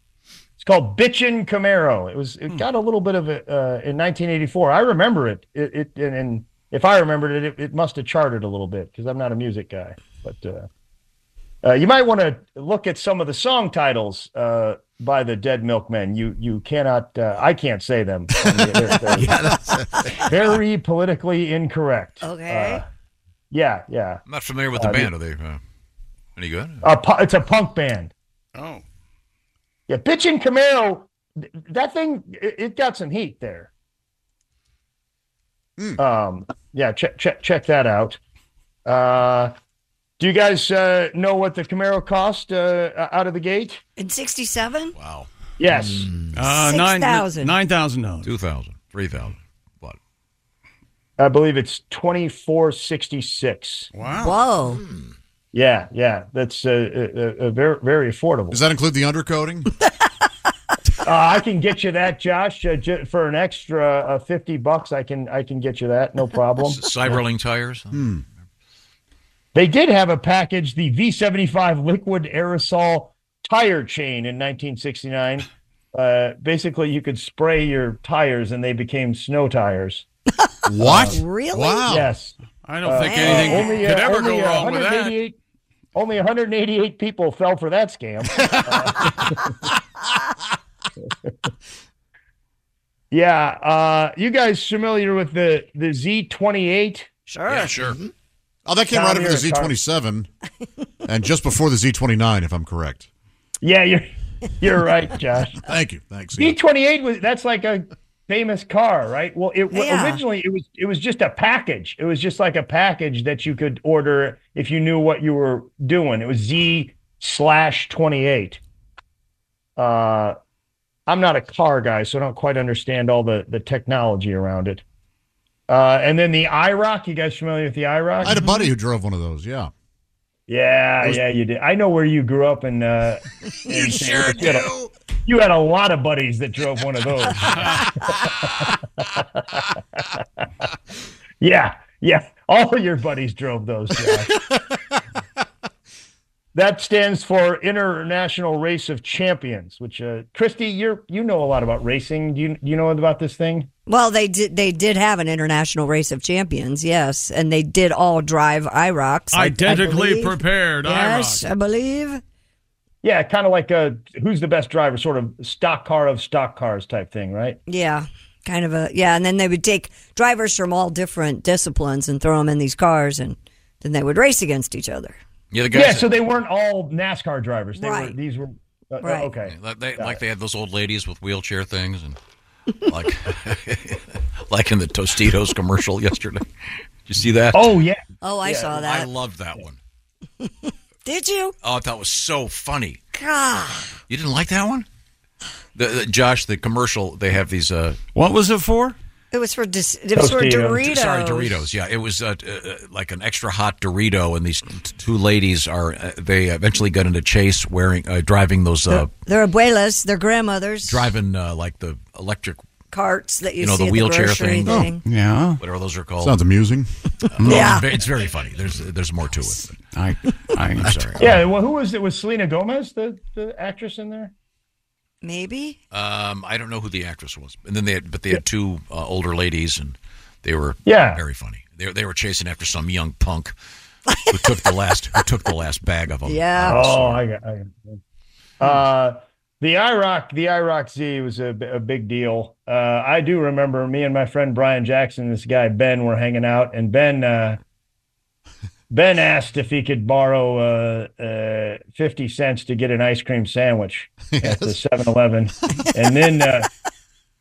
It's called Bitchin' Camaro. It was it got a little bit of a uh, in 1984. I remember it. It, it and, and if I remembered it, it, it must have charted a little bit because I'm not a music guy. But uh, uh, you might want to look at some of the song titles uh, by the Dead Milkmen. You you cannot. Uh, I can't say them. They're- they're very politically incorrect.
Okay.
Uh, yeah, yeah.
I'm not familiar with the
Uh,
band. Are they uh, any good?
A pu- it's a punk band.
Oh.
Yeah, bitchin' Camaro. th- That thing, it, it got some heat there. Um, yeah, check check check that out. Uh, do you guys uh, know what the Camaro cost uh, out of the gate?
In 67?
Wow.
Yes.
Uh, nine-
6,000.
Nine thousand dollars.
Two thousand. Three thousand. What?
I believe it's twenty four sixty six.
Wow.
Whoa.
Hmm. Yeah, yeah, that's uh, uh, uh, very very affordable.
Does that include the undercoating?
Uh, I can get you that, Josh, uh, ju- for an extra uh, fifty bucks. I can I can get you that, no problem.
Cyberling tires.
They did have a package, the V75 liquid aerosol tire chain in 1969. Uh, basically, you could spray your tires and they became snow tires. Um,
What?
Really?
Yes.
I don't think anything
only, uh,
could ever
only,
go
uh,
wrong with that.
188 Only 188 people fell for that scam. Yeah, uh, you guys familiar with the the Z twenty eight?
Sure,
Yeah, sure. Oh, that came right after the Z twenty seven, and just before the Z twenty nine, if I'm correct.
Yeah, you're you're right, Josh.
Thank you, thanks.
Z twenty eight was that's like a famous car, right? Well, it wa-
Yeah.
originally it was it was just a package. It was just like a package that you could order if you knew what you were doing. It was Z slash twenty eight. Uh, I'm not a car guy, so I don't quite understand all the the technology around it. Uh, and then the IROC. You guys familiar with the IROC?
I had a buddy who drove one of those. Yeah,
Yeah,
It was-
yeah, you did. I know where you grew up, and uh, you
sure
you had, a, you had a lot of buddies that drove one of those. yeah, yeah, all of your buddies drove those. Josh. that stands for International Race of Champions. Which, uh, Christy, you you know a lot about racing. Do you you know about this thing?
Well, they did. They did have an international race of champions, yes, and they did all drive IROCs. I- I
Identically
believe.
prepared
Yes, I believe.
Yeah, kind of like a who's the best driver, sort of stock car of stock cars type thing, right?
Yeah, kind of a yeah. And then they would take drivers from all different disciplines and throw them in these cars, and then they would race against each other.
Yeah, the guys.
Yeah, so they weren't all NASCAR drivers. They were
Right.
these were uh,
Right.
okay.
Like they, like they had those old ladies with wheelchair things, and like like in the Tostitos commercial yesterday. Did you see that?
Oh yeah.
Oh, I saw that.
I loved that one.
Did you?
Oh, I thought it was so funny.
God.
You didn't like that one? The, the- Josh, the commercial they have these. Uh,
what was it for?
It was for dis- it was for Doritos.
Sorry, Doritos. Yeah, it was uh, uh, like an extra hot Dorito, and these t- two ladies are. Uh, they eventually got into chase wearing, uh, driving those, uh,
Their abuelas, their grandmothers,
driving uh, like the electric,
carts that you,
you, know,
see
the
at
wheelchair
grocery
thing. Oh.
thing.
Yeah,
whatever those are called. Uh,
sounds amusing.
Yeah.
it's very funny. There's there's more to it.
I, I, am
sorry.
Yeah, well, who was it? Was Selena Gomez the, the actress in there?
Maybe.
Um, I don't know who the actress was, and then they had, but they had two uh, older ladies, and they were
Yeah.
very funny. They they were chasing after some young punk who took the last who took the last bag of them.
Oh, I got. I got uh, the IROC, the IROC Z was a, b- a big deal. Uh, I do remember me and my friend Brian Jackson, this guy Ben, were hanging out, and Ben uh, Ben asked if he could borrow uh, uh, fifty cents to get an ice cream sandwich at the 7-Eleven, and then. Uh,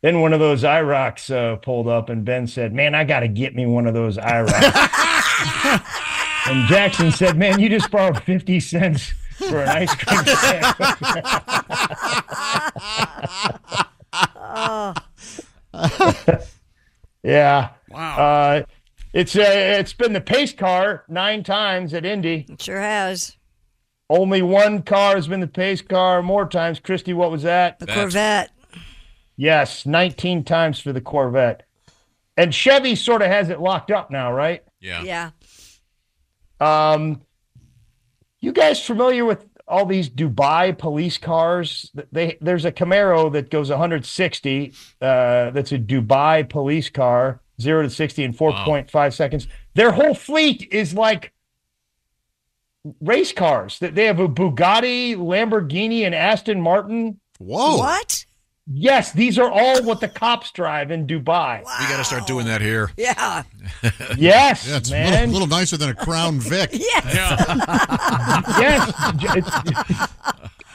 Then one of those IROCs uh, pulled up, and Ben said, "Man, I got to get me one of those IROCs." and Jackson said, "Man, you just borrowed fifty cents for an ice cream sandwich." yeah.
Wow.
Uh, it's uh, it's been the pace car nine times at Indy.
It sure has.
Only one car has been the pace car more times. Christy, what was that?
The Corvette.
Yes, 19 times for the Corvette. And Chevy sort of has it locked up now, right?
Yeah.
Yeah.
Um, you guys familiar with all these Dubai police cars? Th- They there's a Camaro that goes 160. Uh, that's a Dubai police car, zero to 60 in 4.5 seconds. Their whole fleet is like race cars. That they have a Bugatti, Lamborghini, and Aston Martin.
Whoa!
What?
Yes, these are all what the cops drive in Dubai.
We got to start doing that here.
Yeah.
Yes,
yeah, it's A
man.
little, little nicer than a Crown Vic.
yes.
yes, j- it's,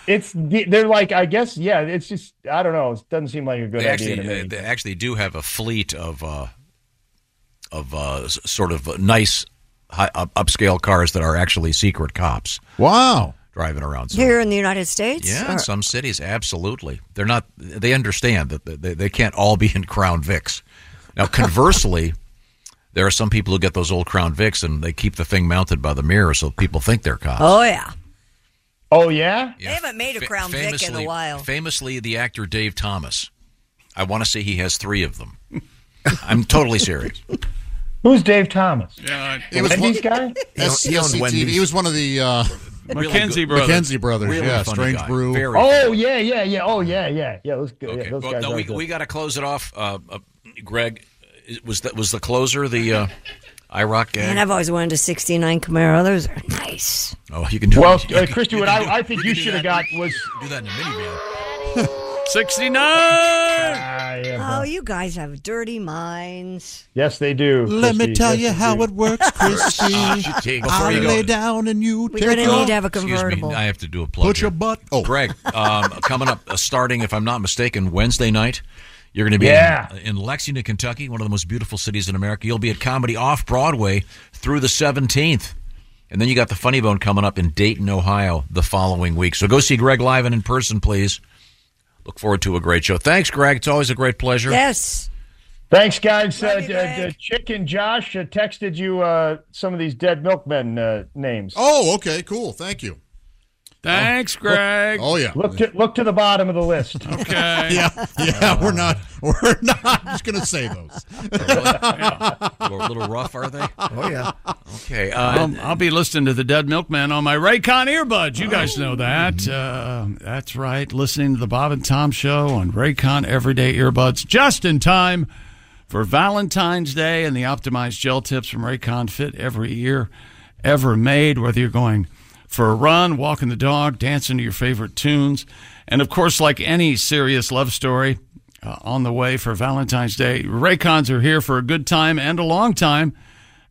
it's the- they're like I guess yeah. It's just I don't know. It doesn't seem like a good
They
idea
actually
to me.
uh, they actually do have a fleet of uh, of uh, s- sort of nice high, up, upscale cars that are actually secret cops.
Wow,
driving around. So-
Here in the United States.
Yeah, in
Or-
some cities, absolutely. They're not. They understand that they, they can't all be in Crown Vics. Now, conversely, there are some people who get those old Crown Vics and they keep the thing mounted by the mirror, so people think they're
Uh,
cops.
oh yeah.
Oh yeah.
They haven't made a Crown Vic in a
famously-
while.
Famously, the actor Dave Thomas. I want to say he has three of them. I'm totally serious.
Who's Dave Thomas?
Yeah,
He was
Wendy's
one-
guy.
S-
He owned
SCTV.
Wendy's.
He was one of the uh,
Mackenzie brothers.
Mackenzie brothers.
Really
yeah,
funny
Strange
guy.
Brew.
Very
Oh yeah, yeah, yeah. Oh yeah, yeah, yeah. Those, okay. yeah, those
Well,
guys.
no,
are
we,
good.
we got to close it off. Uh, uh, Greg, uh, was that was the closer the uh, IROC
And
gang?
I've always wanted a '69 Camaro. Those are nice.
oh, you can do
well,
that.
uh, Christy, what I, I think you should have got was
do that in a minivan.
69.
Oh, you guys have dirty minds.
Yes, they do.
Let me
Christy.
tell
Yes,
you
they
how
do.
it works, Christy.
take-
I'll
Ah, Before you go-
lay down and you
We're
take
gonna
off.
need to have a
Excuse
convertible.
me, I have to do a plug.
Put your
butt. Oh, Greg, um, coming up, uh, starting if I'm not mistaken, Wednesday night. You're going to be
Yeah.
in, in Lexington, Kentucky, one of the most beautiful cities in America. You'll be at Comedy Off Broadway through the 17th. And then you got the Funny Bone coming up in Dayton, Ohio the following week. So go see Greg live and in person, please. Look forward to a great show. Thanks, Greg. It's always a great pleasure.
Yes.
Thanks, guys. Uh, d- d- Chick and Josh uh, texted you uh, some of these dead milkmen uh, names.
Oh, okay, cool. Thank you.
Thanks,
Greg. Oh, yeah.
Look to look to the bottom of the list.
okay.
Yeah, yeah.
Um,
We're not. We're not just gonna say those.
A little rough, are they?
Oh, yeah.
Okay.
Um, I'll be listening to the Dead Milkman on my Raycon earbuds. You guys know that. Uh, that's right. Listening to the Bob and Tom Show on Raycon Everyday Earbuds just in time for Valentine's Day and the optimized gel tips from Raycon fit every year ever made, whether you're going for a run, walking the dog, dancing to your favorite tunes. And of course, like any serious love story, uh, on the way for Valentine's Day. Raycons are here for a good time and a long time.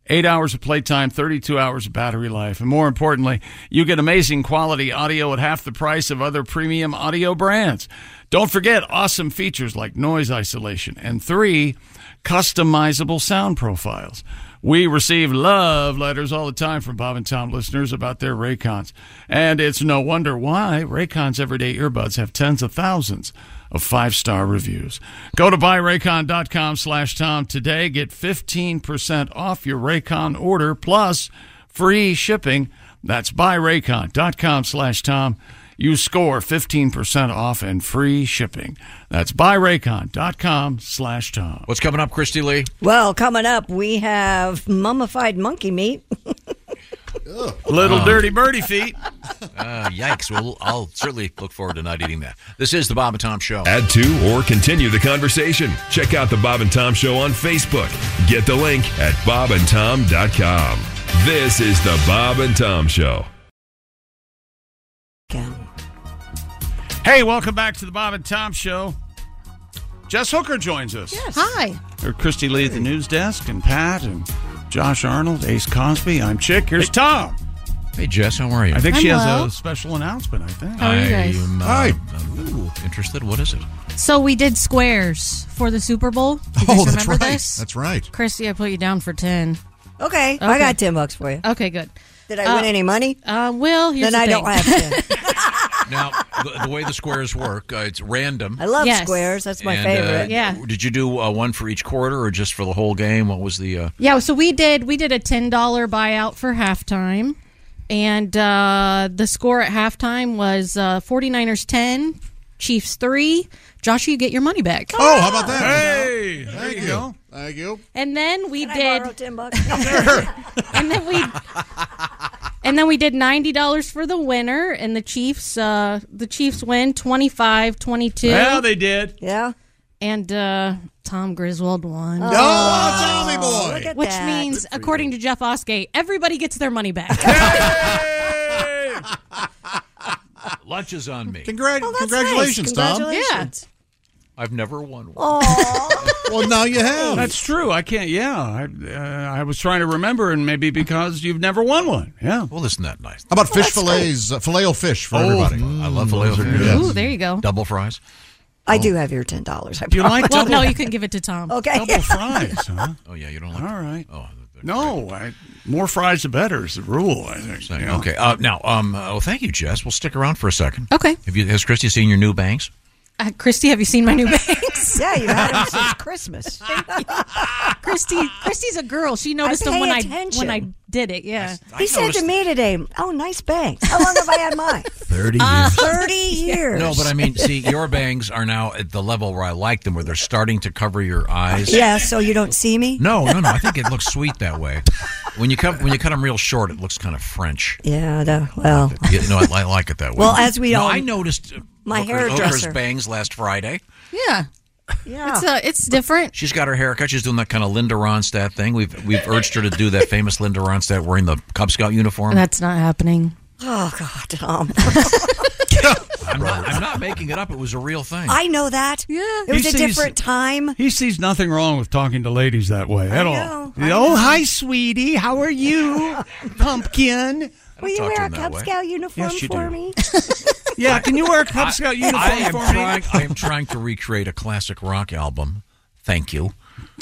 Eight hours of playtime, 32 hours of battery life. And more importantly, you get amazing quality audio at half the price of other premium audio brands. Don't forget awesome features like noise isolation and three customizable sound profiles. We receive love letters all the time from Bob and Tom listeners about their Raycons. And it's no wonder why Raycons everyday earbuds have tens of thousands of five-star reviews. Go to buyraycon.com slash Tom today. Get 15% off your Raycon order plus free shipping. That's buyraycon.com slash Tom. You score 15% off and free shipping. That's buyraycon.com slash Tom.
What's coming up, Christy Lee?
Well, coming up, we have mummified monkey meat.
Little
Um,
dirty birdie feet.
Uh, yikes. Well, I'll certainly look forward to not eating that. This is the Bob and Tom Show.
Add to or continue the conversation. Check out the Bob and Tom Show on Facebook. Get the link at bobandtom.com. This is the Bob and Tom Show.
Hey, welcome back to the Bob and Tom Show. Jess Hooker joins us.
Hi.
Or Christy Lee at the news desk, and Pat, and Josh Arnold, Ace Cosby. I'm Chick. Here's Tom.
Hey, Jess, how are you?
I think
I'm
she
well.
has a special announcement, I think.
How are you guys?
I'm, uh,
Hi.
I'm, ooh, interested. What is it?
So we did squares for the Super Bowl. Do you guys
Oh, that's
remember
right.
this?
That's right.
Christy, I put you down for 10.
Okay, I got 10 bucks for you.
Okay, good.
Did I win any money?
Uh, well, here's
Then I don't have to.
Now, the, the way the squares work, uh, it's random.
I love
Yes.
squares. That's my
And, uh,
favorite.
Did you do uh, one for each quarter or just for the whole game? What was the. Uh,
Yeah, so we did we did a ten dollar buyout for halftime, and uh, the score at halftime was uh, 49ers ten, Chiefs three. Joshua, you get your money back.
Oh, how about that?
Hey,
thank you. Thank you.
And then we
Can I
did
borrow 10 bucks?
and then we and then we did ninety dollars for the winner, and the Chiefs uh, the Chiefs win 25-22.
Well, they did.
Yeah.
And uh, Tom Griswold won.
Oh, Tommy boy.
look at
Which
that.
means, according to Jeff Osgate, everybody gets their money back.
lunch is on me.
Congrat-
Well, that's
congratulations,
nice.
Tom.
Congratulations.
I've never won one.
Well, now you have.
That's true. I can't. Yeah, I, uh, I was trying to remember, and maybe because you've never won one. Yeah.
Well, isn't that nice?
How about fish fillets? Uh, filet o fish for
Oh,
everybody.
I love filet o
Those are
fish.
good.
Ooh, there you go.
Double fries.
I do have your $10. I
You like
well,
double-
no, you couldn't give it to Tom.
Okay.
Double fries, huh?
Oh, yeah, you don't like
All right. Oh, no, I, more fries the better is the rule, I think. Yeah.
Okay. Uh, now, um, oh, thank you, Jess. We'll stick around for a second.
Okay.
Have you, has Christy seen your new bangs?
Uh, Christy, have you seen my new bangs?
yeah, you've had them since Christmas.
Oh,
Christy, Christy's a girl. She noticed
I
them when
pay
I when I
attention.
did it. Yeah.
He said to me today, "Oh, nice bangs. How long have I had mine?
30
Uh,
Thirty years."
No, but I mean, see, your bangs are now at the level where I like them, where they're starting to cover your eyes.
yeah. So you don't see me?
No, no, no. I think it looks sweet that way. When you cut when you cut them real short, it looks kind of French.
Yeah. No, well.
Yeah, no, I, I like it that way.
Well, as we
No,
all-
I noticed uh,
My
Hooker's-
hairdresser.
Hooker's bangs last Friday.
Yeah.
Yeah.
It's uh, it's different.
She's got her haircut. She's doing that kind of Linda Ronstadt thing. We've we've urged her to do that famous Linda Ronstadt wearing the Cub Scout uniform.
That's not happening.
Oh God, Tom.
I'm not, I'm not making it up. It was a real thing.
I know that. Yeah. It was
He
a
sees-
different time.
He sees nothing wrong with talking to ladies that way at all. You know,
know.
Oh, hi, sweetie. How are you, pumpkin?
Will you wear a Cub Scout uniform
Yes, you
for
do.
me?
Yeah, can you wear a Cub Scout uniform
I am
for me?
trying. I am trying to recreate a classic rock album. Thank you.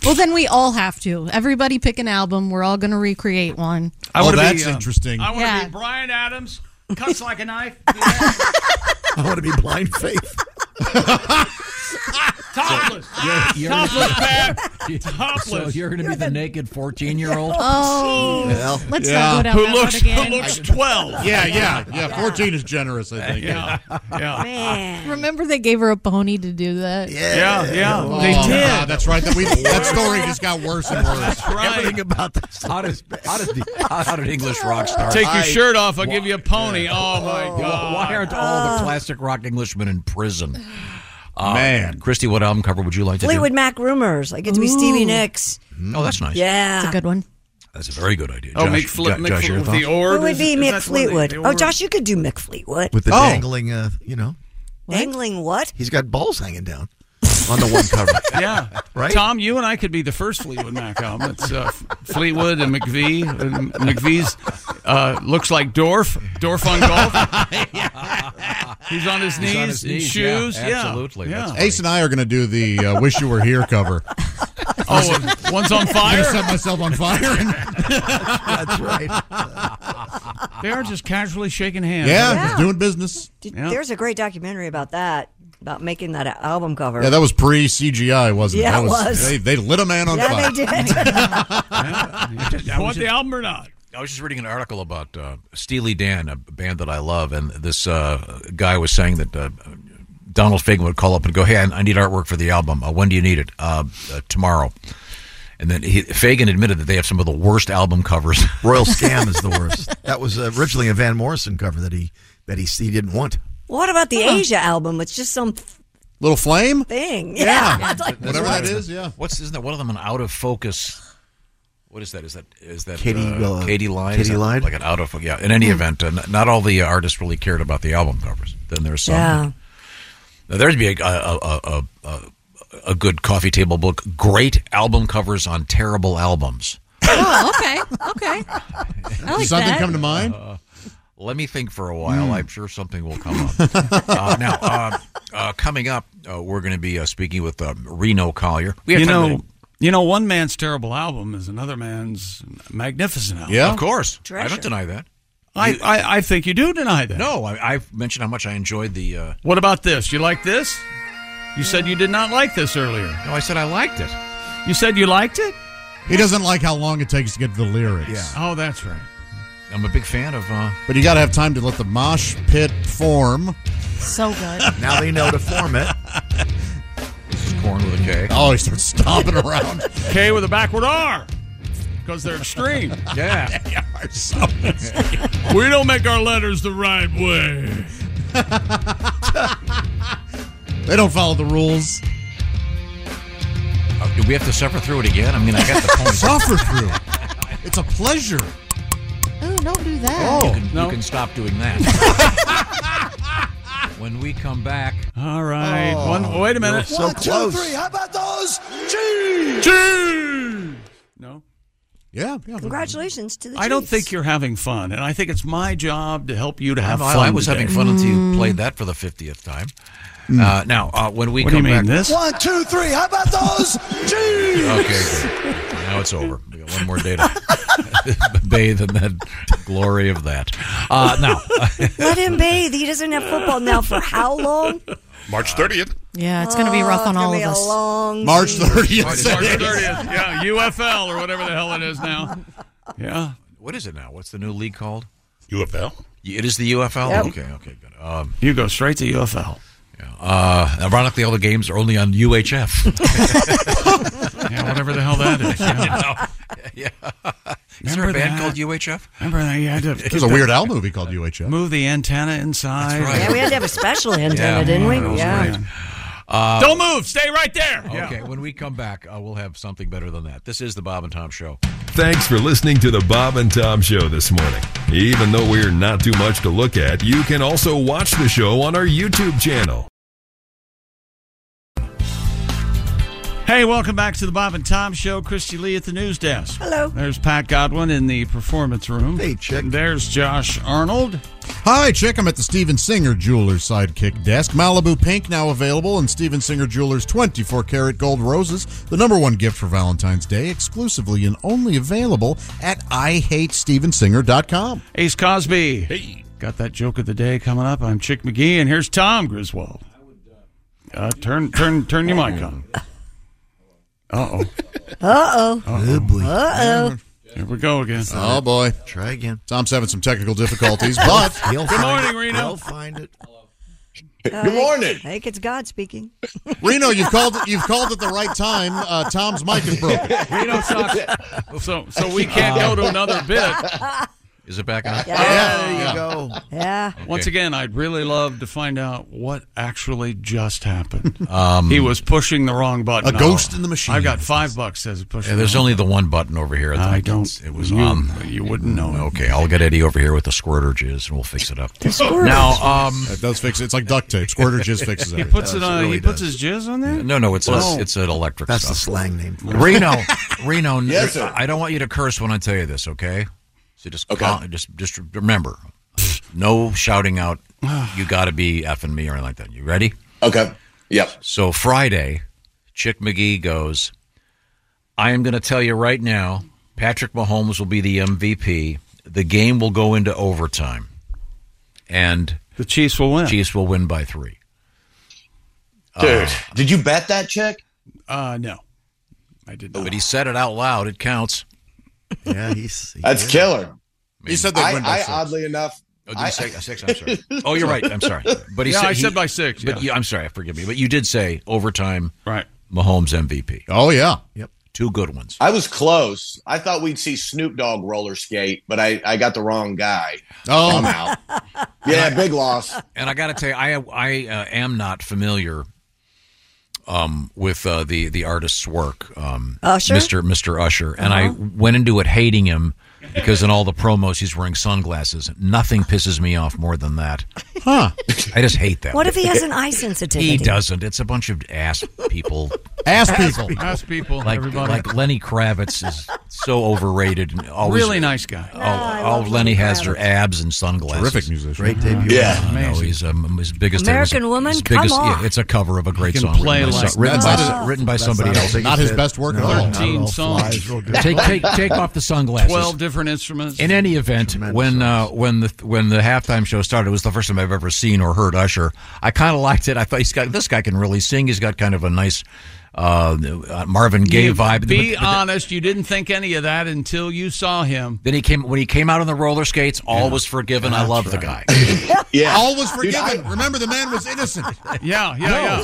Well, then we all have to. Everybody pick an album. We're all going to recreate one.
I
oh,
wanna be,
that's
uh,
interesting.
I want to
Yeah.
be Brian Adams, cuts like a knife.
I want to be blind faith.
Topless.
You're-
Topless, Pat.
So
Topless.
you're going to be the naked 14 year old?
Oh, let's not go down
who
that
looks,
road again.
Who looks 12.
Yeah, yeah, yeah. Fourteen is generous, I think.
Yeah, yeah.
Remember they gave her a pony to do that?
Yeah, yeah.
Oh,
They did.
God, that's right. That we that story just got worse and worse.
Everything
about this.
How does how does the, how did English rock start?
Take your shirt off. I'll give you a pony. Oh, my God.
Why aren't all the classic rock Englishmen in prison? Uh,
Man.
Christy, what album cover would you like to
Fleetwood Mac rumors. I get to be Stevie
Ooh.
Nicks.
do? Oh, that's nice.
Yeah.
It's a good one.
That's a very good idea.
Oh,
Josh,
Mick Fle-
Jo-
Mick
Josh,
Fle-
your
with
thoughts?
the or-
Who would be
Is that
Mick
one of the-
Fleetwood?
the
Oh,
orb?
Josh, you could do Mick Fleetwood.
With the
Oh.
dangling, uh, you know,
Dangling what?
he's got balls hanging down on the one cover.
Yeah,
Right?
Tom, you and I could be the first Fleetwood Mac album. It's uh, Fleetwood and McVie. And McVie's uh, looks like Dorf. Dorf on golf. He's on his
He's
knees,
on his
in
knees,
shoes.
yeah,
Yeah,
absolutely.
Yeah.
That's-
Ace and I are going to do the uh, "Wish You Were Here" cover.
Oh, and one's on
I'm
fire.
going to set myself on fire. And,
That's right.
They are just casually shaking hands.
yeah,
Yeah.
just doing business.
Did-
Yeah.
There's a great documentary about that, about making that a- album cover.
Yeah, that was pre CGI, wasn't
Yeah,
it? That
it was.
They, they lit a man on
Yeah,
fire.
they did.
You want the album or not?
I was just reading an article about uh, Steely Dan, a band that I love, and this uh, guy was saying that uh, Donald Fagen would call up and go, "Hey, I I need artwork for the album. Uh, when do you need it? Uh, uh, tomorrow." And then he, Fagan admitted that they have some of the worst album covers.
Royal Scam is the worst. That was originally a Van Morrison cover that he that he, he didn't want.
what about the Asia album? It's just some
Little flame?
thing.
Yeah.
It's like-
Whatever that is, yeah.
What's isn't that one of them an out of focus? What is that? Is that is that
Katie,
uh,
uh,
Katie lied?
Katie
Is that
Lied?
Like an out of yeah. In any
Hmm.
event, uh, n- not all the uh, artists really cared about the album covers. Then there's some. that-
yeah.
Now, there'd be a a, a, a, a a good coffee table book. Great album covers on terrible albums.
Oh, okay. Okay. I like
Did something
that.
come to mind?
Uh, Let me think for a while.
Hmm.
I'm sure something will come up. uh, now, uh, uh, coming up, uh, we're going to be uh, speaking with uh, Reno Collier. We
You
time
know, you know, one man's terrible album is another man's magnificent album.
to-
yeah.
of course. I
Treasure.
don't deny that.
I, I, I think you do deny that.
No, I, I've mentioned how much I enjoyed the. Uh,
What about this? You like this? You said you did not like this earlier.
no, I said I liked it.
You said you liked it?
He doesn't like how long it takes to get to the lyrics.
Yeah.
Oh, that's right.
I'm a big fan of. Uh,
But you got to have time to let the mosh pit form.
So good.
Now they know to form it.
corn with a K.
Oh, he starts stomping around.
K with a backward R because they're extreme.
Yeah.
we don't make our letters the right way.
They don't follow the rules.
Uh, do we have to suffer through it again? I mean, I got the point.
Suffer through. It's a pleasure.
Oh, don't do that.
You can,
No.
you can stop doing that. when we come back, Oh,
All right. One, Oh, wait a minute.
So close.
Gee! No.
Yeah. yeah.
Congratulations to the
I don't
Chiefs.
think you're having fun, and I think it's my job to help you to have
I,
fun.
I was
today.
having fun until
Mm.
you played that for the fiftieth time. Uh, now, uh, when we
What do you
come
mean,
back,
this?
One, two, three. How about those? Gee!
okay, good. now it's over. We got one more day to bathe in that glory of that. Uh, now,
Let him bathe. He doesn't have football now for how long? Oh,
March 30th.
Yeah, it's going to be rough on
It's gonna
all
be
of
a
us.
long
March
season.
30th.
March 30th. Yeah, UFL or whatever the hell it is now. Yeah.
what is it now? What's the new league called?
UFL.
It is the UFL.
Yep.
Okay, okay, good. Um,
You go straight to UFL.
yeah. uh, ironically, all the games are only on UHF.
Yeah, whatever the hell that is. Yeah.
yeah. Is there
Remember
a band
that?
called UHF?
Remember that? You had to
There's a Weird Al movie called UHF.
move the antenna inside.
That's right.
Yeah, we had to have a special antenna,
Yeah.
didn't we?
That was
Yeah.
right. Uh,
Don't move. Stay right there.
Okay, when we come back, uh, we'll have something better than that. This is the Bob and Tom Show.
Thanks for listening to the Bob and Tom Show this morning. Even though we're not too much to look at, you can also watch the show on our YouTube channel.
Hey, welcome back to the Bob and Tom Show. Christy Lee at the news desk.
Hello.
There's Pat Godwin in the performance room. Hey, chick. There's Josh Arnold.
Hi, Chick. I'm at the Steven Singer Jewelers Sidekick Desk. Malibu Pink now available in Steven Singer Jewelers 24 karat gold roses, the number one gift for Valentine's Day, exclusively and only available at IHateStevenSinger.com.
Ace Cosby. Hey. Got that joke of the day coming up. I'm Chick McGee, and here's Tom Griswold. Uh, turn, turn, turn your mic on. Uh oh.
Uh oh.
Uh oh. Here we go again.
Oh boy,
try again.
Tom's having some technical difficulties, but
He'll find it.
Reno.
He'll find it.
Good morning.
I think it's God speaking.
Reno, you've called you've called at the right time. Uh, Tom's mic is broken.
Reno sucks. So, so we can't go to another bit.
Is it back on?
Yeah.
go.
Yeah.
Once again, I'd really love to find out what actually just happened.
Um,
he was pushing the wrong button.
A ghost in the machine.
I've got five bucks. Says push.
Yeah, there's
wrong
only the one button over here.
I
think
don't-
it's- It was
you-
on.
You wouldn't know.
Okay, I'll get Eddie over here with the squirter jizz, and we'll fix it up.
The squirter
now,
jizz.
um,
that does fix it. It's like duct tape. Squirter jizz fixes
He puts it on. he puts his jizz on there.
uh, No, no, it's
Oh.
a, it's an electric.
That's
stuff.
the slang name for it.
Reno, Reno.
Yes, sir.
I don't want you to curse when I tell you this. Okay, so just cal- just just remember, no shouting out. You got to be effing me or anything like that. You ready?
Okay. Yep.
So Friday, Chick McGee goes. I am going to tell you right now. Patrick Mahomes will be the MVP. The game will go into overtime, and
the Chiefs will win.
Chiefs will win by three. Ah.
Dude.
did you bet that, Chick?
Uh, no, I did not.
But he said it out loud. It counts.
Yeah, he's
That's killer.
He said
that
I, I oddly enough.
Oh,
I-
did you say six? I'm sorry. Oh, you're right. I'm sorry. But he
Yeah,
said,
I
he-
said by six,
But
yeah.
you, I'm sorry. Forgive me. But you did say overtime.
Right.
Mahomes MVP.
Oh yeah.
Yep. Two good ones.
I was close. I thought we'd see Snoop Dogg roller skate, but I, I got the wrong guy.
Oh,
Um,
I'm out. yeah, big loss.
And I got to tell you, I I uh, am not familiar um, with uh, the the artist's work, um,
Usher?
Mr. Mr. Usher, and I
Uh-huh.
went into it hating him because in all the promos he's wearing sunglasses. Nothing pisses me off more than that.
Huh?
I just hate that.
What if he has an eye sensitivity?
He doesn't. It's a bunch of ass people.
Ass
people. Ass people,
Like
everybody.
like Lenny Kravitz is so overrated. And always,
Really nice guy.
All, all Lenny has are abs and sunglasses.
Terrific musician.
Great
Mm-hmm.
debut.
Yeah,
Yeah.
no,
Amazing.
he's um, his biggest.
American
his
Woman?
biggest-
Come on.
yeah, it's a cover of a great
can
song.
play
written by,
like-
so- written
That's
by,
not-
so- written by
that's
somebody
not his
else.
biggest Not his hit. best work at No, all. not at
Thirteen
all.
songs.
Flies real good.
take take take off the sunglasses.
12 different instruments.
In any event, when uh, when the when the halftime show started, it was the first time I've ever seen or heard Usher. I kind of liked it. I thought he's got this guy can really sing. He's got kind of a nice uh, uh, Marvin Gaye
You-
vibe.
Be
But- but
honest, you didn't think any of that until you saw him.
then he came when he came out on the roller skates. All was forgiven. I love the guy.
Yeah. All was
Dude,
forgiven. Remember, the man was innocent.
Yeah, yeah,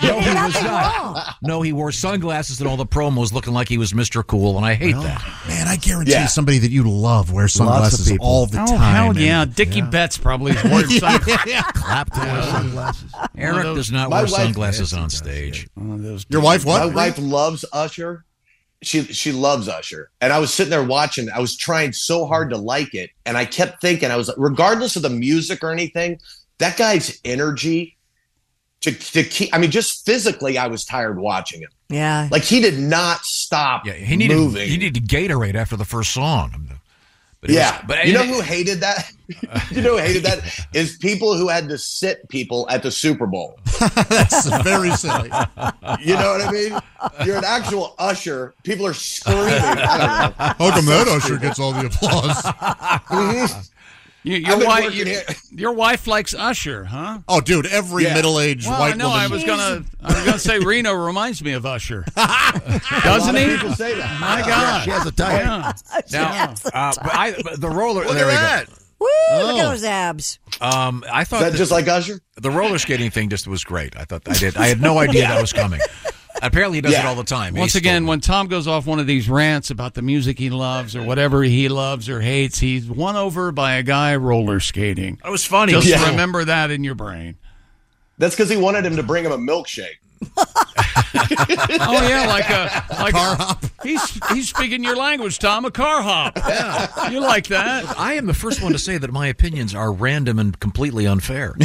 yeah.
no, he was not. No, he wore sunglasses and all the promos, looking like he was Mr. Cool, and I hate that.
Man, I guarantee somebody that you love wears sunglasses all the
oh,
time.
hell
and-
yeah. Dickie Betts probably is wearing sunglasses.
Clapton
wears
sunglasses.
Eric does not
My
wear
wife-
sunglasses on stage.
My wife loves Usher. She she loves Usher, and I was sitting there watching. I was trying so hard to like it, and I kept thinking I was regardless of the music or anything. That guy's energy to to keep. I mean, just physically, I was tired watching him.
Yeah.
Like he did not stop.
Yeah, he needed
moving.
he needed Gatorade after the first song. But it
yeah,
was- but
you know
it-
who hated that? you know who hated that is people who had to sit people at the Super Bowl.
That's very silly.
You know what I mean? You're an actual usher. People are screaming. I don't know.
Oh,
How come that usher gets all the applause?
Mhm.
You,
I've
your,
been
wife,
working
your,
here.
your wife likes Usher, huh?
Oh, dude, every
Yeah.
middle-aged
Well,
white
I know,
woman.
I was gonna, I was gonna say Reno reminds me of Usher, doesn't
A lot of
he?
people say that.
My
Yeah,
God,
she has a type.
Yeah.
Now, uh, but I, but the roller.
Look
there we
at
go.
that. Woo! Look at
Oh.
those abs.
Um, I thought
Is that just like Usher?
The roller skating thing just was great. I thought I did. I had no idea that was coming. Apparently, he does it all the time.
Once
He's
again, when Tom goes off one of these rants about the music he loves or whatever he loves or hates, he's won over by a guy roller skating.
That was funny.
Just
Yeah.
remember that in your brain.
That's because he wanted him to bring him a milkshake.
oh yeah, like a like car hop. He's he's speaking your language, Tom. A car hop. You like that?
I am the first one to say that my opinions are random and completely unfair.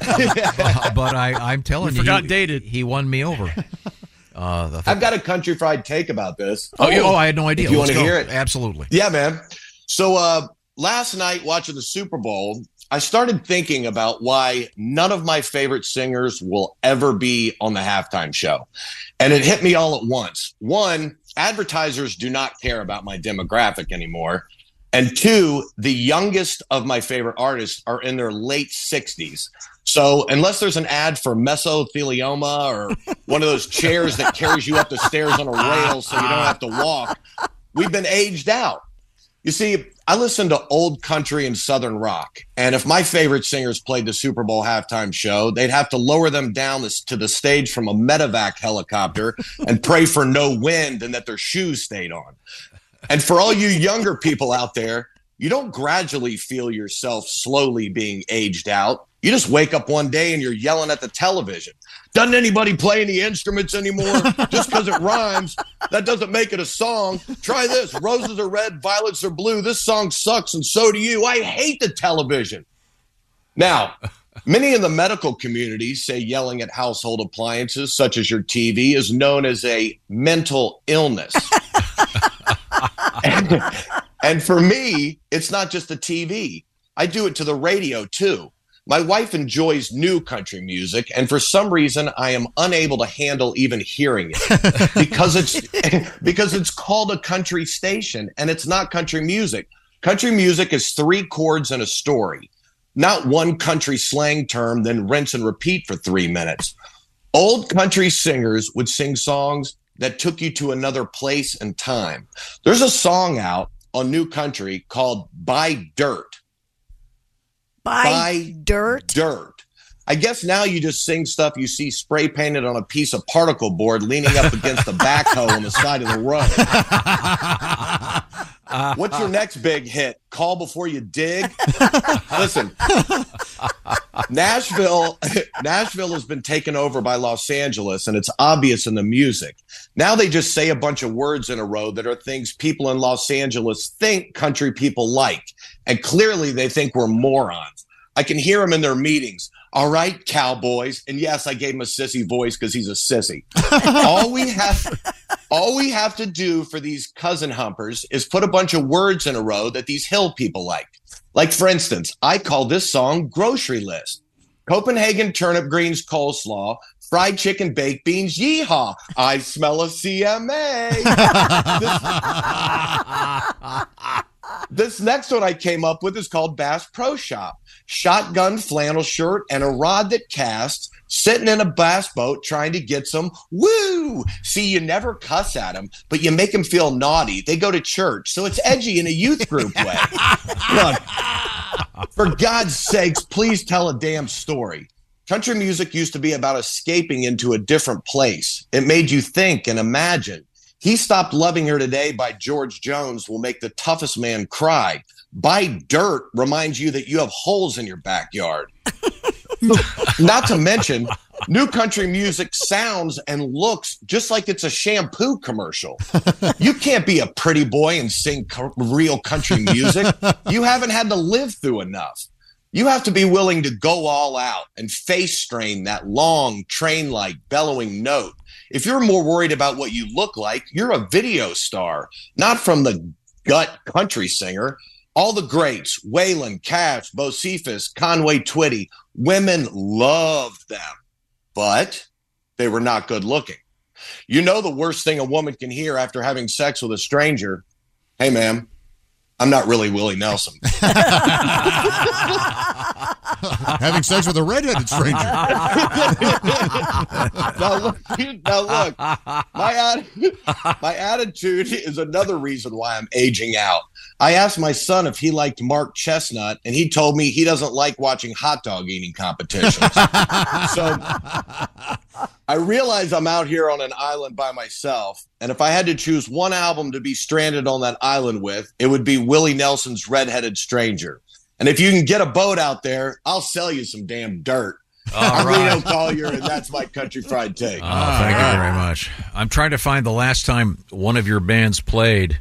but I, I'm telling
You
you,
forgot
he, dated. He won me over. Uh, the
I've got a country fried take about this.
Oh, you- oh, I had no idea.
If you
Let's
want
go.
to hear it?
Absolutely.
Yeah, man. So uh, last night watching the Super Bowl, I started thinking about why none of my favorite singers will ever be on the halftime show. And it hit me all at once. One, advertisers do not care about my demographic anymore. And two, the youngest of my favorite artists are in their late 60s. So, unless there's an ad for mesothelioma or one of those chairs that carries you up the stairs on a rail so you don't have to walk, we've been aged out. You see, I listen to old country and southern rock, and if my favorite singers played the Super Bowl halftime show, they'd have to lower them down this, to the stage from a medevac helicopter and pray for no wind and that their shoes stayed on. And for all you younger people out there, you don't gradually feel yourself slowly being aged out. You just wake up one day and you're yelling at the television. Doesn't anybody play any instruments anymore? Just because it rhymes, that doesn't make it a song. Try this roses are red, violets are blue. This song sucks, and so do you. I hate the television. Now, many in the medical community say yelling at household appliances, such as your TV, is known as a mental illness. and, and for me, it's not just the TV. I do it to the radio too. My wife enjoys new country music, and for some reason, I am unable to handle even hearing it because it's because it's called a country station and it's not country music. Country music is three chords and a story, not one country slang term, then rinse and repeat for three minutes. Old country singers would sing songs that took you to another place and time. There's a song out on New Country called By Dirt.
By, dirt?
Dirt. I guess now you just sing stuff you see spray painted on a piece of particle board leaning up against the backhoe on the side of the road. What's your next big hit? Call before you dig. Listen, Nashville, Nashville has been taken over by Los Angeles, and it's obvious in the music. Now they just say a bunch of words in a row that are things people in Los Angeles think country people like, and clearly they think we're morons. I can hear them in their meetings. All right, cowboys, and yes, I gave him a sissy voice because he's a sissy. all we have, all we have to do for these cousin humpers is put a bunch of words in a row that these hill people like. Like for instance, I call this song "Grocery List." Copenhagen turnip greens coleslaw, fried chicken baked beans. Yeehaw! I smell a CMA. this, this next one I came up with is called Bass Pro Shop. Shotgun flannel shirt and a rod that casts, sitting in a bass boat trying to get some woo. See, you never cuss at them, but you make them feel naughty. They go to church, so it's edgy in a youth group way. Look, for God's sakes, please tell a damn story. Country music used to be about escaping into a different place. It made you think and imagine. He Stopped Loving Her Today by George Jones will make the toughest man cry. By Dirt reminds you that you have holes in your backyard. Not to mention, new country music sounds and looks just like it's a shampoo commercial. You can't be a pretty boy and sing co- real country music. You haven't had to live through enough. You have to be willing to go all out and face strain that long, train like, bellowing note. If you're more worried about what you look like, you're a video star, not from the gut country singer. All the greats, Waylon, Cash, Bo Cephas, Conway Twitty, women loved them, but they were not good looking. You know the worst thing a woman can hear after having sex with a stranger? Hey, ma'am, I'm not really Willie Nelson.
Having sex with a redheaded stranger.
now look, now look my, atti- my attitude is another reason why I'm aging out. I asked my son if he liked Mark Chestnut, and he told me he doesn't like watching hot dog eating competitions. so I realize I'm out here on an island by myself, and if I had to choose one album to be stranded on that island with, it would be Willie Nelson's Redheaded Stranger. And if you can get a boat out there, I'll sell you some damn dirt. I'm
right.
Reno Collier, and that's my country fried take.
Oh, thank
Ah.
you very much. I'm trying to find the last time one of your bands played,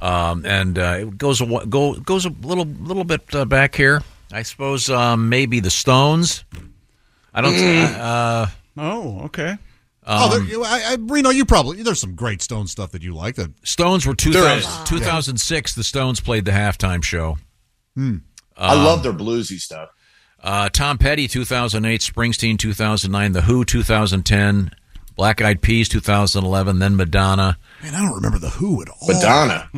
um, and uh, it goes a, wa- go, goes a little little bit uh, back here. I suppose um, maybe the Stones. I don't.
Mm.
Uh,
oh, okay.
oh, there,
Um,
you- I, I, Reno, you probably there's some great Stone stuff that you like. That
Stones were
There
2000,
is.
2006. The Stones played the halftime show.
Hmm.
I
Um,
love their bluesy stuff.
Uh, Tom Petty, 2008. Springsteen, 2009. The Who, 2010. Black Eyed Peas, 2011. Then Madonna.
Man, I don't remember the Who at all.
Oh.
Madonna,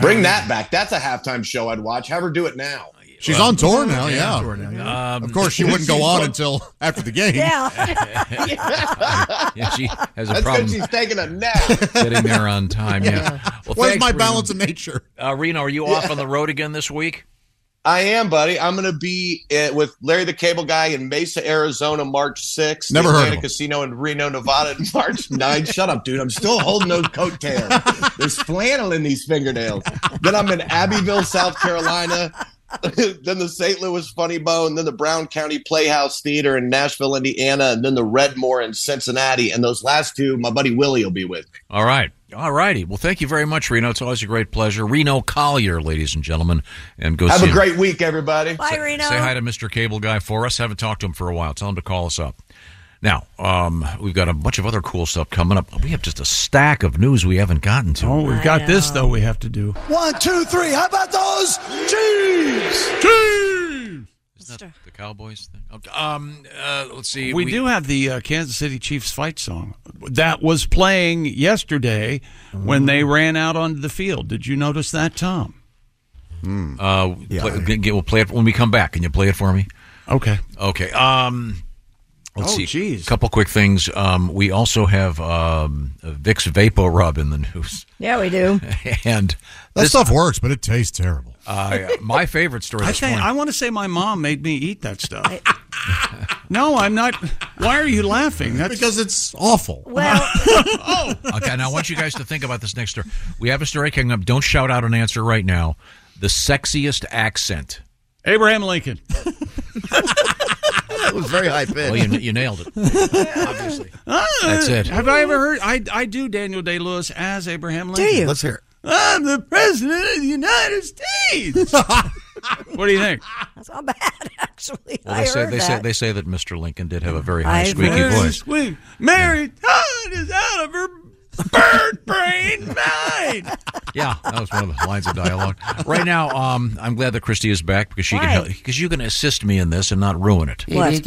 bring that back. That's a halftime show I'd watch. Have her do it now.
She's on tour now. Yeah,
Mm-hmm. Um,
of course she wouldn't go on
She's-
until after the game.
Yeah, she has a
That's
problem.
because she's taking a nap.
Getting there on time. Yeah. Well,
Where's
thanks,
my
Reno.
balance
of nature?
Uh, Reno, are you off on the road again this week?
I am, buddy. I'm going to be uh, with Larry the Cable Guy in Mesa, Arizona, March 6th.
Never
the
heard of
Atlanta
him.
Casino in Reno, Nevada, in March 9th. Shut up, dude. I'm still holding those coattails. There's flannel in these fingernails. Then I'm in Abbeville, South Carolina. then the St. Louis Funny Bone. Then the Brown County Playhouse Theater in Nashville, Indiana. And then the Redmore in Cincinnati. And those last two, my buddy Willie will be with me.
All right. All righty. Well, thank you very much, Reno. It's always a great pleasure. Reno Collier, ladies and gentlemen. And go
Have
see
a
him.
great week, everybody.
Bye, Reno.
Say hi to Mr. Cable Guy for us. Haven't talked to him for a while. Tell him to call us up. Now, um, we've got a bunch of other cool stuff coming up. We have just a stack of news we haven't gotten to. Oh,
we've got this, though, we have to do.
One, two, three. How about those Chiefs? Chiefs.
The Cowboys thing. Okay. Um, uh, let's see.
We, do have the uh, Kansas City Chiefs fight song that was playing yesterday when
Mm-hmm.
they ran out onto the field. Did you notice that, Tom? Hmm.
Uh, play, get- we'll play it when we come back. Can you play it for me?
Okay.
Okay. Um, let's
Oh,
see.
geez.
A couple quick things. Um, we also have um, Vicks Vapor Rub in the news.
Yeah, we do.
and
That
this-
stuff works, but it tastes terrible.
Uh, yeah, my favorite story
I
this
think
morning.
I want to say my mom made me eat that stuff. no, I'm not. Why are you laughing? That's
because it's awful.
Well,
Oh,
okay, now I want you guys to think about this next story. We have a story coming up. Don't shout out an answer right now. The sexiest accent.
Abraham Lincoln.
That was very high pitched.
Well, you, you nailed it. Obviously. That's it.
Ah, Have I ever heard? I I do Daniel Day Lewis as Abraham Lincoln.
you? Let's hear
I'm the president of the United States. what do you think?
That's not bad, actually.
Well,
I
they say
heard
they
that.
say they say that Mr. Lincoln did have a very high
I've
squeaky
heard-
voice.
Wait, Mary Todd is out of her bird brain mind.
Yeah, that was one of the lines of dialogue. Right now, um, I'm glad that Christy is back because she can
Why?
help because you can assist me in this and not ruin it.
What?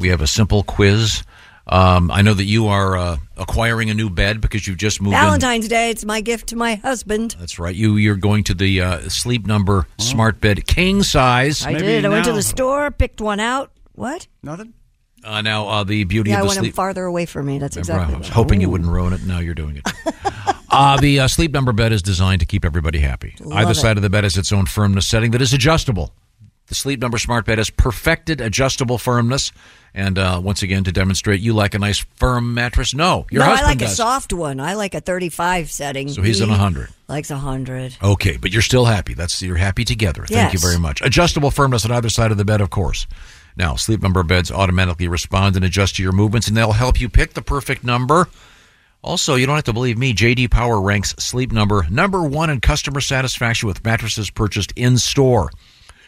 We have a simple quiz. Um, I know that you are uh, acquiring a new bed because you've just moved in.
Valentine's Day. It's my gift to my husband.
That's right. You you're going to the uh, sleep number smart bed king size.
I did. I went to the store, picked one out. What?
Nothing.
Uh, now uh, the beauty
Yeah, I
of the
want him
sleep.
farther away from me. That's
Remember,
exactly.
I was
what-
hoping you wouldn't ruin it. Now you're doing it. uh, the uh, sleep number bed is designed to keep everybody happy.
Love
Either
it.
side of the bed has its own firmness setting that is adjustable. The Sleep Number Smart Bed has perfected adjustable firmness. And uh, once again, to demonstrate, you like a nice firm mattress. No, your
no, I
husband
like
does.
a soft one. I like a 35 setting.
So he's in
He
100.
Likes 100.
Okay, but you're still happy. That's you're happy together. Thank you
Yes.
very much. Adjustable firmness on either side of the bed, of course. Now, Sleep Number beds automatically respond and adjust to your movements, and they'll help you pick the perfect number. Also, you don't have to believe me. JD Power ranks Sleep Number number one in customer satisfaction with mattresses purchased in store.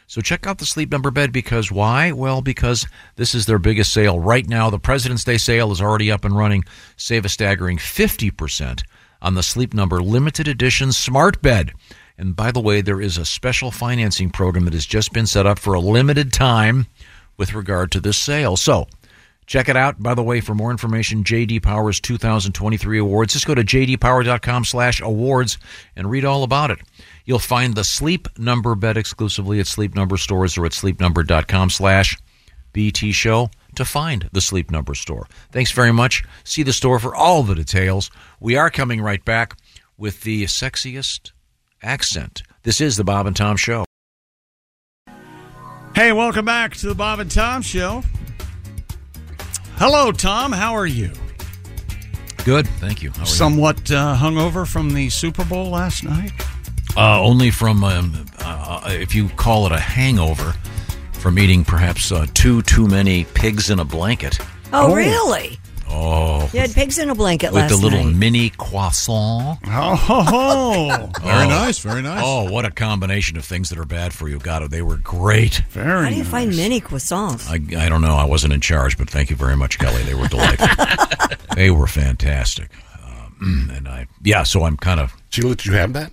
So check out the Sleep Number bed because why? Well, because this is their biggest sale right now. The President's Day sale is already up and running. Save a staggering 50% on the Sleep Number limited edition smart bed. And by the way, there is a special financing program that has just been set up for a limited time with regard to this sale. So check it out. By the way, for more information, JD Power's 2023 awards, just go to jdpower.com/awards and read all about it. You'll find the Sleep Number bed exclusively at Sleep Number stores or at sleepnumber.com/bt show to find the Sleep Number store. Thanks very much. See the store for all the details. We are coming right back with the sexiest accent. This is the Bob and Tom show.
Hey, welcome back to the Bob and Tom Show. Hello, Tom. How are you?
Good. Thank you. How are you?
Somewhat uh, hungover from the Super Bowl last night.
Uh, only from, um, uh, uh, if you call it a hangover, from eating perhaps uh, too too many pigs in a blanket.
Oh, really?
Oh,
You had pigs in a blanket
with
last
the little
night.
mini croissant.
Oh,
Very nice,
very nice.
Oh, what a combination of things that are bad for you. God, oh, they were great.
Very.
How do you find mini croissants?
I, I don't know. I wasn't in charge, but thank you very much, Kelly. They were delightful. they were fantastic. Um, and I, yeah, so I'm kind of. She let you have that?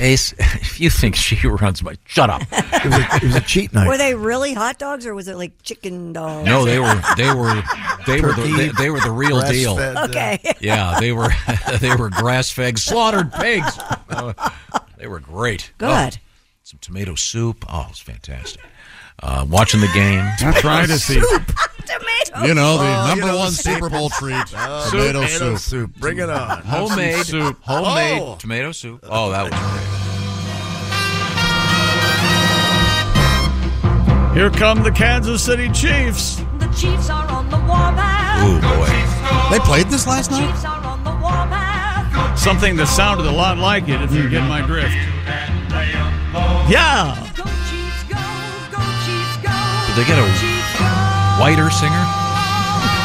Ace, if you think she runs my. Shut up. it, was a, cheat
Were they really hot dogs or was it like chicken dogs?
No, they were they were they were the, they, they were the real deal.
Okay.
Yeah, they were they were grass fed slaughtered pigs. Uh, they were great.
Good.
Oh, some tomato soup. Oh, it was fantastic. Uh, watching the game.
That's right, it's the- Soup.
Tomato.
You know, the
Oh,
number
you know,
one
the
Super Bowl treat
Oh,
tomato,
tomato
soup.
soup.
Bring it on.
homemade
soup.
Homemade
Oh.
tomato soup. Oh, that was great.
Here come the Kansas City Chiefs.
The Chiefs are on the warpath.
Ooh
boy, they played this last
The Chiefs are on the warpath.
Something that sounded a lot like it, if you get my drift. Yeah.
Did they get a whiter singer?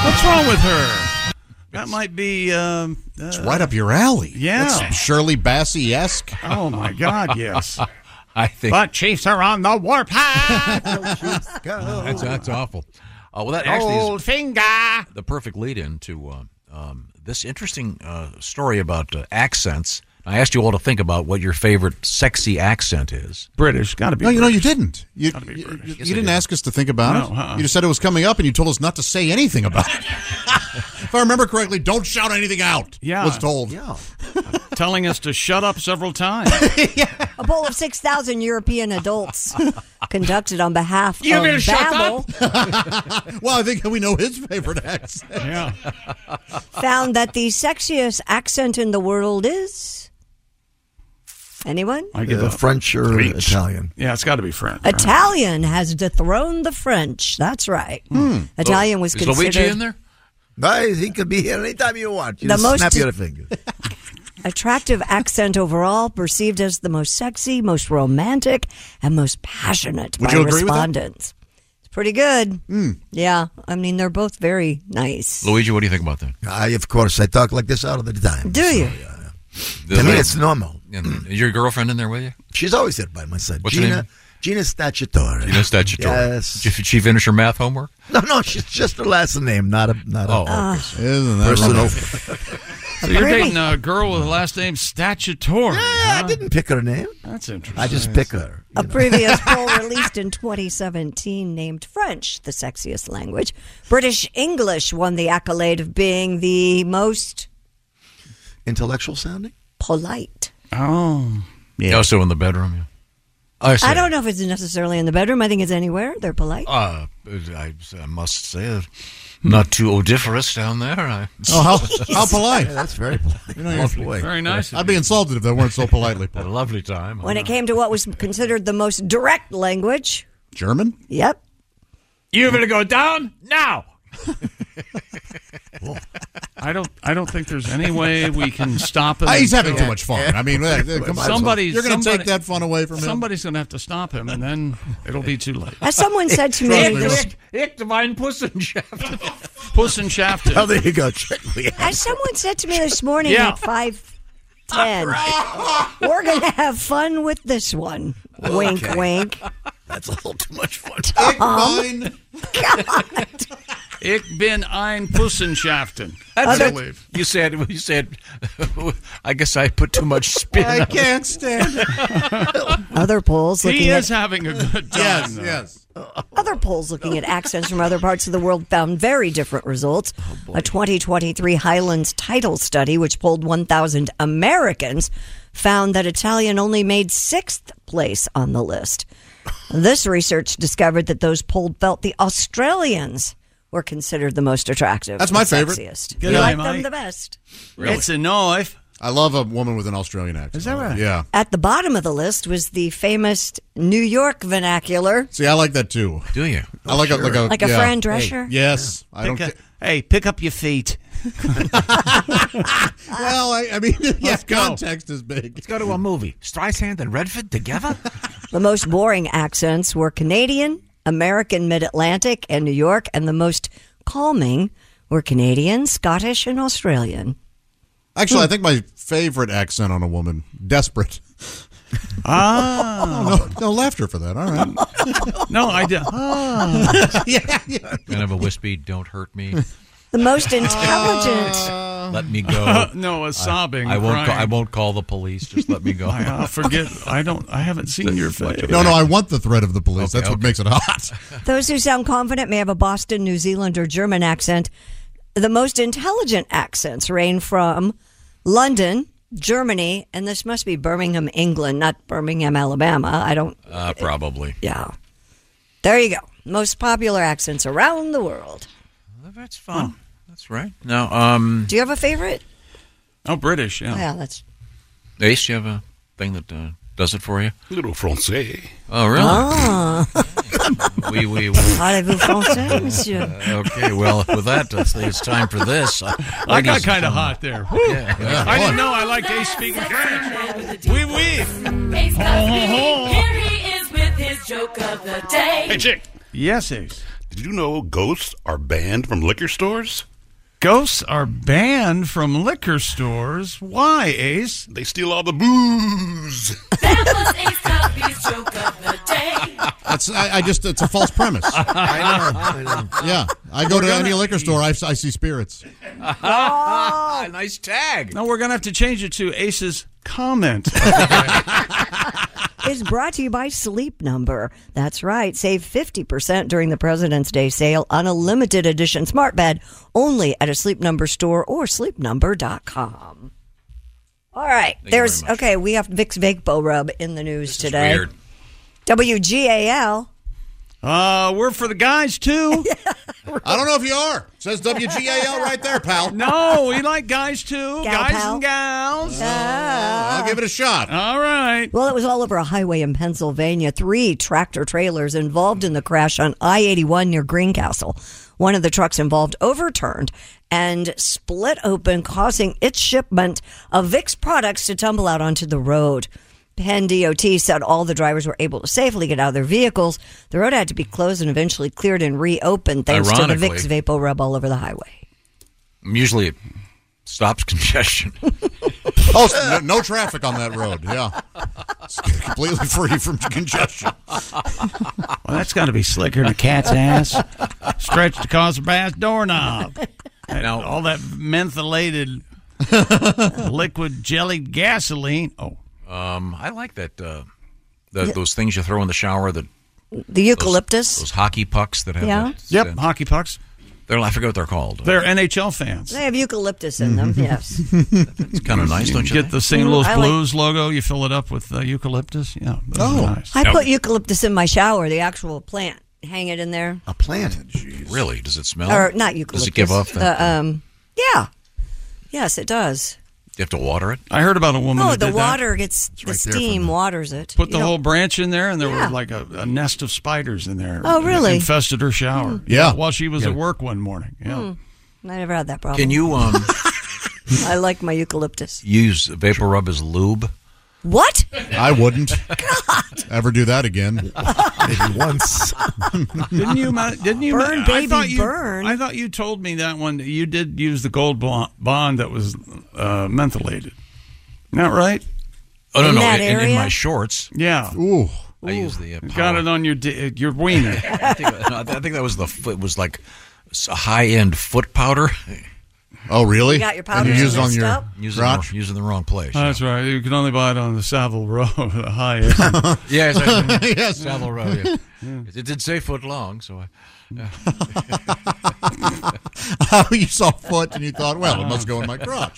What's wrong with her? That might be. Um,
It's
uh,
right up your alley.
Yeah.
That's Shirley Bassey esque.
Oh, my God, yes.
I think
But Chiefs are on the warpath.
that's, that's awful. Uh, well, that actually is
finger.
the perfect lead-in to uh, um, this interesting uh, story about uh, accents. I asked you all to think about what your favorite sexy accent is.
British, got to
No, you know, you didn't. You, you- you
Yes, I
didn't
did.
ask us to think about
No,
it.
uh-uh.
You just said it was coming up, and you told us not to say anything about it. if I remember correctly, don't shout anything out.
Yeah.
was told.
Yeah. Telling us to shut up several times.
A poll of 6,000 European adults conducted on behalf
You
of
gonna shut
Babel
well, I think we know his favorite accent.
Yeah.
found that the sexiest accent in the world is. Anyone?
I give
Uh,
up.
French or
French.
Italian?
Yeah, it's got to be French.
Italian has dethroned the French. That's right. Italian was considered
there?
Hmm. No, he could be here anytime you want. You
The
just
most-
snap your finger.
attractive accent overall, perceived as the most sexy, most romantic, and most passionate
Would
by
you agree with that? Hmm.
respondents. It's pretty good. Yeah, I mean they're both very nice.
Luigi, what do you think about that?
I, of course, I talk like this all the time.
Do you?
To me, it's normal.
And is your girlfriend in there with you?
She's always there by my side.
What's her
Gina,
name?
Gina Statutori.
You know statutory.
Yes.
Did she finish her math homework?
No, no, she's just her last name, not a not a
Oh, okay.
Isn't
personal.
So you're dating a girl with the last name Statutory. Yeah,
I didn't pick her name.
That's interesting.
I just pick her.
A previous poll released in 2017 named French the sexiest language. British English won the accolade of being the most
Intellectual sounding.
polite.
Oh.
Yeah. Also in the bedroom. Yeah. I, see.
I don't know if it's necessarily in the bedroom. I think it's anywhere. They're polite.
Uh, I, I must say, uh, not too odoriferous down there. I,
Oh, how, how polite.
Yeah, that's very polite.
You know, you're-
Lovely. Very nice of
I'd be
you.
insulted if that weren't so politely
Had
put.
a lovely time.
When it came to what was considered the most direct language,
German?
yep,
You're gonna go down now. I don't. I don't think there's any way we can stop him.
Uh, he's having
until-
too much fun. I mean, uh, come on.
somebody's.
You're going to
somebody-
take that fun away from him.
Somebody's going to have to stop him, and then it'll be too late.
As someone said to
Trust
me,
me, Russ.
Ich divine puss and shaft.
Puss and Shafted.
Oh, there you go. Check me out.
as someone said to me this morning
Yeah.
at five ten, we're gonna have fun with this one. Wink,
Okay.
wink. Oh,
That's a little too much fun.
Tom.
Ich bin ein Pussenschaften. I
That's it.
believe.
You said. You said. I guess I put too much spin. on it.
stand it.
Other polls looking
He is
at
having a good time.
Yes,
though.
yes.
other polls looking at accents from other parts of the world found very different results.
Oh,
a 2023 Highlands title study, which polled 1,000 Americans, found that Italian only made sixth place on the list. This research discovered that those polled felt the Australians were considered the most attractive.
That's my
and
favorite.
Sexiest.
Good
We
eye,
like them
Mike.
the best.
It's a knife.
I love a woman with an Australian accent. Is that right? Yeah.
At the bottom of the list was the famous New York vernacular,
See, I like that too.
Do you?
I like a like a
like a
yeah.
Fran Drescher.
Yes, I don't.
Pick
ca-
a- hey, pick up your feet.
well, I, I mean, yeah,
go.
context is big.
Let's go to a movie. Streisand and Redford together.
The most boring accents were Canadian, American Mid Atlantic, and New York, and the most calming were Canadian, Scottish, and Australian.
Actually, I think my favorite accent on a woman, desperate.
Ah.
no, no laughter for that. All right.
no, I did.
Ah.
yeah,
Kind of a wispy, don't hurt me.
The most intelligent.
Let me go.
no, a
I-
sobbing,
I, won't. Call,
crying.
I won't call the police. Just let me go.
I uh, forget. I don't. I haven't seen your face.
No, no, I want the threat of the police.
Okay,
That's what
okay.
makes it hot.
Those who sound confident may have a Boston, New Zealand, or German accent. The most intelligent accents reign from London, Germany, and this must be Birmingham, England, not Birmingham, Alabama. I don't.
Uh, probably.
Yeah. There you go. Most popular accents around the world.
That's fun. That's right. No. Um.
Do you have a favorite?
Oh, British.
Yeah,
Yeah.
that's.
Ace, do you have a thing that uh, does it for you?
Little Francais.
Oh, really?
Ah.
we we.
Parlez-vous français, monsieur?
Uh,
okay. Well, with that, I think it's time for this. Uh,
I got
ladies and
kind of hot there. Whew.
yeah.
I didn't know I liked Ace speaking French. We we.
Ace Cosby,
Oh.
here he is with his joke of the day.
Hey, Chick.
Yes, Ace.
Did you know ghosts are banned from liquor stores?
Ghosts are banned from liquor stores. Why, Ace?
They steal all the booze.
That was Ace Cosby's joke of the day.
That's I, I just it's a false premise.
I know.
Yeah, I go to any liquor store, I, I see spirits.
nice tag.
No, we're gonna have to change it to Ace's comment.
is brought to you by Sleep Number. That's right. Save 50% during the President's Day sale on a limited edition smart bed only at a Sleep Number store or sleepnumber.com. All right. There's okay, we have Vic's Vapo Rub in the news today.
weird.
WGAL.
Uh, we're for the guys too.
I don't know if you are. It says WGAL right there, pal.
No, we like guys too. guys and gals.
I'll give it a shot.
All right.
Well, it was all over a highway in Pennsylvania. Three tractor trailers involved in the crash on I 81 near Greencastle. One of the trucks involved overturned and split open, causing its shipment of Vic's products to tumble out onto the road. Penn DOT said all the drivers were able to safely get out of their vehicles. The road had to be closed and eventually cleared and reopened thanks to the
Ironically.
Vicks Vapo Rub all over the highway.
Usually, it stops congestion.
Oh, so no, no traffic on that road. Yeah, it's completely free from congestion.
Well, that's got to be slicker than a cat's ass. Stretched across a brass doorknob. And all that mentholated liquid jelly gasoline. Oh,
Um, I like that. Uh, the, Those things you throw in the shower. The
The eucalyptus.
Those, hockey pucks that have.
Yeah.
That,
Yep, hockey pucks.
They're. I forget what they're called.
They're NHL fans.
They have eucalyptus in them, yes.
It's kind of nice,
You
don't you?
get
think?
the St.
Mm,
Louis
I like-
Blues logo. You fill it up with uh, eucalyptus. Yeah, those are
Oh.
nice.
I put eucalyptus in my shower, the actual plant. Hang it in there.
A plant.
Really? Does it smell?
Or not eucalyptus.
Does it give off? That?
the, um, yeah. Yes, it does.
you have to water it.
I heard about a woman.
Oh,
that
the
did that.
water gets the
right there from
steam waters it.
Put
You
the
don't-
whole branch in there, and there
Yeah.
were like a, a nest of spiders in there.
Oh,
that
really? Mm.
Infested her shower.
Yeah.
While she was
Yeah.
at work one morning. Yeah.
Hmm. I never had that problem.
Can you um
I like my eucalyptus.
use vapor rub as lube?
What?
I wouldn't ever do that again. Maybe once.
Oh,
Didn't you? ma- Didn't you? ma-
Burn,
I thought
baby,
you,
burn.
I thought you told me that one. that You did use the gold blo- bond that was uh, mentholated. Not right?
Oh no
In
no!
that
in, in
area?
my shorts,
Yeah.
Ooh.
I use the. Uh,
Got
power-
it on your di- your wiener.
I think, no, I think that was the. foot- It was like a high end foot powder.
Oh, really?
You got your
And you
powders
use it on
messed
your
up?
Using the,
crotch?
using the wrong place.
Oh, That's right. You can only buy it on the Savile Row, the high end.
Yes,
Yes.
Savile Row. Yeah. It did say foot long, so I,
you saw foot and you thought, well, it must go in my crotch.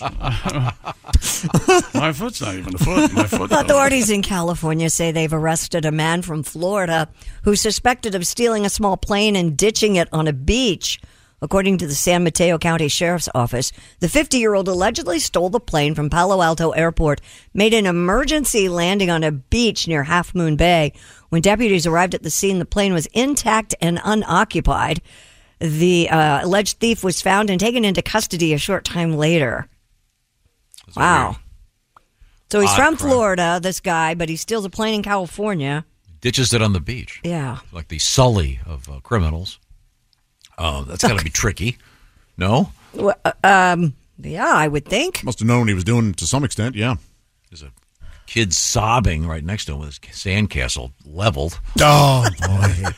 My foot's not even a foot. My foot.
Authorities in California say they've arrested a man from Florida who's suspected of stealing a small plane and ditching it on a beach. According to the San Mateo County Sheriff's Office, the 50 year old allegedly stole the plane from Palo Alto Airport, made an emergency landing on a beach near Half Moon Bay. When deputies arrived at the scene, the plane was intact and unoccupied. The uh, alleged thief was found and taken into custody a short time later. Wow. So he's
Odd
from
crime.
Florida, this guy, but he steals a plane in California.
ditches it on the beach.
Yeah.
Like the Sully of uh, criminals. Uh, that's got to be tricky. No?
Well, uh, um, yeah, I would think.
Must have known what he was doing to some extent. Yeah.
There's a kid sobbing right next to him with his sandcastle leveled.
Oh,
boy. I
hate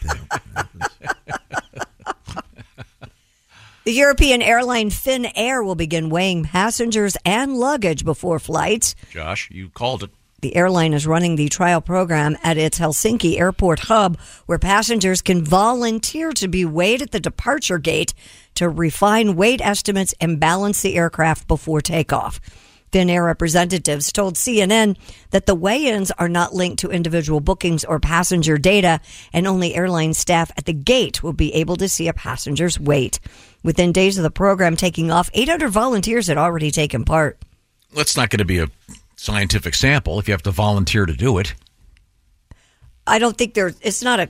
The European airline Finnair will begin weighing passengers and luggage before flights.
Josh, you called it.
The airline is running the trial program at its Helsinki airport hub, where passengers can volunteer to be weighed at the departure gate to refine weight estimates and balance the aircraft before takeoff. Finnair representatives told CNN that the weigh ins are not linked to individual bookings or passenger data, and only airline staff at the gate will be able to see a passenger's weight. Within days of the program taking off, 800 volunteers had already taken part.
That's not going to be a scientific sample if you have to volunteer to do it.
I don't think there. It's not a.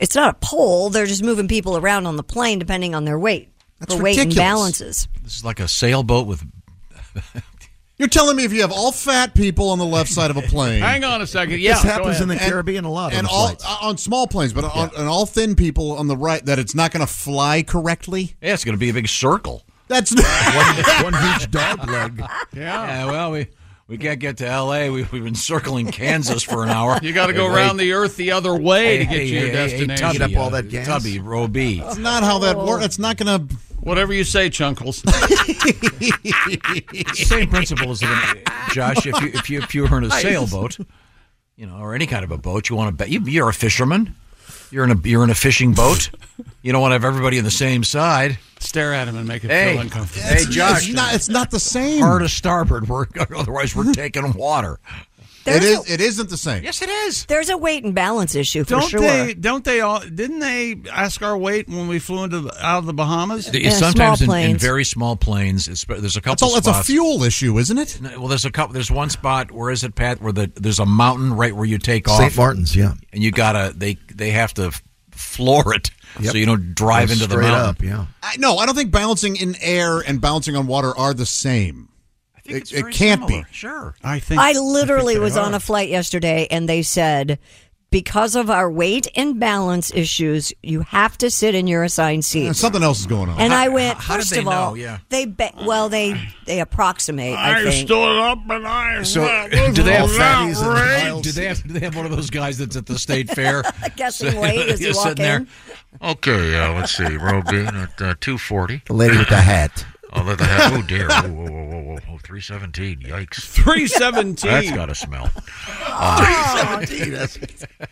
It's not a poll. They're just moving people around on the plane depending on their weight
That's
for weight and
ridiculous.
balances.
This is like a sailboat with.
You're telling me if you have all fat people on the left side of a plane.
Hang on a second.
This
Yeah,
happens
go ahead.
in the
And-
Caribbean
a lot.
and
on
all
flights.
uh, on small planes, but on, and all thin people on the right, that it's not going to fly correctly.
Yeah, it's going to be a big circle.
That's not
one, huge dog leg.
Yeah. well, we we can't get to L.A. We, we've been circling Kansas for an hour.
You got to go
Hey,
around
hey,
the earth the other way to
hey,
get to your
hey, hey,
destination.
Tubby, uh, Tubby, row B.
That's not how that
Oh.
works. That's not going to.
Whatever you say, Chunkles.
Same principle as an, Josh. If you if you if you were in a
Nice.
sailboat, you know, or any kind of a boat, you want to bet you, you're a fisherman. You're in a you're in a fishing boat. You don't want to have everybody on the same side.
Stare at him and make him
hey,
feel uncomfortable.
Hey,
It's-
Josh,
it's not-
it's not the same. Hmm.
Hard to starboard. We're, otherwise, we're taking water.
It is. it isn't the same.
Yes, it is.
There's a weight and balance issue for
Don't
sure.
they? Don't they all? Didn't they ask our weight when we flew into the- out of the Bahamas?
The- sometimes in, in very small planes, it's, there's a couple.
That's all- that's a
spots-
fuel issue, isn't it?
No, Well, there's a couple. There's one spot. Where is it, Pat? Where the there's a mountain right where you take off.
St. Martin's, yeah.
And you gotta they they have to f- floor it so you don't drive
Goes
into the
straight
mountain.
up, yeah.
I, no, I don't think bouncing in air and bouncing on water are the same. I think it, it can't be.
Sure.
I think
I literally
think they
was on
are.
a flight yesterday and they said, because of our weight and balance issues, you have to sit in your assigned seat.
And something else is going on.
And I went,
how did
first
they
of all,
know? Yeah.
they be- well, they they approximate. I, think.
up and I
So do they have Do they have do they have one of those guys that's at the state fair?
Guessing weight as you
You're
walk
sitting there.
in.
Okay, uh, let's see. Robin at uh, two forty.
The lady with the hat.
Oh, the hat. Oh dear. Whoa, whoa, whoa, whoa, whoa, whoa. Three seventeen. Yikes.
317.
That's got a smell. Uh,
Oh, 317, that's-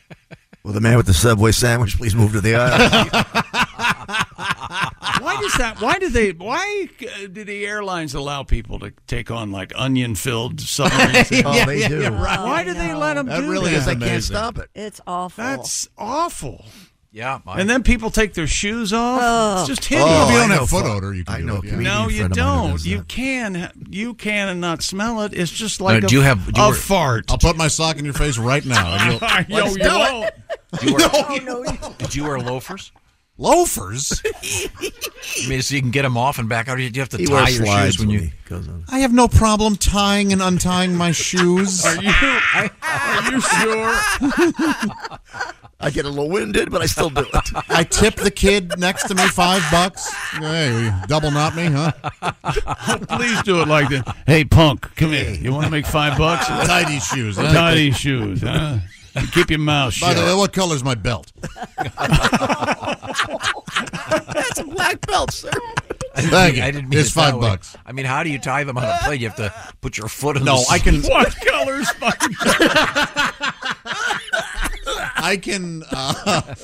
Will the man with the Subway sandwich please move to the aisle?
why does that? Why do they? Why uh, do the airlines allow people to take on like onion-filled submarines?
Oh, Yeah, they yeah, do. yeah, right.
Why do they let them
That
do
really
that?
is Because they can't amazing. stop
it.
It's awful.
That's awful.
Yeah, my-
and then people take their shoes off.
Oh.
It's just hideous.
Oh, If you don't I have know foot fo- odor, you can
I
do know it, a yeah. comedian
No, you
friend of mine who
don't.
does
You can. ha- You can and not smell it. It's just
Now,
like a,
do you have- do you
a
wear-
fart.
I'll put my sock in your face right now. And you'll,
I know you won't.
Do you wear,
Oh, no,
Did you wear loafers?
Loafers.
I mean, so you can get them off and back out. You have to
He
tie
wears
your shoes
slides
when
when
you
he
goes on.
I have no problem tying and untying my shoes.
Are you? Are you sure?
I get a little winded, but I still do it.
I tip the kid next to me five bucks. Hey, will you double knot me, huh?
Please do it like that. Hey, punk, come here. You want to make five bucks?
Tie these shoes, huh?
Tie these shoes, huh? And keep your mouth shut.
By the way, what color's my belt?
That's a black belt, sir.
I didn't
Thank
mean-
you.
I didn't mean
It's
it that
five
way.
bucks.
I mean, how do you tie them on a plane? You have to put your foot in.
No,
the
I can.
What colors?
I can. Uh,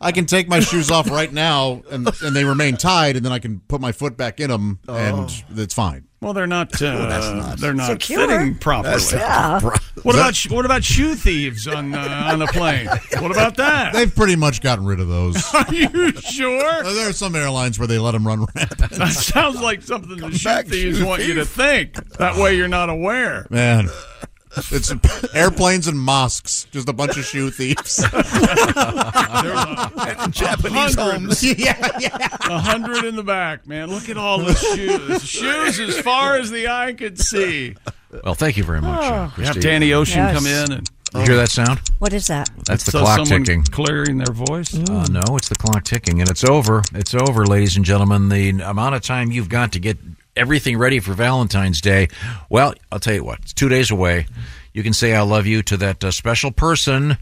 I can take my shoes off right now, and, and they remain tied, and then I can put my foot back in them, and it's fine.
Oh. Well, they're not. Uh,
Well, that's not
they're not
secure.
fitting properly.
That's not- Yeah.
What about sh- what about shoe thieves on uh, on a plane? What about that?
They've pretty much gotten rid of those.
Are you sure?
There are some airlines where they let them run rampant.
That sounds like something the shoe thieves
shoe
want you to think. That way, you're not aware.
Man, it's airplanes and mosques. Just a bunch of shoe thieves.
Japanese
homes.
yeah, yeah. A hundred in the back, man. Look at all the shoes. Shoes as far as the eye could see.
Well, thank you very much.
Oh.
Uh,
We have
Christine.
Danny Ocean Yes. come in and-
You hear that sound?
What is that?
That's the
So
clock
someone
ticking.
Clearing their voice.
Uh, no, it's the clock ticking, and it's over. It's over, ladies and gentlemen. The amount of time you've got to get everything ready for Valentine's Day. Well, I'll tell you what, it's two days away. You can say I love you to that uh, special person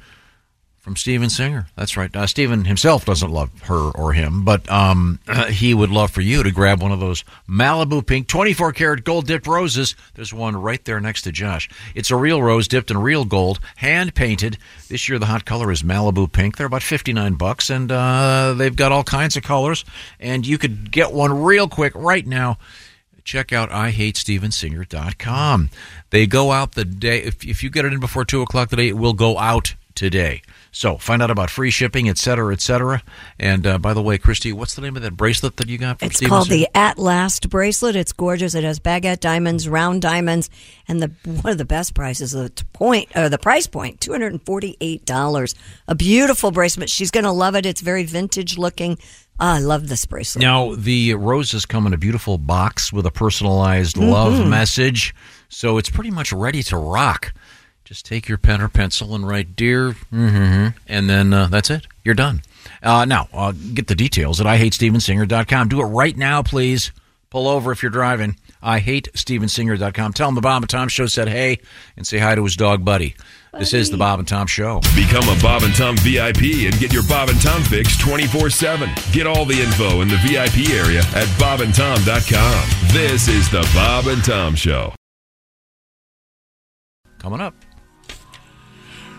from Steven Singer. That's right. Uh, Steven himself doesn't love her or him, but um, he would love for you to grab one of those Malibu pink 24 karat gold dipped roses. There's one right there next to Josh. It's a real rose dipped in real gold, hand painted. This year the hot color is Malibu pink. They're about 59 bucks, and uh, they've got all kinds of colors. And you could get one real quick right now check out ihateStevensinger.com. They go out the day, if, if you get it in before 2 o'clock today, it will go out today. So find out about free shipping, et cetera, et cetera. And uh, by the way, Christy, what's the name of that bracelet that you got from
It's
Steven
called
Singer?
the At Last bracelet. It's gorgeous. It has baguette diamonds, round diamonds, and the one of the best prices. The t- point or the price point, two hundred and forty-eight dollars. A beautiful bracelet. She's going to love it. It's very vintage looking. Ah, I love this bracelet.
Now, the roses come in a beautiful box with a personalized love
Mhm.
message. So it's pretty much ready to rock. Just take your pen or pencil and write, Dear,
Mm-hmm.
mhm," and then uh, that's it. You're done. Uh, now, uh, get the details at IHateStevensinger.com. Do it right now, please. Pull over if you're driving. I hate stevensinger.com. Tell him the Bob and Tom Show said hey and say hi to his dog, Buddy. This is the Bob and Tom Show.
Become a Bob and Tom VIP and get your Bob and Tom fix 24 7. Get all the info in the VIP area at bobandtom.com. This is the Bob and Tom Show.
Coming up.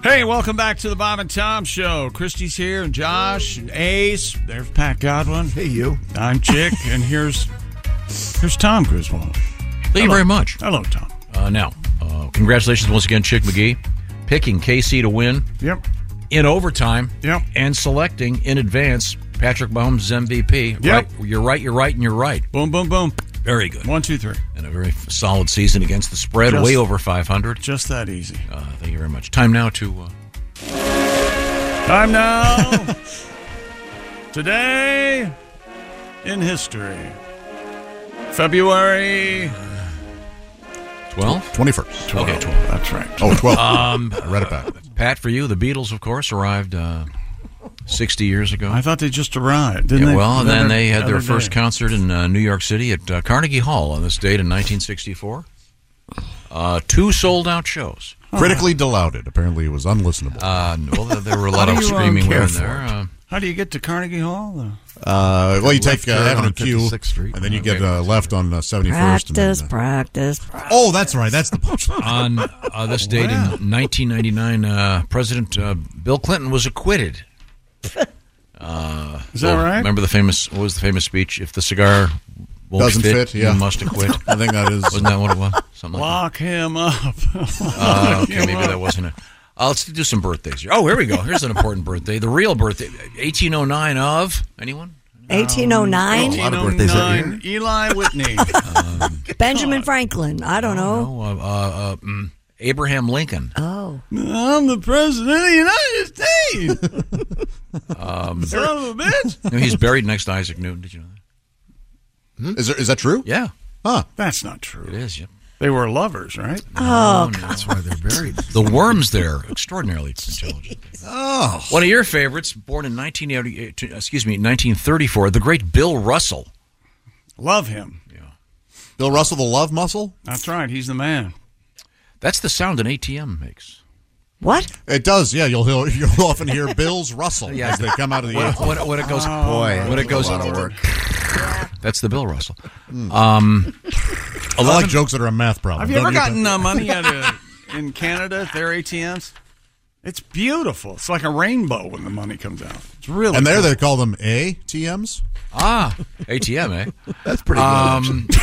Hey, welcome back to the Bob and Tom Show. Christy's here, and Josh, and Ace. There's Pat Godwin. Hey, you. I'm Chick, and here's here's Tom Griswold.
Thank you very much.
Hello, Tom.
Uh, now, uh, congratulations once again, Chick McGee, picking KC to win.
Yep.
In overtime.
Yep.
And selecting in advance Patrick Mahomes' MVP.
Yep.
Right, you're right. You're right, and you're right.
Boom, boom, boom.
Very good.
One, two, three.
And a very f- solid season against the spread,
Just-
way over 500.
Just that easy.
Uh, thank you very much. Time now to. Uh,
Time now. Today in history, February
12?
21st.
Okay, 12.
That's right.
Oh, 12.
Um,
I read it back.
Pat, for you, the Beatles, of course, arrived uh, 60 years ago.
I thought they just arrived, didn't
yeah,
they?
Well,
The
then
other-
they had their
other
first
day.
concert in uh, New York City at uh, Carnegie Hall on this date in 1964. Uh, two sold out shows.
Critically delouted. Apparently, it was unlistenable.
Uh, well, there were a lot
How
of
do you, um,
screaming
care
women
for
there.
it?
Uh,
How do you get to Carnegie Hall? Though?
Uh, well, you take
Left
uh,
turn
Avenue
on
Q,
56th Street.
and then you get uh, left on uh, 71st. and then,
Practice, practice, practice.
Oh, that's right. That's the punchline.
on uh, this date in 1999, uh, President uh, Bill Clinton was acquitted. Uh,
Is that right?
Remember the famous what was the famous speech? If the cigar won't
Doesn't fit, yeah.
you must acquit.
I think that is-
Wasn't that what it was? Something like
Lock him up.
that. Uh, okay, maybe that wasn't it. Uh, let's do some birthdays here. Oh, here we go. Here's an important birthday. The real birthday, 1809 of anyone?
1809.
Oh, a lot of birthdays that year. Um,
1809, Eli Whitney.
Benjamin Franklin. I don't know.
Oh, uh, uh, mm, Abraham Lincoln.
Oh.
I'm the president of the United States.
Um,
Son of a bitch.
no, he's buried next to Isaac Newton. Did you know
Hmm? Is, there, is that true?
Yeah.
Huh.
That's not true. It
is. Yep.
They were lovers, right?
Oh,
that's why they're buried. The worms there, extraordinarily intelligent. Oh. One of your favorites, born in 1980, uh, excuse me, 1934, the great Bill Russell.
Love him.
Bill Russell, the love muscle?
That's right. He's the man.
That's the sound an ATM makes.
What?
It does, yeah. You'll, hear- you'll often hear Bills Russell
Yeah.
as they come out of the
When-
airport.
when- when it goes- Oh, boy, when it that's a goes- lot of work. That's the Bill Russell.
Hmm.
Um,
I like jokes that are a math problem.
Have you
Don't
ever
get
gotten
that-
uh, money out of in Canada at their ATMs? It's beautiful. It's like a rainbow when the money comes out. It's really.
And there
cool.
they call them ATMs?
Ah, ATM, eh?
That's pretty good,
Um,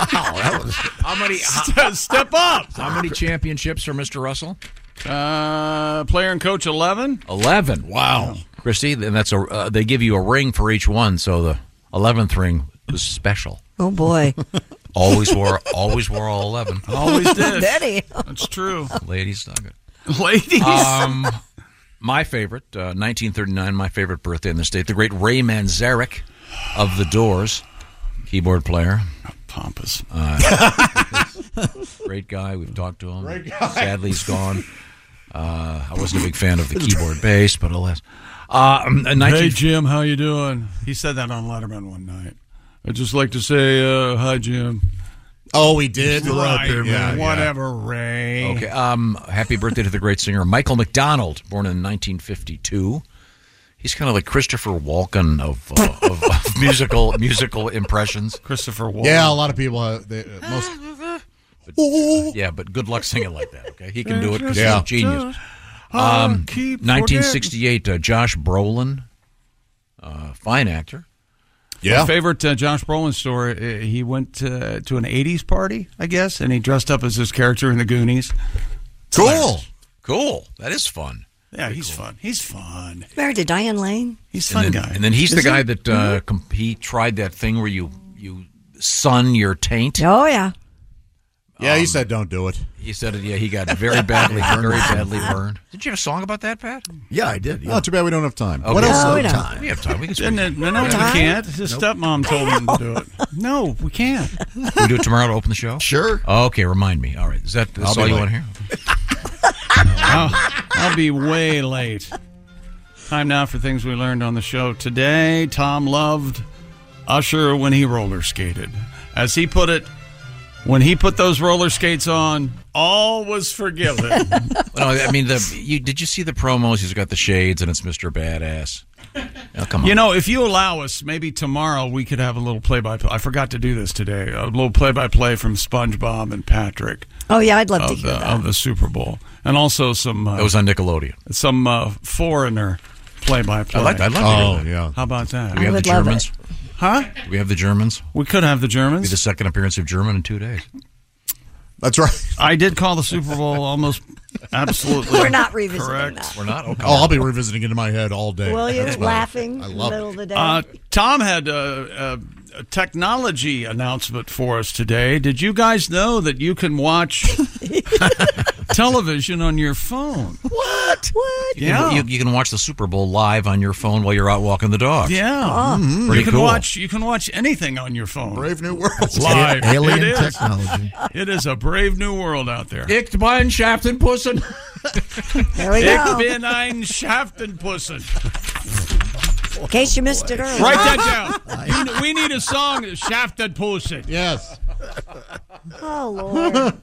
Oh,
wow, that was.
How many?
Step, step up.
How many championships for Mr. Russell?
Uh, player and coach eleven.
Eleven. Wow, Christy, and that's a. Uh, they give you a ring for each one, so the eleventh ring was special.
Oh boy.
Always wore, always wore all eleven.
Always did.
Betty.
That's true.
Ladies dug it.
Ladies.
Um, my favorite, uh, 1939, my favorite birthday in the state, the great Ray Manzarek of The Doors, keyboard player.
Pompous.
Uh, Great guy. We've talked to him.
Great guy.
Sadly, he's gone. Uh, I wasn't a big fan of the keyboard bass, but alas. Uh, um, a 19
Hey Jim, how you doing? He said that on Letterman one night. I'd just like to say uh, hi, Jim.
Oh, we did.
Right,
We're up there, man.
yeah, whatever, Ray.
Okay. Um, happy birthday to the great singer Michael McDonald, born in 1952. He's kind of like Christopher Walken of, uh, of, of musical musical impressions.
Christopher
Yeah, a lot of people. Uh, they, uh, most.
Yeah, but good luck singing like that. Okay, he can do it because
Yeah.
he's a genius.
I
Um,
keep
1968, uh, Josh Brolin, uh, fine actor.
My favorite uh, Josh Brolin story. uh, He went uh, to an '80s party, I guess, and he dressed up as his character in the Goonies.
Cool,
cool. That is fun.
Yeah, he's fun. He's fun.
Married to Diane Lane.
He's
and then, And then he's the guy that uh, com- he tried that thing where you you sun your taint. Um,
Oh yeah.
Yeah, he said don't do it.
He said it. Yeah, he got very badly, very badly burned. Did you have a song about that, Pat?
Yeah, I did. Oh, too bad we don't have time.
Okay.
What else?
No,
do
we
have
don't.
time?
We have time. We can
Didn't it? No, no, we can't. His stepmom told him to do it. No, we can't.
Can we do it tomorrow to open the show? Sure. Okay, remind me. All right. Is that
I'll
that's
be
all you
late.
want to hear?
I'll, I'll be way late. Time now for things we learned on the show today. Tom loved Usher when he roller skated. As he put it, when he put those roller skates on, all was forgiven.
no, I mean the you did you see the promos? He's got the shades and it's Mr. Badass. Oh, come on.
You know, if you allow us, maybe tomorrow we could have a little play by play. I forgot to do this today. A little play by play from SpongeBob and Patrick.
Oh yeah, I'd love to
of
hear
the,
that.
of the Super Bowl, and also some. Uh,
It was on Nickelodeon.
Some uh, foreigner play by play.
I like- I'd love to hear Oh, that. yeah.
How about that?
Do we have the Germans?
Huh?
Do we have the Germans?
We could have the Germans.
Be the second appearance of German in two days.
That's right.
I did call the Super Bowl almost absolutely.
We're not revisiting
correct.
that.
We're not.
Oh, I'll be revisiting it in my head all day.
Will you
That's why.
laughing
I
in the
love
middle
it.
of the day?
Uh, Tom had a, a, a technology announcement for us today. Did you guys know that you can watch television on your phone?
What? What?
You can- you, you can watch the Super Bowl live on your phone while you're out walking the dog.
Yeah, Ah.
Oh. Mhm.
you
Pretty
can
cool.
watch you can watch anything on your phone. Brave
New World
live
Alien
It is.
technology.
It is a brave new world out there.
Ich bin Schaftenpussen.
There we
Ich
go.
bin ein Schaftenpussen.
In case you missed it earlier.
Write that down. We- We need a song, Schaftenpussen.
Yes.
Oh Lord.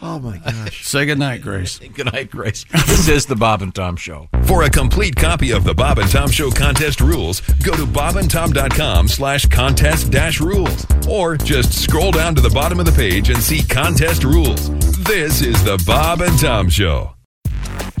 Oh my gosh.
Say goodnight, Grace.
Good night, Grace. This is the Bob and Tom Show.
For a complete copy of the Bob and Tom Show contest rules, go to bobandtom.com slash contest dash rules. Or just scroll down to the bottom of the page and see contest rules. This is the Bob and Tom Show.